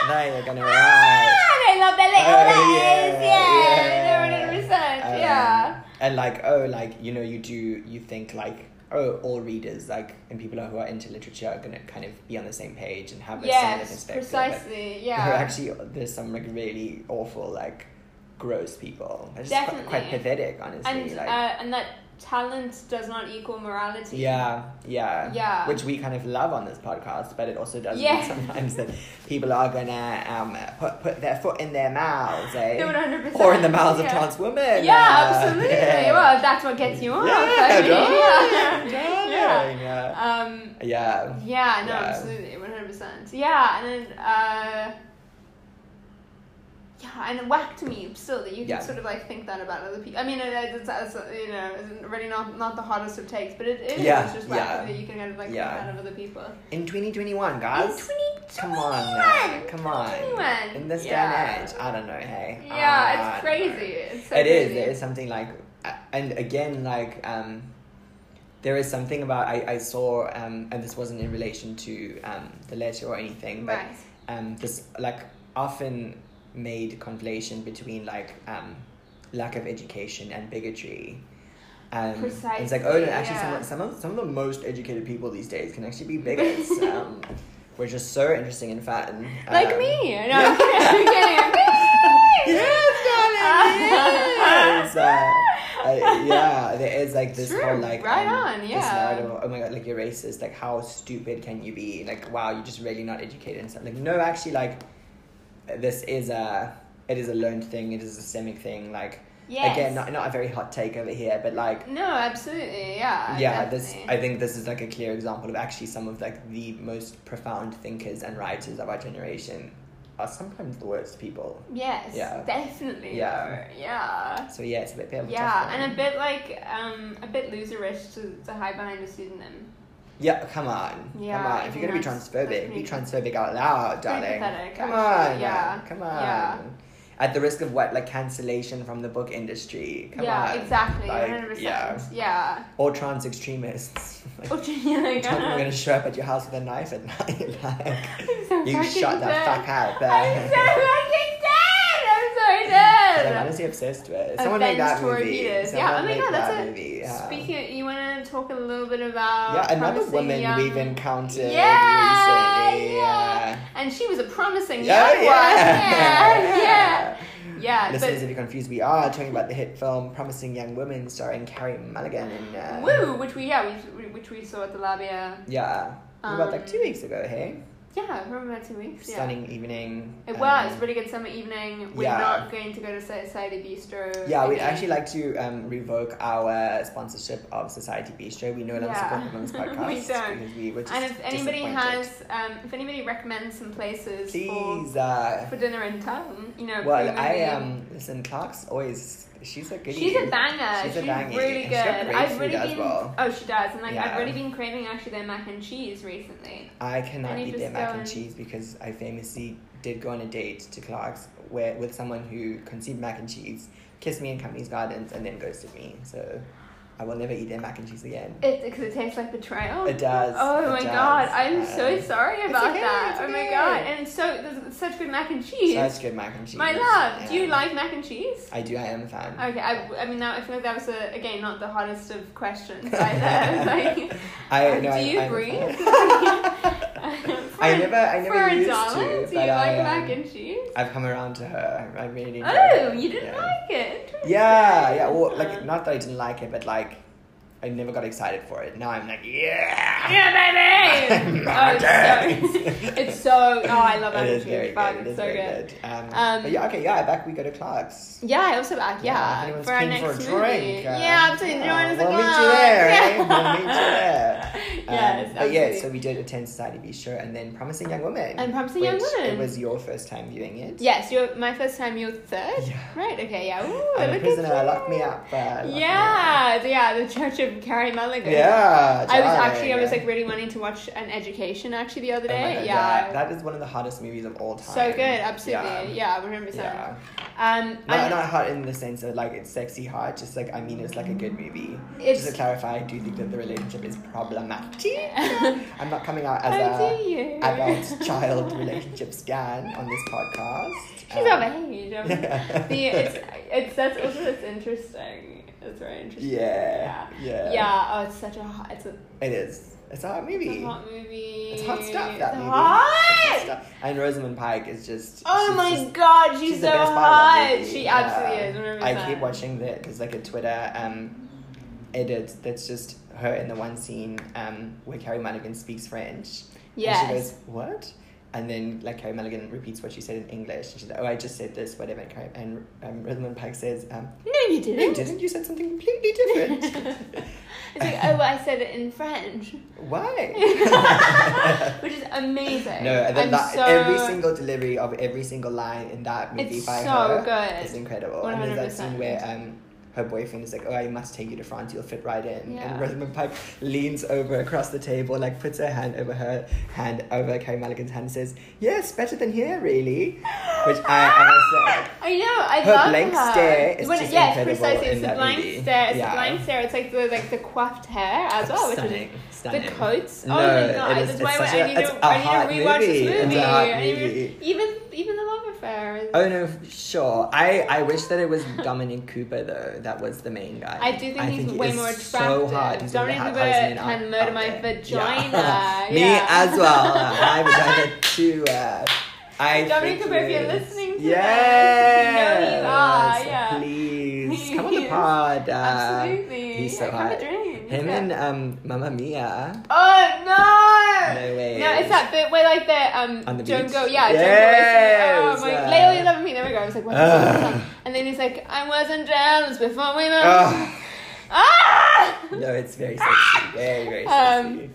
Speaker 2: they're gonna write.
Speaker 1: they Ah, love their little
Speaker 2: Oh,
Speaker 1: lives. Yeah,
Speaker 2: yeah.
Speaker 1: they're research.
Speaker 2: Um,
Speaker 1: yeah.
Speaker 2: And like, oh, like you know, you do you think like. Oh, all readers like and people who are into literature are gonna kind of be on the same page and have a similar
Speaker 1: Yes,
Speaker 2: perspective. but
Speaker 1: precisely.
Speaker 2: There are
Speaker 1: Yeah.
Speaker 2: actually there's some like really awful like gross people. It's just quite, quite
Speaker 1: Definitely.
Speaker 2: pathetic, honestly.
Speaker 1: And
Speaker 2: like
Speaker 1: uh, and that talent does not equal morality.
Speaker 2: yeah, yeah,
Speaker 1: Yeah.
Speaker 2: Which we kind of love on this podcast, but it also does mean
Speaker 1: Yeah.
Speaker 2: sometimes that people are gonna um, put put their foot in their mouths, eh?
Speaker 1: No, 100%.
Speaker 2: or in the mouths of
Speaker 1: Yeah.
Speaker 2: trans women.
Speaker 1: Yeah,
Speaker 2: uh,
Speaker 1: absolutely.
Speaker 2: yeah.
Speaker 1: Well, that's what gets you off. I
Speaker 2: Yeah,
Speaker 1: mean,
Speaker 2: darling,
Speaker 1: yeah.
Speaker 2: darling, yeah.
Speaker 1: yeah. Um,
Speaker 2: Yeah.
Speaker 1: Yeah, no,
Speaker 2: Yeah.
Speaker 1: absolutely, one hundred percent. Yeah, and then uh, yeah, and it whacked me still that you can
Speaker 2: Yeah.
Speaker 1: sort of like think that about other people. I mean, it, it's, it's you know it's really not not the hardest of takes, but it, it is
Speaker 2: Yeah,
Speaker 1: it's just
Speaker 2: yeah.
Speaker 1: whacked that you can kind of like
Speaker 2: Yeah.
Speaker 1: think that of other people.
Speaker 2: In 2021,
Speaker 1: In
Speaker 2: guys.
Speaker 1: twenty
Speaker 2: Come on, now.
Speaker 1: twenty
Speaker 2: come
Speaker 1: one,
Speaker 2: on. In this day and age,
Speaker 1: yeah.
Speaker 2: I don't know. Hey.
Speaker 1: yeah,
Speaker 2: I
Speaker 1: it's
Speaker 2: don't know.
Speaker 1: crazy. It's so
Speaker 2: It is.
Speaker 1: crazy.
Speaker 2: There is something like, a- and again, like, um, there is something about. I, I saw, um, and this wasn't in relation to um, the letter or anything, but
Speaker 1: right.
Speaker 2: um, this like often made conflation between like um, lack of education and bigotry. Um, and it's like, oh, no,
Speaker 1: Precisely,
Speaker 2: actually,
Speaker 1: yeah.
Speaker 2: some, of- some of some of the most educated people these days can actually be bigots. um, which is so interesting and fat and
Speaker 1: Like
Speaker 2: um,
Speaker 1: me. No, I'm kidding. I'm kidding.
Speaker 2: Yes, darling. yes. Uh, uh, yeah, there is like this
Speaker 1: True,
Speaker 2: whole like
Speaker 1: right
Speaker 2: um,
Speaker 1: on,
Speaker 2: this
Speaker 1: yeah.
Speaker 2: narrative of, oh my god, like you're racist. Like how stupid can you be? Like wow, you're just really not educated and stuff. Like no, actually, like this is a it is a learned thing. It is a systemic thing. Like
Speaker 1: Yes.
Speaker 2: again, not not a very hot take over here, but like
Speaker 1: No, absolutely. Yeah.
Speaker 2: yeah this
Speaker 1: Uh, definitely.
Speaker 2: i think this is like a clear example of actually some of like the most profound thinkers and writers of our generation are sometimes the worst people
Speaker 1: Yes,
Speaker 2: Yeah.
Speaker 1: definitely.
Speaker 2: Yeah.
Speaker 1: though. Yeah.
Speaker 2: so yeah it's a bit, bit of a tough
Speaker 1: Yeah,
Speaker 2: one.
Speaker 1: and a bit like um, a bit loserish to, to hide behind a pseudonym.
Speaker 2: yeah come on
Speaker 1: Yeah,
Speaker 2: come
Speaker 1: I
Speaker 2: on if you're gonna
Speaker 1: think
Speaker 2: be
Speaker 1: that's- that's
Speaker 2: transphobic be
Speaker 1: pretty-
Speaker 2: transphobic out loud
Speaker 1: pretty
Speaker 2: darling
Speaker 1: pathetic,
Speaker 2: come
Speaker 1: actually,
Speaker 2: on
Speaker 1: yeah,
Speaker 2: come on
Speaker 1: yeah.
Speaker 2: at the risk of what like cancellation from the book industry come
Speaker 1: yeah,
Speaker 2: on
Speaker 1: exactly.
Speaker 2: Like,
Speaker 1: One hundred
Speaker 2: yeah
Speaker 1: percent. Yeah.
Speaker 2: or trans extremists like,
Speaker 1: Oh, gee, yeah, like,
Speaker 2: tell me I'm
Speaker 1: uh,
Speaker 2: gonna show up at your house with a knife at night like
Speaker 1: I'm so
Speaker 2: you
Speaker 1: fucking
Speaker 2: shut the
Speaker 1: dead.
Speaker 2: fuck up
Speaker 1: I'm so fucking dead. I'm so
Speaker 2: I'm
Speaker 1: dead.
Speaker 2: honestly obsessed with. it.
Speaker 1: A
Speaker 2: Someone make that
Speaker 1: bench toward
Speaker 2: movie.
Speaker 1: Venus.
Speaker 2: Someone
Speaker 1: Yeah, oh my
Speaker 2: make
Speaker 1: God, that's
Speaker 2: that
Speaker 1: a-
Speaker 2: movie. Yeah.
Speaker 1: Speaking, of, you want to talk a little bit about
Speaker 2: yeah, another
Speaker 1: promising
Speaker 2: woman
Speaker 1: young...
Speaker 2: we've encountered
Speaker 1: Yeah,
Speaker 2: recently.
Speaker 1: yeah. and she was a promising
Speaker 2: Yeah, Oh,
Speaker 1: young one. Yeah, yeah,
Speaker 2: yeah.
Speaker 1: yeah. Uh, but-
Speaker 2: Listeners, if you're confused, we are talking about the hit film *Promising Young Women*, starring Carrie Mulligan and. Uh,
Speaker 1: Woo, which we yeah, we, which we saw at the Labia.
Speaker 2: Yeah, about like
Speaker 1: Um,
Speaker 2: two weeks ago. Hey,
Speaker 1: Yeah, remember that two weeks. Yeah.
Speaker 2: stunning evening.
Speaker 1: It
Speaker 2: um,
Speaker 1: was really good summer evening. We're
Speaker 2: yeah.
Speaker 1: not going to go to Society Bistro.
Speaker 2: Yeah, we'd
Speaker 1: again.
Speaker 2: actually like to um, revoke our sponsorship of Society Bistro. We no longer
Speaker 1: Yeah.
Speaker 2: support them on this
Speaker 1: We
Speaker 2: podcast
Speaker 1: don't.
Speaker 2: because we were just
Speaker 1: And if anybody
Speaker 2: disappointed.
Speaker 1: has, um, if anybody recommends some places for
Speaker 2: Please, uh,
Speaker 1: for dinner in town, you know.
Speaker 2: well,
Speaker 1: Blue
Speaker 2: I
Speaker 1: Moon.
Speaker 2: um, listen, Clark's always she's a good.
Speaker 1: She's a banger.
Speaker 2: She's
Speaker 1: She's,
Speaker 2: a bangy.
Speaker 1: really
Speaker 2: And
Speaker 1: good.
Speaker 2: she's got great
Speaker 1: I've
Speaker 2: food
Speaker 1: really
Speaker 2: as
Speaker 1: been.
Speaker 2: well.
Speaker 1: Oh, she does, and like
Speaker 2: Yeah.
Speaker 1: I've really been craving actually their mac and cheese recently.
Speaker 2: I cannot
Speaker 1: And you
Speaker 2: eat their
Speaker 1: just
Speaker 2: mac
Speaker 1: go
Speaker 2: and
Speaker 1: and-
Speaker 2: cheese because I famously did go on a date to Clark's where with someone who conceived mac and cheese, kissed me in Company's Gardens, and then ghosted me. So I will never eat their mac and cheese again.
Speaker 1: It because it tastes like betrayal.
Speaker 2: It does.
Speaker 1: Oh
Speaker 2: It
Speaker 1: my
Speaker 2: does.
Speaker 1: god, I'm so
Speaker 2: Um,
Speaker 1: sorry
Speaker 2: it's
Speaker 1: about
Speaker 2: okay,
Speaker 1: that.
Speaker 2: it's
Speaker 1: Oh my
Speaker 2: okay.
Speaker 1: god, and it's so there's such good mac and cheese.
Speaker 2: Such good mac and cheese.
Speaker 1: my love, do you
Speaker 2: Yeah.
Speaker 1: like mac and cheese?
Speaker 2: I do. I am a fan.
Speaker 1: Okay, I, I mean that I feel like that was a, again not the hardest of questions either. like,
Speaker 2: I
Speaker 1: uh,
Speaker 2: no,
Speaker 1: do
Speaker 2: I,
Speaker 1: you
Speaker 2: I'm a
Speaker 1: agree?
Speaker 2: fan.
Speaker 1: For
Speaker 2: I
Speaker 1: a-
Speaker 2: never, I
Speaker 1: for
Speaker 2: never
Speaker 1: a
Speaker 2: used
Speaker 1: dollar,
Speaker 2: to.
Speaker 1: do you
Speaker 2: but
Speaker 1: like
Speaker 2: I, um,
Speaker 1: mac and cheese?
Speaker 2: I've come around to her. I really.
Speaker 1: Oh,
Speaker 2: do.
Speaker 1: you didn't
Speaker 2: yeah.
Speaker 1: like it? Interesting.
Speaker 2: Yeah, yeah. Well,
Speaker 1: Uh,
Speaker 2: like not that I didn't like it, but like I never got excited for it. Now I'm like, yeah.
Speaker 1: yeah, baby. oh, it's so,
Speaker 2: Mac-a-cheese.
Speaker 1: it's so. Oh, I love mac
Speaker 2: It
Speaker 1: and
Speaker 2: is
Speaker 1: cheese.
Speaker 2: very
Speaker 1: Fuck,
Speaker 2: good. It
Speaker 1: it's
Speaker 2: is
Speaker 1: so
Speaker 2: very
Speaker 1: good.
Speaker 2: good. Um,
Speaker 1: Um,
Speaker 2: but yeah, okay, yeah. Back we go to Clark's.
Speaker 1: Yeah, I also back.
Speaker 2: if
Speaker 1: Yeah,
Speaker 2: anyone's
Speaker 1: for our
Speaker 2: keen
Speaker 1: next
Speaker 2: for a
Speaker 1: movie.
Speaker 2: drink, uh,
Speaker 1: yeah, absolutely.
Speaker 2: yeah,
Speaker 1: Yeah,
Speaker 2: we'll meet you there, eh? We'll meet you there.
Speaker 1: yes,
Speaker 2: um, but yeah, so
Speaker 1: absolutely.
Speaker 2: we did attend Society Beach show and then Promising Young Woman.
Speaker 1: And Promising Young
Speaker 2: which It
Speaker 1: Woman.
Speaker 2: was your first time viewing it.
Speaker 1: Yes, you're my first time. You're third.
Speaker 2: Yeah.
Speaker 1: Right. Okay. Yeah. Ooh,
Speaker 2: I'm
Speaker 1: look
Speaker 2: a
Speaker 1: at
Speaker 2: prisoner.
Speaker 1: you.
Speaker 2: Lock me up. Uh, lock me up.
Speaker 1: Yeah, yeah, the Church of Carrie Mulligan.
Speaker 2: Yeah.
Speaker 1: I was
Speaker 2: darling.
Speaker 1: actually, I was like really wanting to watch an education actually the other
Speaker 2: Oh
Speaker 1: day.
Speaker 2: my God,
Speaker 1: yeah,
Speaker 2: That is one of the hottest movies of all time.
Speaker 1: so good, absolutely.
Speaker 2: Yeah.
Speaker 1: Yeah, one hundred percent.
Speaker 2: yeah.
Speaker 1: Um,
Speaker 2: No,
Speaker 1: and
Speaker 2: not hot in the sense of like it's sexy hot. Just like I mean, it's like a good movie.
Speaker 1: It's-
Speaker 2: Just to clarify, I do think that the relationship is problematic. I'm not coming out as
Speaker 1: how
Speaker 2: a
Speaker 1: do you?
Speaker 2: adult child relationship scan on this podcast.
Speaker 1: She's
Speaker 2: Um,
Speaker 1: of age. I mean, the, it's, it's that's also that's interesting. It's very interesting.
Speaker 2: yeah,
Speaker 1: Yeah.
Speaker 2: yeah,
Speaker 1: Yeah, Oh, it's such a hot. It's a,
Speaker 2: It is. It's a hot
Speaker 1: it's a
Speaker 2: movie.
Speaker 1: hot movie.
Speaker 2: It's hot stuff.
Speaker 1: It's
Speaker 2: That movie.
Speaker 1: hot.
Speaker 2: It's hot stuff. And Rosamund Pike is just.
Speaker 1: Oh
Speaker 2: she's
Speaker 1: my
Speaker 2: just
Speaker 1: god, she's,
Speaker 2: She's
Speaker 1: so
Speaker 2: the best part of that
Speaker 1: hot.
Speaker 2: movie.
Speaker 1: She
Speaker 2: Yeah.
Speaker 1: absolutely is. 100%.
Speaker 2: I keep watching that because like a Twitter um edit that's just her in the one scene um where Carrie Mulligan speaks French. And she
Speaker 1: Yes.
Speaker 2: goes, What? And then like Carrie Mulligan repeats what she said in English and she's like, Oh I just said this, whatever and Carrie and um Rosamund Pike says, um
Speaker 1: No, you
Speaker 2: No you
Speaker 1: didn't.
Speaker 2: didn't, you said something completely different.
Speaker 1: it's like, oh, well, I said it in French,
Speaker 2: Why?
Speaker 1: which is amazing.
Speaker 2: No, and then
Speaker 1: I'm
Speaker 2: that
Speaker 1: so,
Speaker 2: every single delivery of every single line in that movie
Speaker 1: It's
Speaker 2: by
Speaker 1: so
Speaker 2: her
Speaker 1: good.
Speaker 2: is incredible. And there's that
Speaker 1: 100%.
Speaker 2: scene where um her boyfriend is like, "Oh, I must take you to France. You'll fit right in."
Speaker 1: Yeah.
Speaker 2: And Rosamund Pike leans over across the table, like puts her hand over her hand over Carrie Mulligan's hand, and says, "Yes, better than here, really." Which I, I was like,
Speaker 1: I know. I
Speaker 2: Her
Speaker 1: love
Speaker 2: blank
Speaker 1: her.
Speaker 2: stare is
Speaker 1: when,
Speaker 2: just
Speaker 1: yes,
Speaker 2: incredible
Speaker 1: precisely.
Speaker 2: in
Speaker 1: It's the
Speaker 2: that
Speaker 1: blank
Speaker 2: movie.
Speaker 1: stare. It's
Speaker 2: Yeah.
Speaker 1: the blank stare. It's like the like the coiffed hair as well, which is
Speaker 2: stunning,
Speaker 1: the
Speaker 2: stunning.
Speaker 1: coats.
Speaker 2: No,
Speaker 1: oh my god!
Speaker 2: it is,
Speaker 1: That's
Speaker 2: it's
Speaker 1: why
Speaker 2: such
Speaker 1: I
Speaker 2: a,
Speaker 1: need
Speaker 2: it's
Speaker 1: to
Speaker 2: a hot
Speaker 1: I need to rewatch
Speaker 2: movie.
Speaker 1: this
Speaker 2: It's
Speaker 1: movie.
Speaker 2: a hot
Speaker 1: I need to-
Speaker 2: movie.
Speaker 1: Even even the love affair. Is,
Speaker 2: Oh no, f- sure. I, I wish that it was Dominic Cooper though. That was the main guy.
Speaker 1: I do think he's
Speaker 2: he
Speaker 1: way
Speaker 2: is
Speaker 1: more
Speaker 2: So hard.
Speaker 1: attractive.
Speaker 2: He's
Speaker 1: Dominic
Speaker 2: one of the
Speaker 1: Cooper
Speaker 2: hottest men
Speaker 1: can
Speaker 2: out-
Speaker 1: murder
Speaker 2: out
Speaker 1: my
Speaker 2: there.
Speaker 1: vagina.
Speaker 2: Me
Speaker 1: Yeah.
Speaker 2: as well. My vagina too. Uh, I
Speaker 1: Dominic
Speaker 2: think
Speaker 1: Cooper, if you're
Speaker 2: yes.
Speaker 1: listening to this, you know you
Speaker 2: Yes,
Speaker 1: are, yeah.
Speaker 2: Please come on the
Speaker 1: Please.
Speaker 2: pod. Uh,
Speaker 1: Absolutely.
Speaker 2: He's so
Speaker 1: Like, have a
Speaker 2: hot.
Speaker 1: drink.
Speaker 2: Him
Speaker 1: Yeah.
Speaker 2: and um, Mamma Mia.
Speaker 1: Oh no!
Speaker 2: No way.
Speaker 1: No, it's that bit where like the um
Speaker 2: On the
Speaker 1: Django,
Speaker 2: beach?
Speaker 1: yeah, Django is
Speaker 2: Yes,
Speaker 1: oh my
Speaker 2: yeah.
Speaker 1: Lay All You Love on Me, there we go. I was like, what's
Speaker 2: Ugh.
Speaker 1: the song? And then he's like, I wasn't jealous before we met.
Speaker 2: Ugh.
Speaker 1: Ah!
Speaker 2: No, it's very sexy. Very, very
Speaker 1: Um,
Speaker 2: sexy.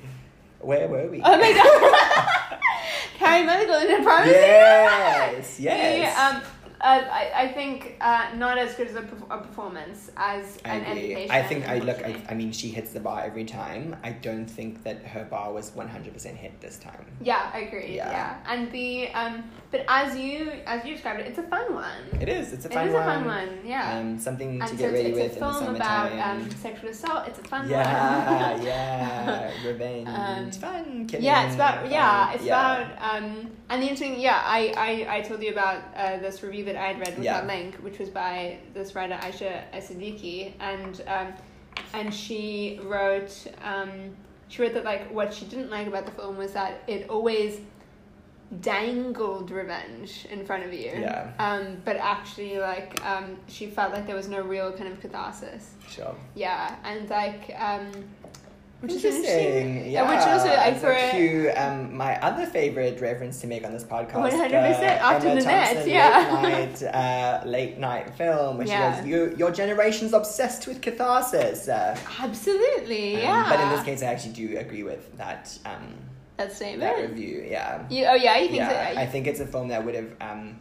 Speaker 2: Where were we?
Speaker 1: Oh my god. Carrie Mulligan in a promise.
Speaker 2: Yes,
Speaker 1: He,
Speaker 2: yes.
Speaker 1: um, uh, I, I think uh, not as good as a, perf- a performance as
Speaker 2: I
Speaker 1: an
Speaker 2: agree.
Speaker 1: education.
Speaker 2: I think I look. I,
Speaker 1: unfortunately.
Speaker 2: I mean, she hits the bar every time. I don't think that her bar was one hundred percent hit this time.
Speaker 1: Yeah, I agree.
Speaker 2: Yeah.
Speaker 1: Yeah. and the um, but as you as you described it, it's a fun one.
Speaker 2: It is. It's a
Speaker 1: It
Speaker 2: fun
Speaker 1: is
Speaker 2: one.
Speaker 1: a fun one. Yeah.
Speaker 2: Um, something
Speaker 1: and
Speaker 2: to
Speaker 1: so
Speaker 2: get ready
Speaker 1: it's,
Speaker 2: with
Speaker 1: it's a
Speaker 2: in the
Speaker 1: film about
Speaker 2: summertime.
Speaker 1: um, sexual assault. It's a fun
Speaker 2: yeah,
Speaker 1: one.
Speaker 2: yeah, revenge,
Speaker 1: Um,
Speaker 2: fun, killing.
Speaker 1: Yeah, it's about
Speaker 2: fun.
Speaker 1: yeah, it's about um, and the interesting yeah, I, I I told you about uh, this review that I had read with
Speaker 2: Yeah.
Speaker 1: that link, which was by this writer Aisha Siddiqui, and um, and she wrote um, she wrote that like what she didn't like about the film was that it always dangled revenge in front of you,
Speaker 2: Yeah.
Speaker 1: um, but actually like um, she felt like there was no real kind of catharsis,
Speaker 2: sure.
Speaker 1: yeah, and like um, which is interesting.
Speaker 2: Interesting.
Speaker 1: Yeah,
Speaker 2: Yeah,
Speaker 1: which also, I
Speaker 2: it's a
Speaker 1: for-
Speaker 2: cue, um, my other favorite reference to make on this
Speaker 1: 100%
Speaker 2: podcast. uh,
Speaker 1: after
Speaker 2: Emma
Speaker 1: the net,
Speaker 2: Thompson
Speaker 1: yeah.
Speaker 2: Late night, uh, late night film, where
Speaker 1: Yeah.
Speaker 2: she goes, you, "Your generation's obsessed with catharsis." Uh,
Speaker 1: Absolutely,
Speaker 2: um,
Speaker 1: yeah.
Speaker 2: But in this case, I actually do agree with that. Um,
Speaker 1: That's David.
Speaker 2: that review, yeah.
Speaker 1: You, oh yeah, you think
Speaker 2: Yeah,
Speaker 1: so?
Speaker 2: I think it's a film that would have. Um,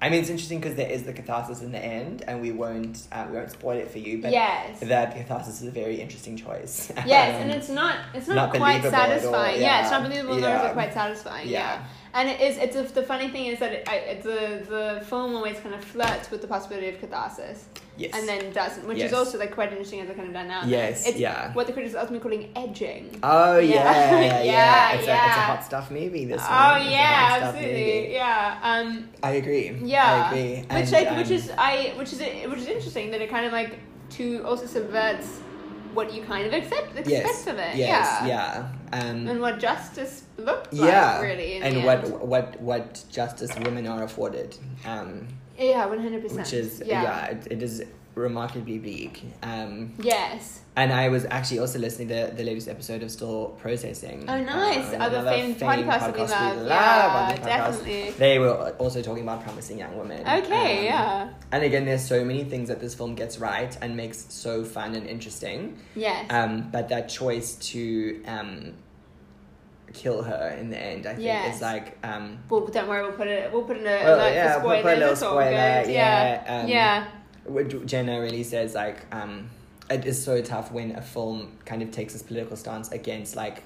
Speaker 2: I mean, it's interesting because there is the catharsis in the end, and we won't um, we won't spoil it for you. But
Speaker 1: yes.
Speaker 2: that catharsis is a very interesting choice.
Speaker 1: yes,
Speaker 2: Um,
Speaker 1: and it's not it's not,
Speaker 2: not
Speaker 1: quite
Speaker 2: believable at all,
Speaker 1: satisfying. Yeah. it's
Speaker 2: yeah.
Speaker 1: not believable, nor is
Speaker 2: Yeah.
Speaker 1: it quite satisfying. Yeah.
Speaker 2: Yeah.
Speaker 1: And it is. It's a, the funny thing is that it, I, it, the the film always kind of flirts with the possibility of catharsis.
Speaker 2: Yes.
Speaker 1: and then doesn't, which
Speaker 2: Yes.
Speaker 1: is also like quite interesting as a kind of dynamic.
Speaker 2: Yes,
Speaker 1: It's
Speaker 2: yeah.
Speaker 1: what the critics are ultimately calling edging.
Speaker 2: Oh yeah,
Speaker 1: Yeah.
Speaker 2: yeah,
Speaker 1: Yeah,
Speaker 2: It's, A, it's a
Speaker 1: yeah.
Speaker 2: hot stuff movie. This one.
Speaker 1: oh
Speaker 2: It's a
Speaker 1: yeah,
Speaker 2: hot stuff
Speaker 1: absolutely.
Speaker 2: movie.
Speaker 1: Yeah. Um
Speaker 2: I agree.
Speaker 1: yeah.
Speaker 2: I agree.
Speaker 1: Which
Speaker 2: And,
Speaker 1: like
Speaker 2: um,
Speaker 1: which is I which is which is interesting that it kind of like to also subverts what you kind of accept expect
Speaker 2: um, yes,
Speaker 1: of it.
Speaker 2: yes,
Speaker 1: eh? yeah.
Speaker 2: yeah, Um,
Speaker 1: And what justice looked like
Speaker 2: yeah,
Speaker 1: really. In
Speaker 2: and
Speaker 1: the
Speaker 2: what
Speaker 1: end.
Speaker 2: what what justice women are afforded, um,
Speaker 1: Yeah, one hundred percent.
Speaker 2: which is yeah, it, it is remarkably bleak. Um,
Speaker 1: Yes.
Speaker 2: and I was actually also listening to the latest episode of Still Processing. Uh,
Speaker 1: Oh, nice. Other
Speaker 2: another
Speaker 1: famed podcast that we love.
Speaker 2: on
Speaker 1: Yeah,
Speaker 2: the podcast.
Speaker 1: definitely.
Speaker 2: They were also talking about promising young women.
Speaker 1: Okay,
Speaker 2: Um,
Speaker 1: yeah.
Speaker 2: And again, there's so many things that this film gets right and makes so fun and interesting.
Speaker 1: Yes.
Speaker 2: Um, but that choice to um, kill her in the end, I think,
Speaker 1: Yes.
Speaker 2: is like um,
Speaker 1: well, don't worry, we'll put it. We'll put in a
Speaker 2: Well,
Speaker 1: alert
Speaker 2: Oh, yeah,
Speaker 1: for
Speaker 2: we'll put a
Speaker 1: spoilers.
Speaker 2: little
Speaker 1: it's all
Speaker 2: spoiler,
Speaker 1: good. Yeah.
Speaker 2: yeah, um,
Speaker 1: yeah.
Speaker 2: what Jenna really says like um, it is so tough when a film kind of takes this political stance against like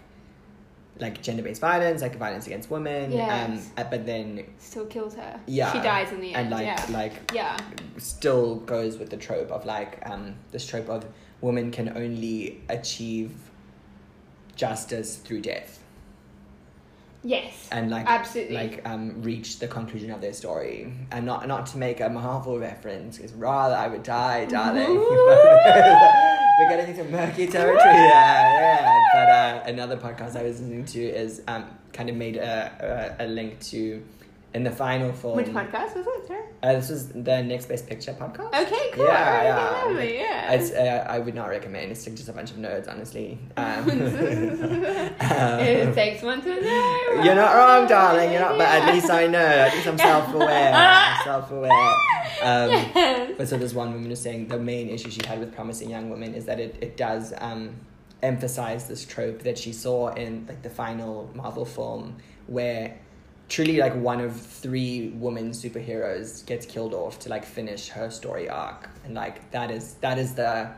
Speaker 2: like gender based violence, like violence against women. Um,
Speaker 1: Yes.
Speaker 2: uh, but then
Speaker 1: Still kills her.
Speaker 2: yeah,
Speaker 1: She dies in the end.
Speaker 2: and like
Speaker 1: yeah.
Speaker 2: like
Speaker 1: yeah.
Speaker 2: still goes with the trope of like um, this trope of women can only achieve justice through death
Speaker 1: Yes.
Speaker 2: and like
Speaker 1: Absolutely.
Speaker 2: like um reach the conclusion of their story and not not to make a Marvel reference because rather I would die darling we're getting into murky territory yeah yeah but uh, another podcast I was listening to is um kind of made a a, a link to in the final film
Speaker 1: Which podcast was it? Sorry.
Speaker 2: uh, this was the next best picture podcast
Speaker 1: Okay. Cool.
Speaker 2: Yeah,
Speaker 1: Okay,
Speaker 2: yeah.
Speaker 1: Lovely. Yeah.
Speaker 2: it's, uh, I would not recommend it's just a bunch of nerds honestly um,
Speaker 1: it takes one to know.
Speaker 2: You're not wrong, darling. You're not, but
Speaker 1: Yeah.
Speaker 2: at least I know. At least I'm self-aware. I'm self-aware. Um,
Speaker 1: Yes.
Speaker 2: but so there's one woman who's saying the main issue she had with promising young women is that it, it does um, emphasize this trope that she saw in like the final Marvel film where truly like one of three women superheroes gets killed off to like finish her story arc and like that is that is the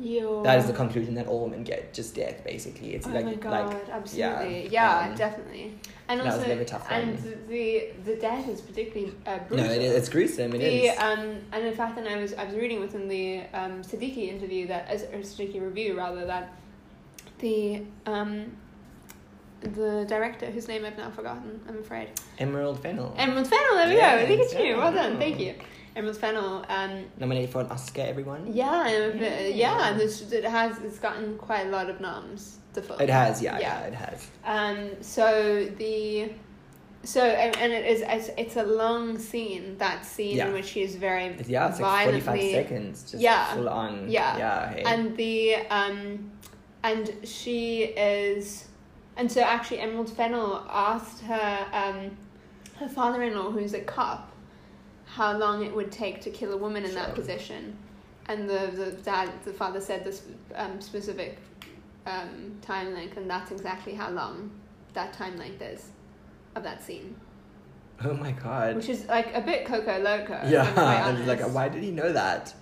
Speaker 1: Yo.
Speaker 2: that is the conclusion that all women get just death basically it's
Speaker 1: Oh
Speaker 2: like
Speaker 1: my god,
Speaker 2: like
Speaker 1: absolutely. Yeah,
Speaker 2: um,
Speaker 1: definitely. And
Speaker 2: that was a
Speaker 1: also,
Speaker 2: bit of a tough
Speaker 1: and
Speaker 2: one.
Speaker 1: the the death is particularly uh, brutal.
Speaker 2: no it is, it's gruesome It is.
Speaker 1: the, um, and in fact, and I was I was reading within the um, Siddiqui interview that as or Siddiqui review rather that the um, the director whose name I've now forgotten, I'm afraid.
Speaker 2: Emerald Fennel.
Speaker 1: Emerald Fennel. There we
Speaker 2: Yes,
Speaker 1: go. I think it's you. Well
Speaker 2: yeah.
Speaker 1: done. Thank you, Emerald Fennel. Um,
Speaker 2: Nominated for an Oscar, everyone.
Speaker 1: yeah, and if-
Speaker 2: Yeah.
Speaker 1: yeah. This, it has it's gotten quite a lot of noms. The film.
Speaker 2: It has, yeah, yeah,
Speaker 1: Yeah.
Speaker 2: it has.
Speaker 1: Um, so the so and, and it is it's, it's a long scene that scene
Speaker 2: Yeah.
Speaker 1: in which she is very
Speaker 2: It's- Yeah, it's like
Speaker 1: violently
Speaker 2: 45 seconds, just
Speaker 1: Yeah.
Speaker 2: full on.
Speaker 1: Yeah.
Speaker 2: Yeah, hey.
Speaker 1: and the um and she is and so actually Emerald Fennel asked her um her father-in-law who's a cop how long it would take to kill a woman in that
Speaker 2: Sure.
Speaker 1: position and the, the dad the father said this um, specific um, time length and that's exactly how long that time length is of that scene
Speaker 2: oh my god.
Speaker 1: which is like a bit coco loco if I'm quite
Speaker 2: yeah, and
Speaker 1: honest.
Speaker 2: like, why did he know that?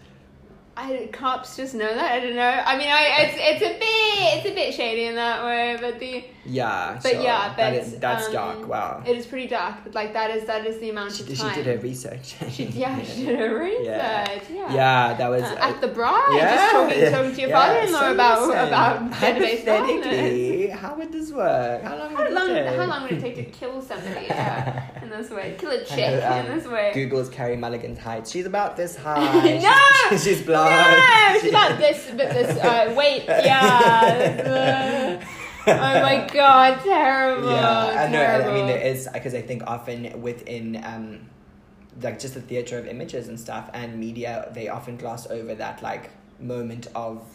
Speaker 1: I cops just know that. I don't know. I mean, I it's it's a bit it's a bit shady in that way, but the
Speaker 2: Yeah,
Speaker 1: But
Speaker 2: sure.
Speaker 1: yeah, but
Speaker 2: that is,
Speaker 1: it's,
Speaker 2: that's
Speaker 1: um,
Speaker 2: dark. Wow,
Speaker 1: it is pretty dark. But like that is that is the amount
Speaker 2: she,
Speaker 1: of
Speaker 2: she
Speaker 1: time.
Speaker 2: did her research.
Speaker 1: She- yeah, she did her research. Yeah,
Speaker 2: yeah. that was
Speaker 1: Uh,
Speaker 2: uh,
Speaker 1: at the bar, just talking, talking to your
Speaker 2: yeah,
Speaker 1: father-in-law
Speaker 2: so
Speaker 1: about
Speaker 2: listen,
Speaker 1: about database violence.
Speaker 2: hypothetically, how would this work? How long?
Speaker 1: How
Speaker 2: would
Speaker 1: long
Speaker 2: it take?
Speaker 1: how long would it take to kill somebody? Yeah, in this way, kill a chick
Speaker 2: And, um,
Speaker 1: in this way.
Speaker 2: Google's Carrie Mulligan's height. She's about this high.
Speaker 1: No!
Speaker 2: She's, she's blonde.
Speaker 1: No,
Speaker 2: She-
Speaker 1: she's not this, but this. Uh, wait, yeah. oh my god, terrible.
Speaker 2: Yeah, I know. I- I
Speaker 1: terrible.
Speaker 2: mean, there is because I think often within um, like just the theater of images and stuff and media, they often gloss over that like moment of,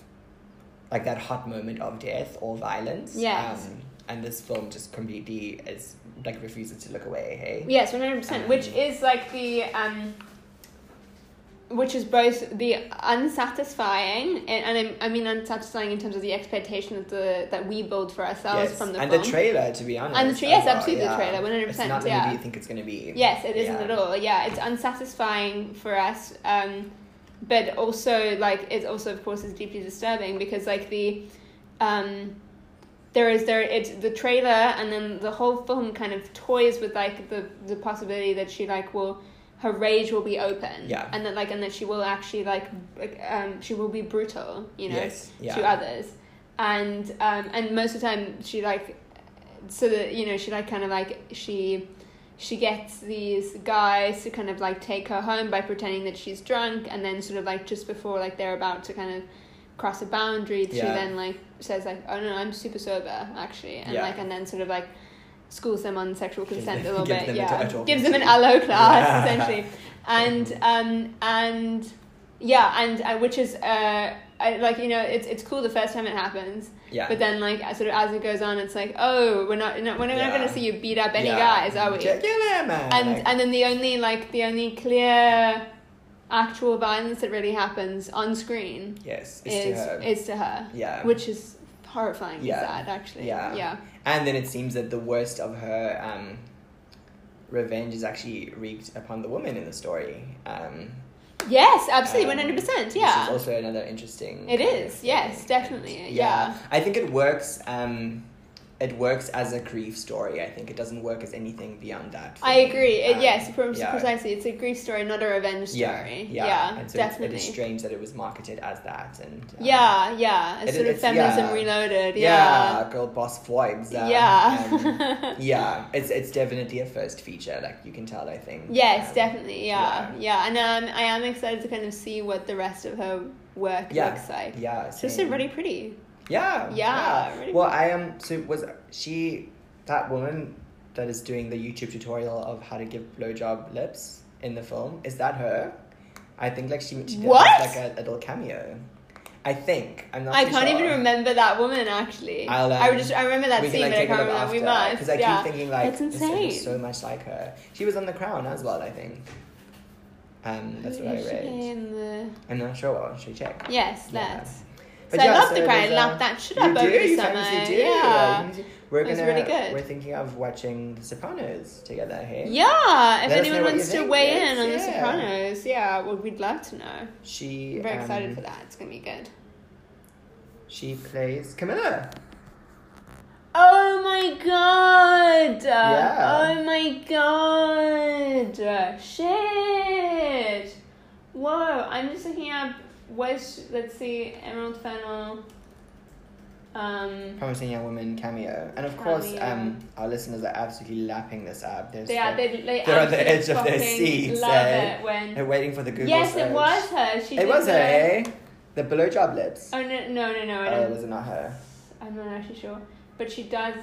Speaker 2: like that hot moment of death or violence.
Speaker 1: Yes.
Speaker 2: Um, and this film just completely is like refuses to look away. Hey.
Speaker 1: Yes, one hundred percent. Which is like the um, which is both the unsatisfying and, and I, I mean unsatisfying in terms of the expectation that the that we build for ourselves
Speaker 2: Yes.
Speaker 1: from the
Speaker 2: and
Speaker 1: film.
Speaker 2: the trailer, to be honest.
Speaker 1: And the tra-
Speaker 2: as
Speaker 1: yes,
Speaker 2: well,
Speaker 1: absolutely the
Speaker 2: yeah.
Speaker 1: trailer, 100%,
Speaker 2: It's not the
Speaker 1: yeah.
Speaker 2: movie you think it's going to be.
Speaker 1: Yes, it isn't
Speaker 2: Yeah.
Speaker 1: at all. Yeah, it's unsatisfying for us, um, but also like it also of course is deeply disturbing because like the um, there is there it's the trailer and then the whole film kind of toys with like the the possibility that she like will her rage will be open
Speaker 2: Yeah.
Speaker 1: and that like and that she will actually like like, um she will be brutal you know
Speaker 2: Yes, yeah.
Speaker 1: to others and um and most of the time she like so that you know she like kind of like she she gets these guys to kind of like take her home by pretending that she's drunk and then sort of like just before like they're about to kind of cross a boundary she
Speaker 2: Yeah.
Speaker 1: then like says like oh no i'm super sober actually and
Speaker 2: Yeah.
Speaker 1: like and then sort of like schools them on sexual
Speaker 2: Gives
Speaker 1: consent
Speaker 2: them-
Speaker 1: a little
Speaker 2: gives
Speaker 1: bit
Speaker 2: them a
Speaker 1: yeah
Speaker 2: total
Speaker 1: gives them an
Speaker 2: consent.
Speaker 1: aloe class
Speaker 2: Yeah.
Speaker 1: essentially and um and yeah and uh, which is uh I, like you know it's it's cool the first time it happens
Speaker 2: Yeah.
Speaker 1: but then like sort of as it goes on it's like oh we're not, no, we're not
Speaker 2: Yeah.
Speaker 1: gonna see you beat up any
Speaker 2: Yeah.
Speaker 1: guys are we
Speaker 2: Kill him, man.
Speaker 1: and
Speaker 2: Like,
Speaker 1: and then the only like the only clear actual violence that really happens on screen
Speaker 2: yes, it's
Speaker 1: is
Speaker 2: to her.
Speaker 1: is to her
Speaker 2: yeah.
Speaker 1: which is horrifying
Speaker 2: Yeah.
Speaker 1: and sad actually
Speaker 2: Yeah.
Speaker 1: yeah
Speaker 2: and then it seems that the worst of her um, revenge is actually wreaked upon the woman in the story. Um,
Speaker 1: yes absolutely
Speaker 2: Um,
Speaker 1: 100%
Speaker 2: Which is
Speaker 1: yeah
Speaker 2: also another interesting.
Speaker 1: It
Speaker 2: kind
Speaker 1: is,
Speaker 2: of
Speaker 1: yes,
Speaker 2: thing.
Speaker 1: definitely,
Speaker 2: And,
Speaker 1: yeah.
Speaker 2: I think it works. Um, it works as a grief story. I think it doesn't work as anything beyond that. for
Speaker 1: I
Speaker 2: me.
Speaker 1: agree it,
Speaker 2: Um,
Speaker 1: yes pre-
Speaker 2: yeah.
Speaker 1: precisely it's a grief story not a revenge story
Speaker 2: Yeah,
Speaker 1: yeah,
Speaker 2: yeah, And so it's-
Speaker 1: definitely
Speaker 2: It is strange that it was marketed as that, and um,
Speaker 1: yeah yeah
Speaker 2: It-
Speaker 1: it's sort of
Speaker 2: it's-
Speaker 1: feminism
Speaker 2: yeah.
Speaker 1: reloaded
Speaker 2: yeah,
Speaker 1: yeah
Speaker 2: girl boss Floyd's. uh, um,
Speaker 1: yeah.
Speaker 2: yeah, it's it's definitely a first feature. Like you can tell, I think.
Speaker 1: Yes,
Speaker 2: Um,
Speaker 1: definitely. Yeah,
Speaker 2: yeah.
Speaker 1: yeah, and um, I am excited to kind of see what the rest of her work
Speaker 2: Yeah.
Speaker 1: looks like.
Speaker 2: Yeah,
Speaker 1: It's just
Speaker 2: same.
Speaker 1: really pretty.
Speaker 2: Yeah.
Speaker 1: Yeah, really
Speaker 2: well, I am. So was she that woman that is doing the YouTube tutorial of how to give blowjob lips in the film? Is that her? I think like she, she did
Speaker 1: What?
Speaker 2: like a, a little cameo. I think I'm not.
Speaker 1: I
Speaker 2: too
Speaker 1: can't
Speaker 2: sure.
Speaker 1: even remember that woman actually.
Speaker 2: I'll,
Speaker 1: I would
Speaker 2: um,
Speaker 1: just I remember that
Speaker 2: we
Speaker 1: scene,
Speaker 2: can,
Speaker 1: but I
Speaker 2: like,
Speaker 1: can't remember that. We must.
Speaker 2: because I
Speaker 1: yeah.
Speaker 2: keep thinking like
Speaker 1: That's
Speaker 2: this- it looks
Speaker 1: insane.
Speaker 2: so much like her. She was on The Crown as well, I think. Um, that's what I
Speaker 1: Who is she
Speaker 2: read.
Speaker 1: in the-
Speaker 2: I'm not sure. Well, should check.
Speaker 1: Yes,
Speaker 2: Yeah.
Speaker 1: let's.
Speaker 2: But
Speaker 1: so
Speaker 2: yeah,
Speaker 1: I love
Speaker 2: so
Speaker 1: the cry.
Speaker 2: there's,
Speaker 1: I
Speaker 2: uh,
Speaker 1: love that shit
Speaker 2: You
Speaker 1: up
Speaker 2: do,
Speaker 1: over the
Speaker 2: you
Speaker 1: summer.
Speaker 2: famously do.
Speaker 1: Yeah.
Speaker 2: You famously- We're
Speaker 1: It was
Speaker 2: gonna.
Speaker 1: really good.
Speaker 2: We're thinking of watching The Sopranos together. Hey.
Speaker 1: Yeah, if
Speaker 2: Let us know
Speaker 1: anyone
Speaker 2: what you
Speaker 1: wants to
Speaker 2: think,
Speaker 1: weigh
Speaker 2: Liz.
Speaker 1: in on The
Speaker 2: Yeah.
Speaker 1: Sopranos, yeah, well, we'd love to know.
Speaker 2: She.
Speaker 1: I'm very
Speaker 2: um,
Speaker 1: excited for that. It's gonna be good.
Speaker 2: She plays Camilla.
Speaker 1: Mm-hmm. Oh my god!
Speaker 2: Yeah.
Speaker 1: Oh my god! Shit! Whoa! I'm just looking up. Where's let's see, Emerald Fennel. Um.
Speaker 2: Promising Young Woman cameo, and of course,
Speaker 1: Cameo.
Speaker 2: um, our listeners are absolutely lapping this up. They're,
Speaker 1: They are.
Speaker 2: so-
Speaker 1: They, they
Speaker 2: They're on the
Speaker 1: absolutely
Speaker 2: edge of
Speaker 1: fucking
Speaker 2: their seats,
Speaker 1: Love
Speaker 2: eh?
Speaker 1: it when.
Speaker 2: they're waiting for the Google.
Speaker 1: yes,
Speaker 2: search.
Speaker 1: it was her. She.
Speaker 2: It
Speaker 1: did
Speaker 2: was her.
Speaker 1: the-
Speaker 2: Eh? The blowjob lips.
Speaker 1: Oh no no no no! I
Speaker 2: Oh,
Speaker 1: don't,
Speaker 2: was it not her?
Speaker 1: I'm not actually sure, but she does.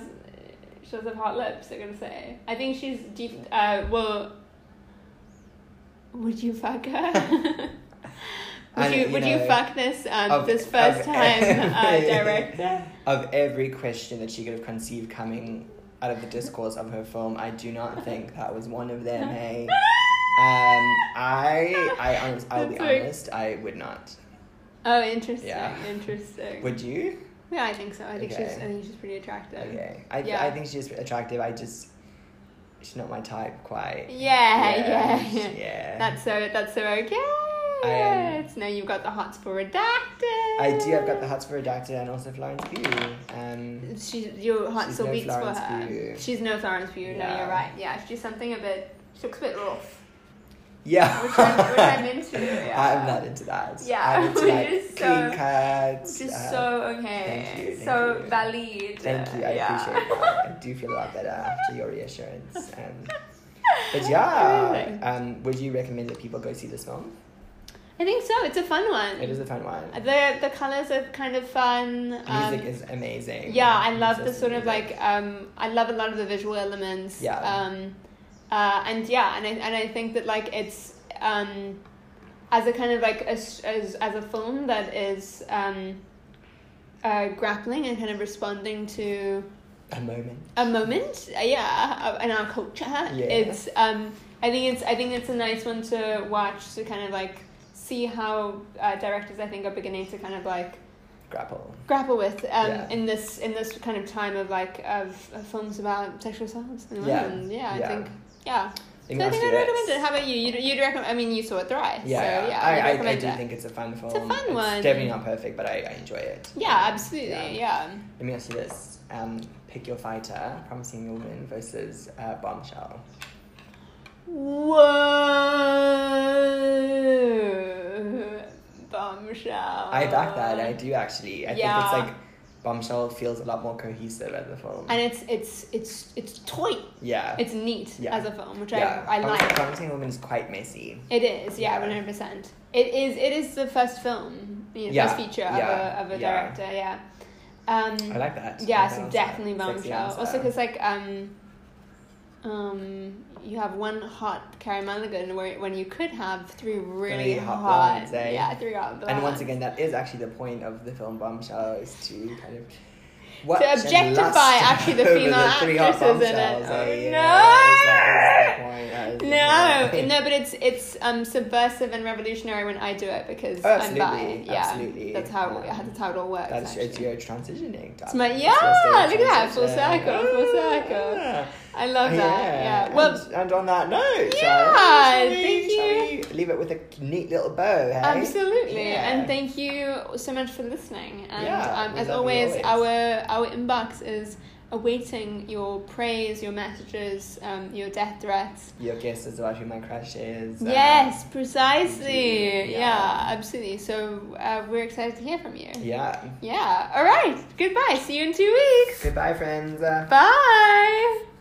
Speaker 1: She does have hot lips. I'm gonna say. I think she's deep. Uh, well, would you fuck her? would
Speaker 2: And,
Speaker 1: you, Would you
Speaker 2: know,
Speaker 1: fuck this um,
Speaker 2: of-
Speaker 1: this first
Speaker 2: of
Speaker 1: time uh,
Speaker 2: every-
Speaker 1: director?
Speaker 2: Of every question that she could have conceived coming out of the discourse of her film, I do not think that was one of them. Hey. Um, I, I, honest, I'll be
Speaker 1: That's like-
Speaker 2: honest. I would not.
Speaker 1: Oh, interesting.
Speaker 2: Yeah.
Speaker 1: Interesting.
Speaker 2: Would you?
Speaker 1: yeah, I think so. I think she's.
Speaker 2: Okay.
Speaker 1: I think she's pretty attractive.
Speaker 2: Okay. I,
Speaker 1: Yeah.
Speaker 2: I think she's attractive. I just, she's not my type quite.
Speaker 1: Yeah, yeah, yeah.
Speaker 2: yeah.
Speaker 1: That's so. That's so okay.
Speaker 2: I, um,
Speaker 1: now you've got the hots for redacted.
Speaker 2: I do. I've got the hots for Redacted and also Florence Pugh. Um,
Speaker 1: She's your heart's
Speaker 2: She's
Speaker 1: so
Speaker 2: no
Speaker 1: weak for
Speaker 2: Florence
Speaker 1: her.
Speaker 2: Pugh.
Speaker 1: She's no Florence Pugh. No,
Speaker 2: Yeah.
Speaker 1: you're right. Yeah, she's something a bit. She looks a bit rough.
Speaker 2: yeah.
Speaker 1: Which I'm- which I'm into, yeah.
Speaker 2: I'm not into that.
Speaker 1: Yeah,
Speaker 2: I'm into
Speaker 1: which
Speaker 2: like
Speaker 1: is so-
Speaker 2: clean cuts.
Speaker 1: Which is
Speaker 2: uh,
Speaker 1: so okay.
Speaker 2: thank you, thank
Speaker 1: so
Speaker 2: you.
Speaker 1: valid.
Speaker 2: Thank you. I
Speaker 1: Yeah.
Speaker 2: appreciate that. I do feel a lot better after your reassurance. Um, but yeah,
Speaker 1: Amazing.
Speaker 2: um, would you recommend that people go see this film?
Speaker 1: I think so. It's a fun one.
Speaker 2: It is a fun one.
Speaker 1: The the colors are kind of fun. Um,
Speaker 2: Music is amazing.
Speaker 1: yeah, I love the
Speaker 2: Just
Speaker 1: sort of
Speaker 2: amazing.
Speaker 1: like um, I love a lot of the visual elements.
Speaker 2: Yeah.
Speaker 1: Um, uh, and yeah, and I and I think that like it's um, as a kind of like as as as a film that is um, uh, grappling and kind of responding to
Speaker 2: a moment.
Speaker 1: a moment, uh, yeah, of- in our culture. It's um, I think it's I think it's a nice one to watch to kind of like see how uh, directors I think are beginning to kind of like
Speaker 2: Grapple.
Speaker 1: grapple with um,
Speaker 2: Yeah.
Speaker 1: in this in this kind of time of like of, of films about sexual assaults and
Speaker 2: Yeah.
Speaker 1: women. Yeah,
Speaker 2: Yeah.
Speaker 1: I think yeah.
Speaker 2: Think
Speaker 1: so I
Speaker 2: I'll
Speaker 1: think
Speaker 2: see
Speaker 1: I'd
Speaker 2: this.
Speaker 1: recommend it. How about you? You'd, you'd recommend? I mean, you saw it thrice.
Speaker 2: Yeah,
Speaker 1: so, yeah
Speaker 2: I,
Speaker 1: I'd
Speaker 2: I, I
Speaker 1: recommend
Speaker 2: do
Speaker 1: it.
Speaker 2: think it's a fun film.
Speaker 1: fun one.
Speaker 2: definitely not perfect, but I, I enjoy it. Um,
Speaker 1: yeah, absolutely.
Speaker 2: Yeah.
Speaker 1: Yeah.
Speaker 2: Let me ask you this: um, Pick your fighter, promising woman versus uh, bombshell.
Speaker 1: Whoa. Bombshell.
Speaker 2: I back that. I do actually. I
Speaker 1: Um, Yeah.
Speaker 2: think it's like Bombshell feels a lot more cohesive as a film.
Speaker 1: And it's it's it's it's toy.
Speaker 2: yeah.
Speaker 1: It's neat
Speaker 2: Yeah.
Speaker 1: as a film, which
Speaker 2: yeah.
Speaker 1: I I
Speaker 2: Promising-
Speaker 1: like.
Speaker 2: Promising Woman is quite messy.
Speaker 1: It is, yeah,
Speaker 2: Yeah.
Speaker 1: one hundred percent. It is. It is the first film, you know,
Speaker 2: Yeah,
Speaker 1: first feature
Speaker 2: yeah,
Speaker 1: of a of a
Speaker 2: yeah.
Speaker 1: director, yeah. Um,
Speaker 2: I like that.
Speaker 1: yeah,
Speaker 2: I
Speaker 1: so
Speaker 2: like that
Speaker 1: definitely
Speaker 2: answer. Sexy
Speaker 1: bombshell.
Speaker 2: answer.
Speaker 1: Also, because like um, um, you have one hot Carrie Mulligan where when you could have three really
Speaker 2: Three hot blondes, eh?
Speaker 1: yeah, three hot blondes.
Speaker 2: and once again, that is actually the point of the film Bombshell is to kind of
Speaker 1: to objectify actually the female actresses in it. Oh, no.
Speaker 2: no,
Speaker 1: No, no, but it's it's um, subversive and revolutionary when I do it because
Speaker 2: Oh,
Speaker 1: I'm bi.
Speaker 2: absolutely,
Speaker 1: Yeah,
Speaker 2: absolutely.
Speaker 1: that's how
Speaker 2: Yeah.
Speaker 1: that's how it all works.
Speaker 2: That's it's
Speaker 1: actually.
Speaker 2: your transitioning.
Speaker 1: It's my-
Speaker 2: darling.
Speaker 1: yeah,
Speaker 2: your state
Speaker 1: look at that, full
Speaker 2: transition. Ah,
Speaker 1: circle, full circle.
Speaker 2: Yeah.
Speaker 1: I love that. Yeah. Well,
Speaker 2: and, and on that note,
Speaker 1: Yeah,
Speaker 2: shall we-
Speaker 1: thank
Speaker 2: shall
Speaker 1: you.
Speaker 2: we leave it with a neat little bow. Hey?
Speaker 1: Absolutely,
Speaker 2: Yeah.
Speaker 1: and thank you so much for listening. And
Speaker 2: Yeah,
Speaker 1: um,
Speaker 2: we
Speaker 1: as
Speaker 2: love you
Speaker 1: always,
Speaker 2: always.
Speaker 1: our our inbox is awaiting your praise, your messages, um, your death threats.
Speaker 2: Your guess is about who my crush is. um,
Speaker 1: yes, precisely.
Speaker 2: thank you.
Speaker 1: Yeah.
Speaker 2: Yeah.
Speaker 1: absolutely. So uh, we're excited to hear from you.
Speaker 2: yeah.
Speaker 1: Yeah. All right. Goodbye. See you in two weeks.
Speaker 2: Goodbye, friends.
Speaker 1: Bye.